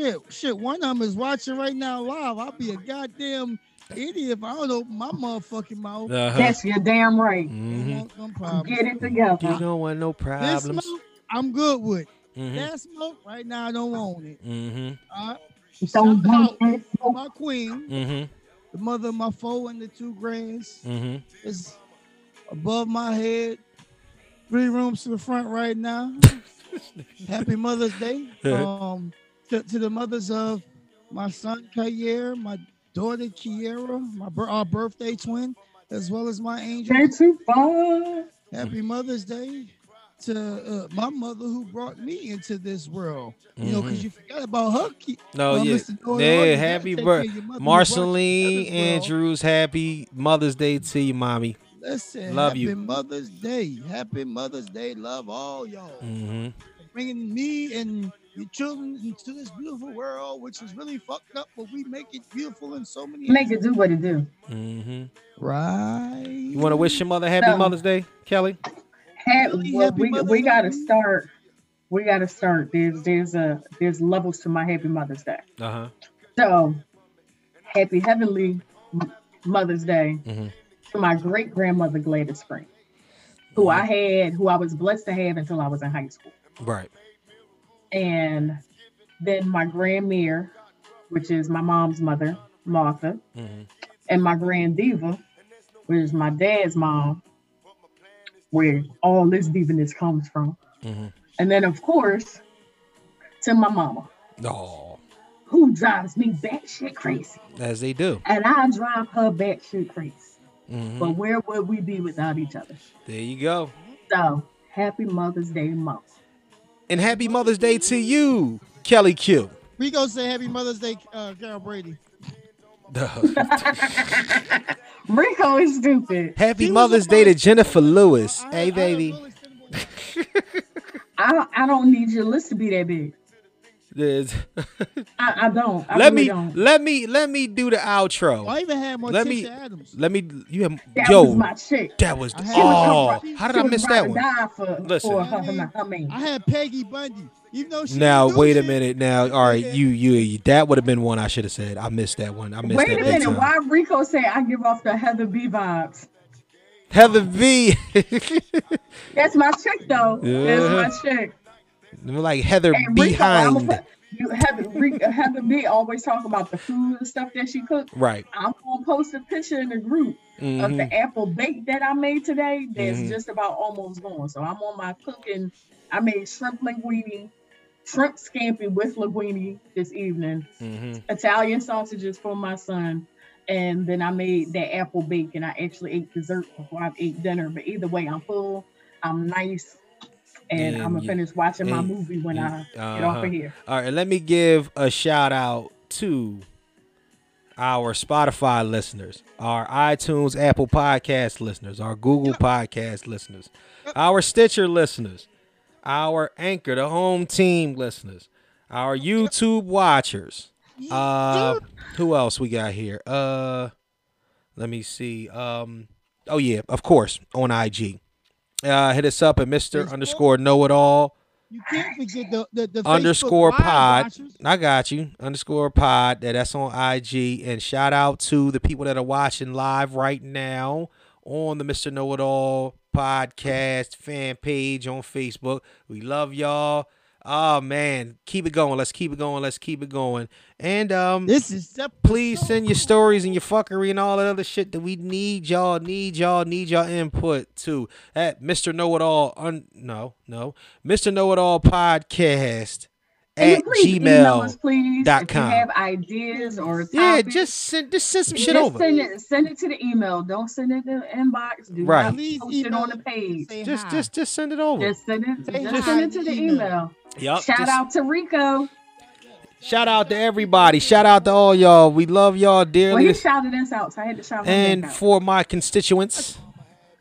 [SPEAKER 2] Shit, shit. One of them is watching right now live. I'll be a goddamn idiot if I don't open my motherfucking mouth.
[SPEAKER 1] Uh-huh.
[SPEAKER 4] That's your damn right.
[SPEAKER 2] I
[SPEAKER 1] Mhm.
[SPEAKER 2] want some problems.
[SPEAKER 4] Get it together.
[SPEAKER 1] You don't want no
[SPEAKER 2] This
[SPEAKER 1] problems.
[SPEAKER 2] smoke, I'm good with.
[SPEAKER 1] hmm
[SPEAKER 2] That smoke, right now, I don't want it.
[SPEAKER 1] hmm
[SPEAKER 2] All right?
[SPEAKER 4] Don't
[SPEAKER 2] Shout
[SPEAKER 4] want
[SPEAKER 2] out
[SPEAKER 4] that
[SPEAKER 2] to
[SPEAKER 4] smoke.
[SPEAKER 2] my queen,
[SPEAKER 1] hmm
[SPEAKER 2] the mother of my four and the two grands,
[SPEAKER 1] hmm
[SPEAKER 2] is above my head. Three rooms to the front right now. Happy Mother's Day. Um, to, to the mothers of my son Kayer, my daughter Kiera, my bir- our birthday twin, as well as my angel.
[SPEAKER 4] Ain't too far.
[SPEAKER 2] Happy Mother's Day to uh, my mother who brought me into this world. You know, because you forgot about her. Ki-
[SPEAKER 1] No,
[SPEAKER 2] well,
[SPEAKER 1] Mm-hmm. Oh, yeah.
[SPEAKER 2] Mr. Doyle, you
[SPEAKER 1] Yeah,
[SPEAKER 2] gotta
[SPEAKER 1] happy
[SPEAKER 2] take care of
[SPEAKER 1] birthday.
[SPEAKER 2] your mother who brought you
[SPEAKER 1] Marceline
[SPEAKER 2] into this world.
[SPEAKER 1] Andrews, happy Mother's Day to you, mommy.
[SPEAKER 2] Listen,
[SPEAKER 1] Love
[SPEAKER 2] happy
[SPEAKER 1] you.
[SPEAKER 2] Mother's Day. Happy Mother's Day. Love all y'all.
[SPEAKER 1] hmm
[SPEAKER 2] Bringing me and your children into this beautiful world, which is really fucked up, but we make it beautiful in so many
[SPEAKER 4] Make it do what it do.
[SPEAKER 1] hmm
[SPEAKER 2] Right.
[SPEAKER 1] You want to wish your mother happy
[SPEAKER 4] No.
[SPEAKER 1] Mother's Day, Kelly?
[SPEAKER 4] Had,
[SPEAKER 2] Happy
[SPEAKER 4] well, we
[SPEAKER 2] Mother's
[SPEAKER 4] we gotta
[SPEAKER 2] Day.
[SPEAKER 4] start. We gotta start. There's there's a there's levels to my happy Mother's Day.
[SPEAKER 1] Uh huh.
[SPEAKER 4] So happy heavenly M- Mother's Day
[SPEAKER 1] Mhm.
[SPEAKER 4] to my great grandmother Gladys Spring, who
[SPEAKER 1] Mm-hmm.
[SPEAKER 4] I had, who I was blessed to have until I was in high school.
[SPEAKER 1] Right.
[SPEAKER 4] and then my grandmere, which is my mom's mother, Martha,
[SPEAKER 1] hmm
[SPEAKER 4] and my grand diva, which is my dad's mom, where all this diviness comes from.
[SPEAKER 1] hmm
[SPEAKER 4] And then, of course, to my mama,
[SPEAKER 1] Oh,
[SPEAKER 4] who drives me batshit crazy,
[SPEAKER 1] as they do.
[SPEAKER 4] and I drive her batshit crazy.
[SPEAKER 1] hmm
[SPEAKER 4] But where would we be without each other?
[SPEAKER 1] There you go.
[SPEAKER 4] So, Happy Mother's Day, Mom.
[SPEAKER 1] And happy Mother's Day to you, Kelly Q. <laughs>
[SPEAKER 2] Rico said Happy Mother's Day, uh, Carol Brady.
[SPEAKER 4] Rico is stupid.
[SPEAKER 1] happy
[SPEAKER 4] <laughs>
[SPEAKER 2] She was
[SPEAKER 1] Mother's
[SPEAKER 2] a
[SPEAKER 1] Day to
[SPEAKER 2] mother-
[SPEAKER 1] Jennifer Lewis.
[SPEAKER 2] I-
[SPEAKER 1] Hey,
[SPEAKER 2] I
[SPEAKER 1] baby.
[SPEAKER 2] really sent him-
[SPEAKER 4] I don't, I don't need your list to be that big.
[SPEAKER 1] There's- <laughs>
[SPEAKER 4] I, I don't. I
[SPEAKER 1] let
[SPEAKER 4] really
[SPEAKER 1] me
[SPEAKER 4] don't.
[SPEAKER 1] let me let me do the outro.
[SPEAKER 2] I even had
[SPEAKER 1] Let me-
[SPEAKER 2] Morticia Adams.
[SPEAKER 1] Let me you have
[SPEAKER 4] That
[SPEAKER 1] yo.
[SPEAKER 4] was my chick.
[SPEAKER 1] that was
[SPEAKER 2] I had- She
[SPEAKER 1] oh.
[SPEAKER 2] was her-
[SPEAKER 1] How did
[SPEAKER 4] She
[SPEAKER 1] I
[SPEAKER 4] was
[SPEAKER 1] miss
[SPEAKER 4] ride
[SPEAKER 1] that
[SPEAKER 4] or
[SPEAKER 1] one?
[SPEAKER 4] die For,
[SPEAKER 1] Listen.
[SPEAKER 4] For her, her, her man.
[SPEAKER 2] I had Peggy Bundy. Even though she
[SPEAKER 1] Now
[SPEAKER 2] knew
[SPEAKER 1] wait a
[SPEAKER 2] she-
[SPEAKER 1] minute. Now all right,
[SPEAKER 2] Yeah.
[SPEAKER 1] you you, you that would have been one I should have said. I missed that one. I missed
[SPEAKER 4] Wait
[SPEAKER 1] that
[SPEAKER 4] a
[SPEAKER 1] big
[SPEAKER 4] minute.
[SPEAKER 1] time.
[SPEAKER 4] Why Rico say I give off the Heather B vibes?
[SPEAKER 1] Heather V. <laughs>
[SPEAKER 4] That's my chick, though.
[SPEAKER 1] Yeah.
[SPEAKER 4] That's my chick.
[SPEAKER 1] like Heather
[SPEAKER 4] And Rico,
[SPEAKER 1] behind.
[SPEAKER 4] I'm gonna put, you Heather, Re- Heather B always talk about the food and stuff that she cooked.
[SPEAKER 1] Right.
[SPEAKER 4] I'm gonna post a picture in the group of
[SPEAKER 1] Mhm.
[SPEAKER 4] the apple bake that I made today. That's
[SPEAKER 1] Mhm.
[SPEAKER 4] just about almost gone. So I'm on my cooking. I made shrimp linguine, shrimp scampi with linguine this evening.
[SPEAKER 1] Mhm.
[SPEAKER 4] Italian sausages for my son. And then I made that apple bake and I actually ate dessert before I ate dinner. But either way, I'm full, I'm nice, and
[SPEAKER 1] And
[SPEAKER 4] I'm gonna
[SPEAKER 1] you-
[SPEAKER 4] finish watching my
[SPEAKER 1] and-
[SPEAKER 4] movie when I
[SPEAKER 1] and-
[SPEAKER 4] get off
[SPEAKER 1] uh-huh.
[SPEAKER 4] of here.
[SPEAKER 1] All right, and let me give a shout out to our Spotify listeners, our iTunes, Apple Podcast listeners, our Google Podcast listeners, our Stitcher listeners, our Anchor, the home team listeners, our YouTube watchers. Uh, who else we got here? Uh, let me see. Um, oh yeah, of course, on IG. Uh, hit us up at Mister
[SPEAKER 2] Facebook.
[SPEAKER 1] underscore Know It All
[SPEAKER 2] You can't forget the the, the
[SPEAKER 1] underscore
[SPEAKER 2] Facebook Live
[SPEAKER 1] pod.
[SPEAKER 2] watchers.
[SPEAKER 1] I got you. Underscore pod. That that's on IG. And shout out to the people that are watching live right now on the Mr. Know It All podcast fan page on Facebook. We love y'all. Oh man, keep it going. Let's keep it going. Let's keep it going. And um
[SPEAKER 2] This is sep-
[SPEAKER 1] please send your stories and your fuckery and all that other shit that we need y'all need y'all need y'all input to at mr know-it-all un- no no mr know-it-all podcast
[SPEAKER 4] Can
[SPEAKER 1] at
[SPEAKER 4] you please email us,
[SPEAKER 1] gmail
[SPEAKER 4] please,
[SPEAKER 1] dot
[SPEAKER 4] if you
[SPEAKER 1] com.
[SPEAKER 4] have ideas or
[SPEAKER 1] yeah
[SPEAKER 4] topics.
[SPEAKER 1] just send just send some shit
[SPEAKER 4] Just
[SPEAKER 1] over
[SPEAKER 4] Send it, send it to the email. Don't send it to the inbox. Do
[SPEAKER 1] Right.
[SPEAKER 4] not
[SPEAKER 2] Please
[SPEAKER 4] post it on the
[SPEAKER 2] email
[SPEAKER 4] page.
[SPEAKER 2] say
[SPEAKER 1] just
[SPEAKER 2] hi.
[SPEAKER 1] just just send it over
[SPEAKER 4] Just send it,
[SPEAKER 2] Say
[SPEAKER 4] just
[SPEAKER 2] hi
[SPEAKER 4] send it to
[SPEAKER 2] in
[SPEAKER 4] the
[SPEAKER 2] the
[SPEAKER 4] email.
[SPEAKER 2] email.
[SPEAKER 1] Yup,
[SPEAKER 4] Shout
[SPEAKER 1] just-
[SPEAKER 4] out to Rico.
[SPEAKER 1] shout out to everybody shout out to all y'all we love y'all
[SPEAKER 4] Well,
[SPEAKER 1] dearly
[SPEAKER 4] he shouted us out, so I had to shout him
[SPEAKER 1] and
[SPEAKER 4] back out.
[SPEAKER 1] for my constituents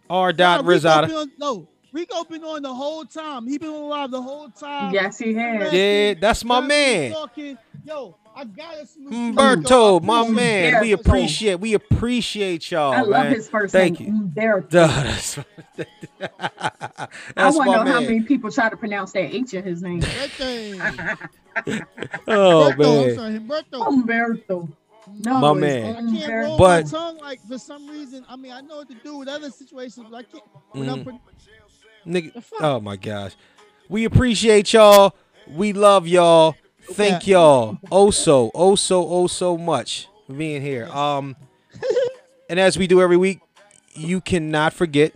[SPEAKER 1] r
[SPEAKER 2] Nah,
[SPEAKER 1] dot
[SPEAKER 2] Rico been
[SPEAKER 1] risada
[SPEAKER 2] on- no, Rico been on the whole time. He been on live the whole time.
[SPEAKER 4] Yes, he has.
[SPEAKER 1] yeah that's my
[SPEAKER 2] Constantly
[SPEAKER 1] man
[SPEAKER 2] talking. Yo, I gotta salute you,
[SPEAKER 1] Humberto,
[SPEAKER 2] Rico.
[SPEAKER 1] my
[SPEAKER 2] Appreciate
[SPEAKER 1] man,
[SPEAKER 2] you.
[SPEAKER 1] we
[SPEAKER 4] Humberto.
[SPEAKER 1] appreciate we appreciate y'all.
[SPEAKER 4] I love
[SPEAKER 1] Oh, man.
[SPEAKER 4] his first
[SPEAKER 1] Thank
[SPEAKER 4] name. You.
[SPEAKER 1] you. <laughs> Duh, that's
[SPEAKER 4] <laughs> I
[SPEAKER 1] that's
[SPEAKER 4] want to
[SPEAKER 1] my
[SPEAKER 4] know how
[SPEAKER 1] man.
[SPEAKER 4] many people try to pronounce that H in his name.
[SPEAKER 2] That thing.
[SPEAKER 1] Oh
[SPEAKER 2] Humberto, I'm
[SPEAKER 1] man,
[SPEAKER 2] sorry, Humberto.
[SPEAKER 4] Humberto. No,
[SPEAKER 1] My
[SPEAKER 4] it's
[SPEAKER 1] man.
[SPEAKER 2] I can't roll
[SPEAKER 4] Humberto.
[SPEAKER 1] But-
[SPEAKER 2] my tongue like for some reason. I mean, I know what to do with other situations, but I can't. When
[SPEAKER 1] Mm.
[SPEAKER 2] I'm put,
[SPEAKER 1] nigga. Oh my gosh, we appreciate y'all. We love y'all. Thank y'all oh so oh so oh so much for being here. Um, and as we do every week, you cannot forget,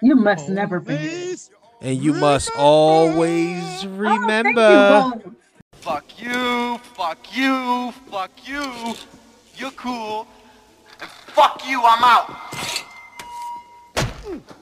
[SPEAKER 4] You must never forget.
[SPEAKER 2] please.
[SPEAKER 1] and you must always remember.
[SPEAKER 4] Oh, thank you both.
[SPEAKER 10] Fuck you, fuck you, fuck you. You're cool. And fuck you, I'm out.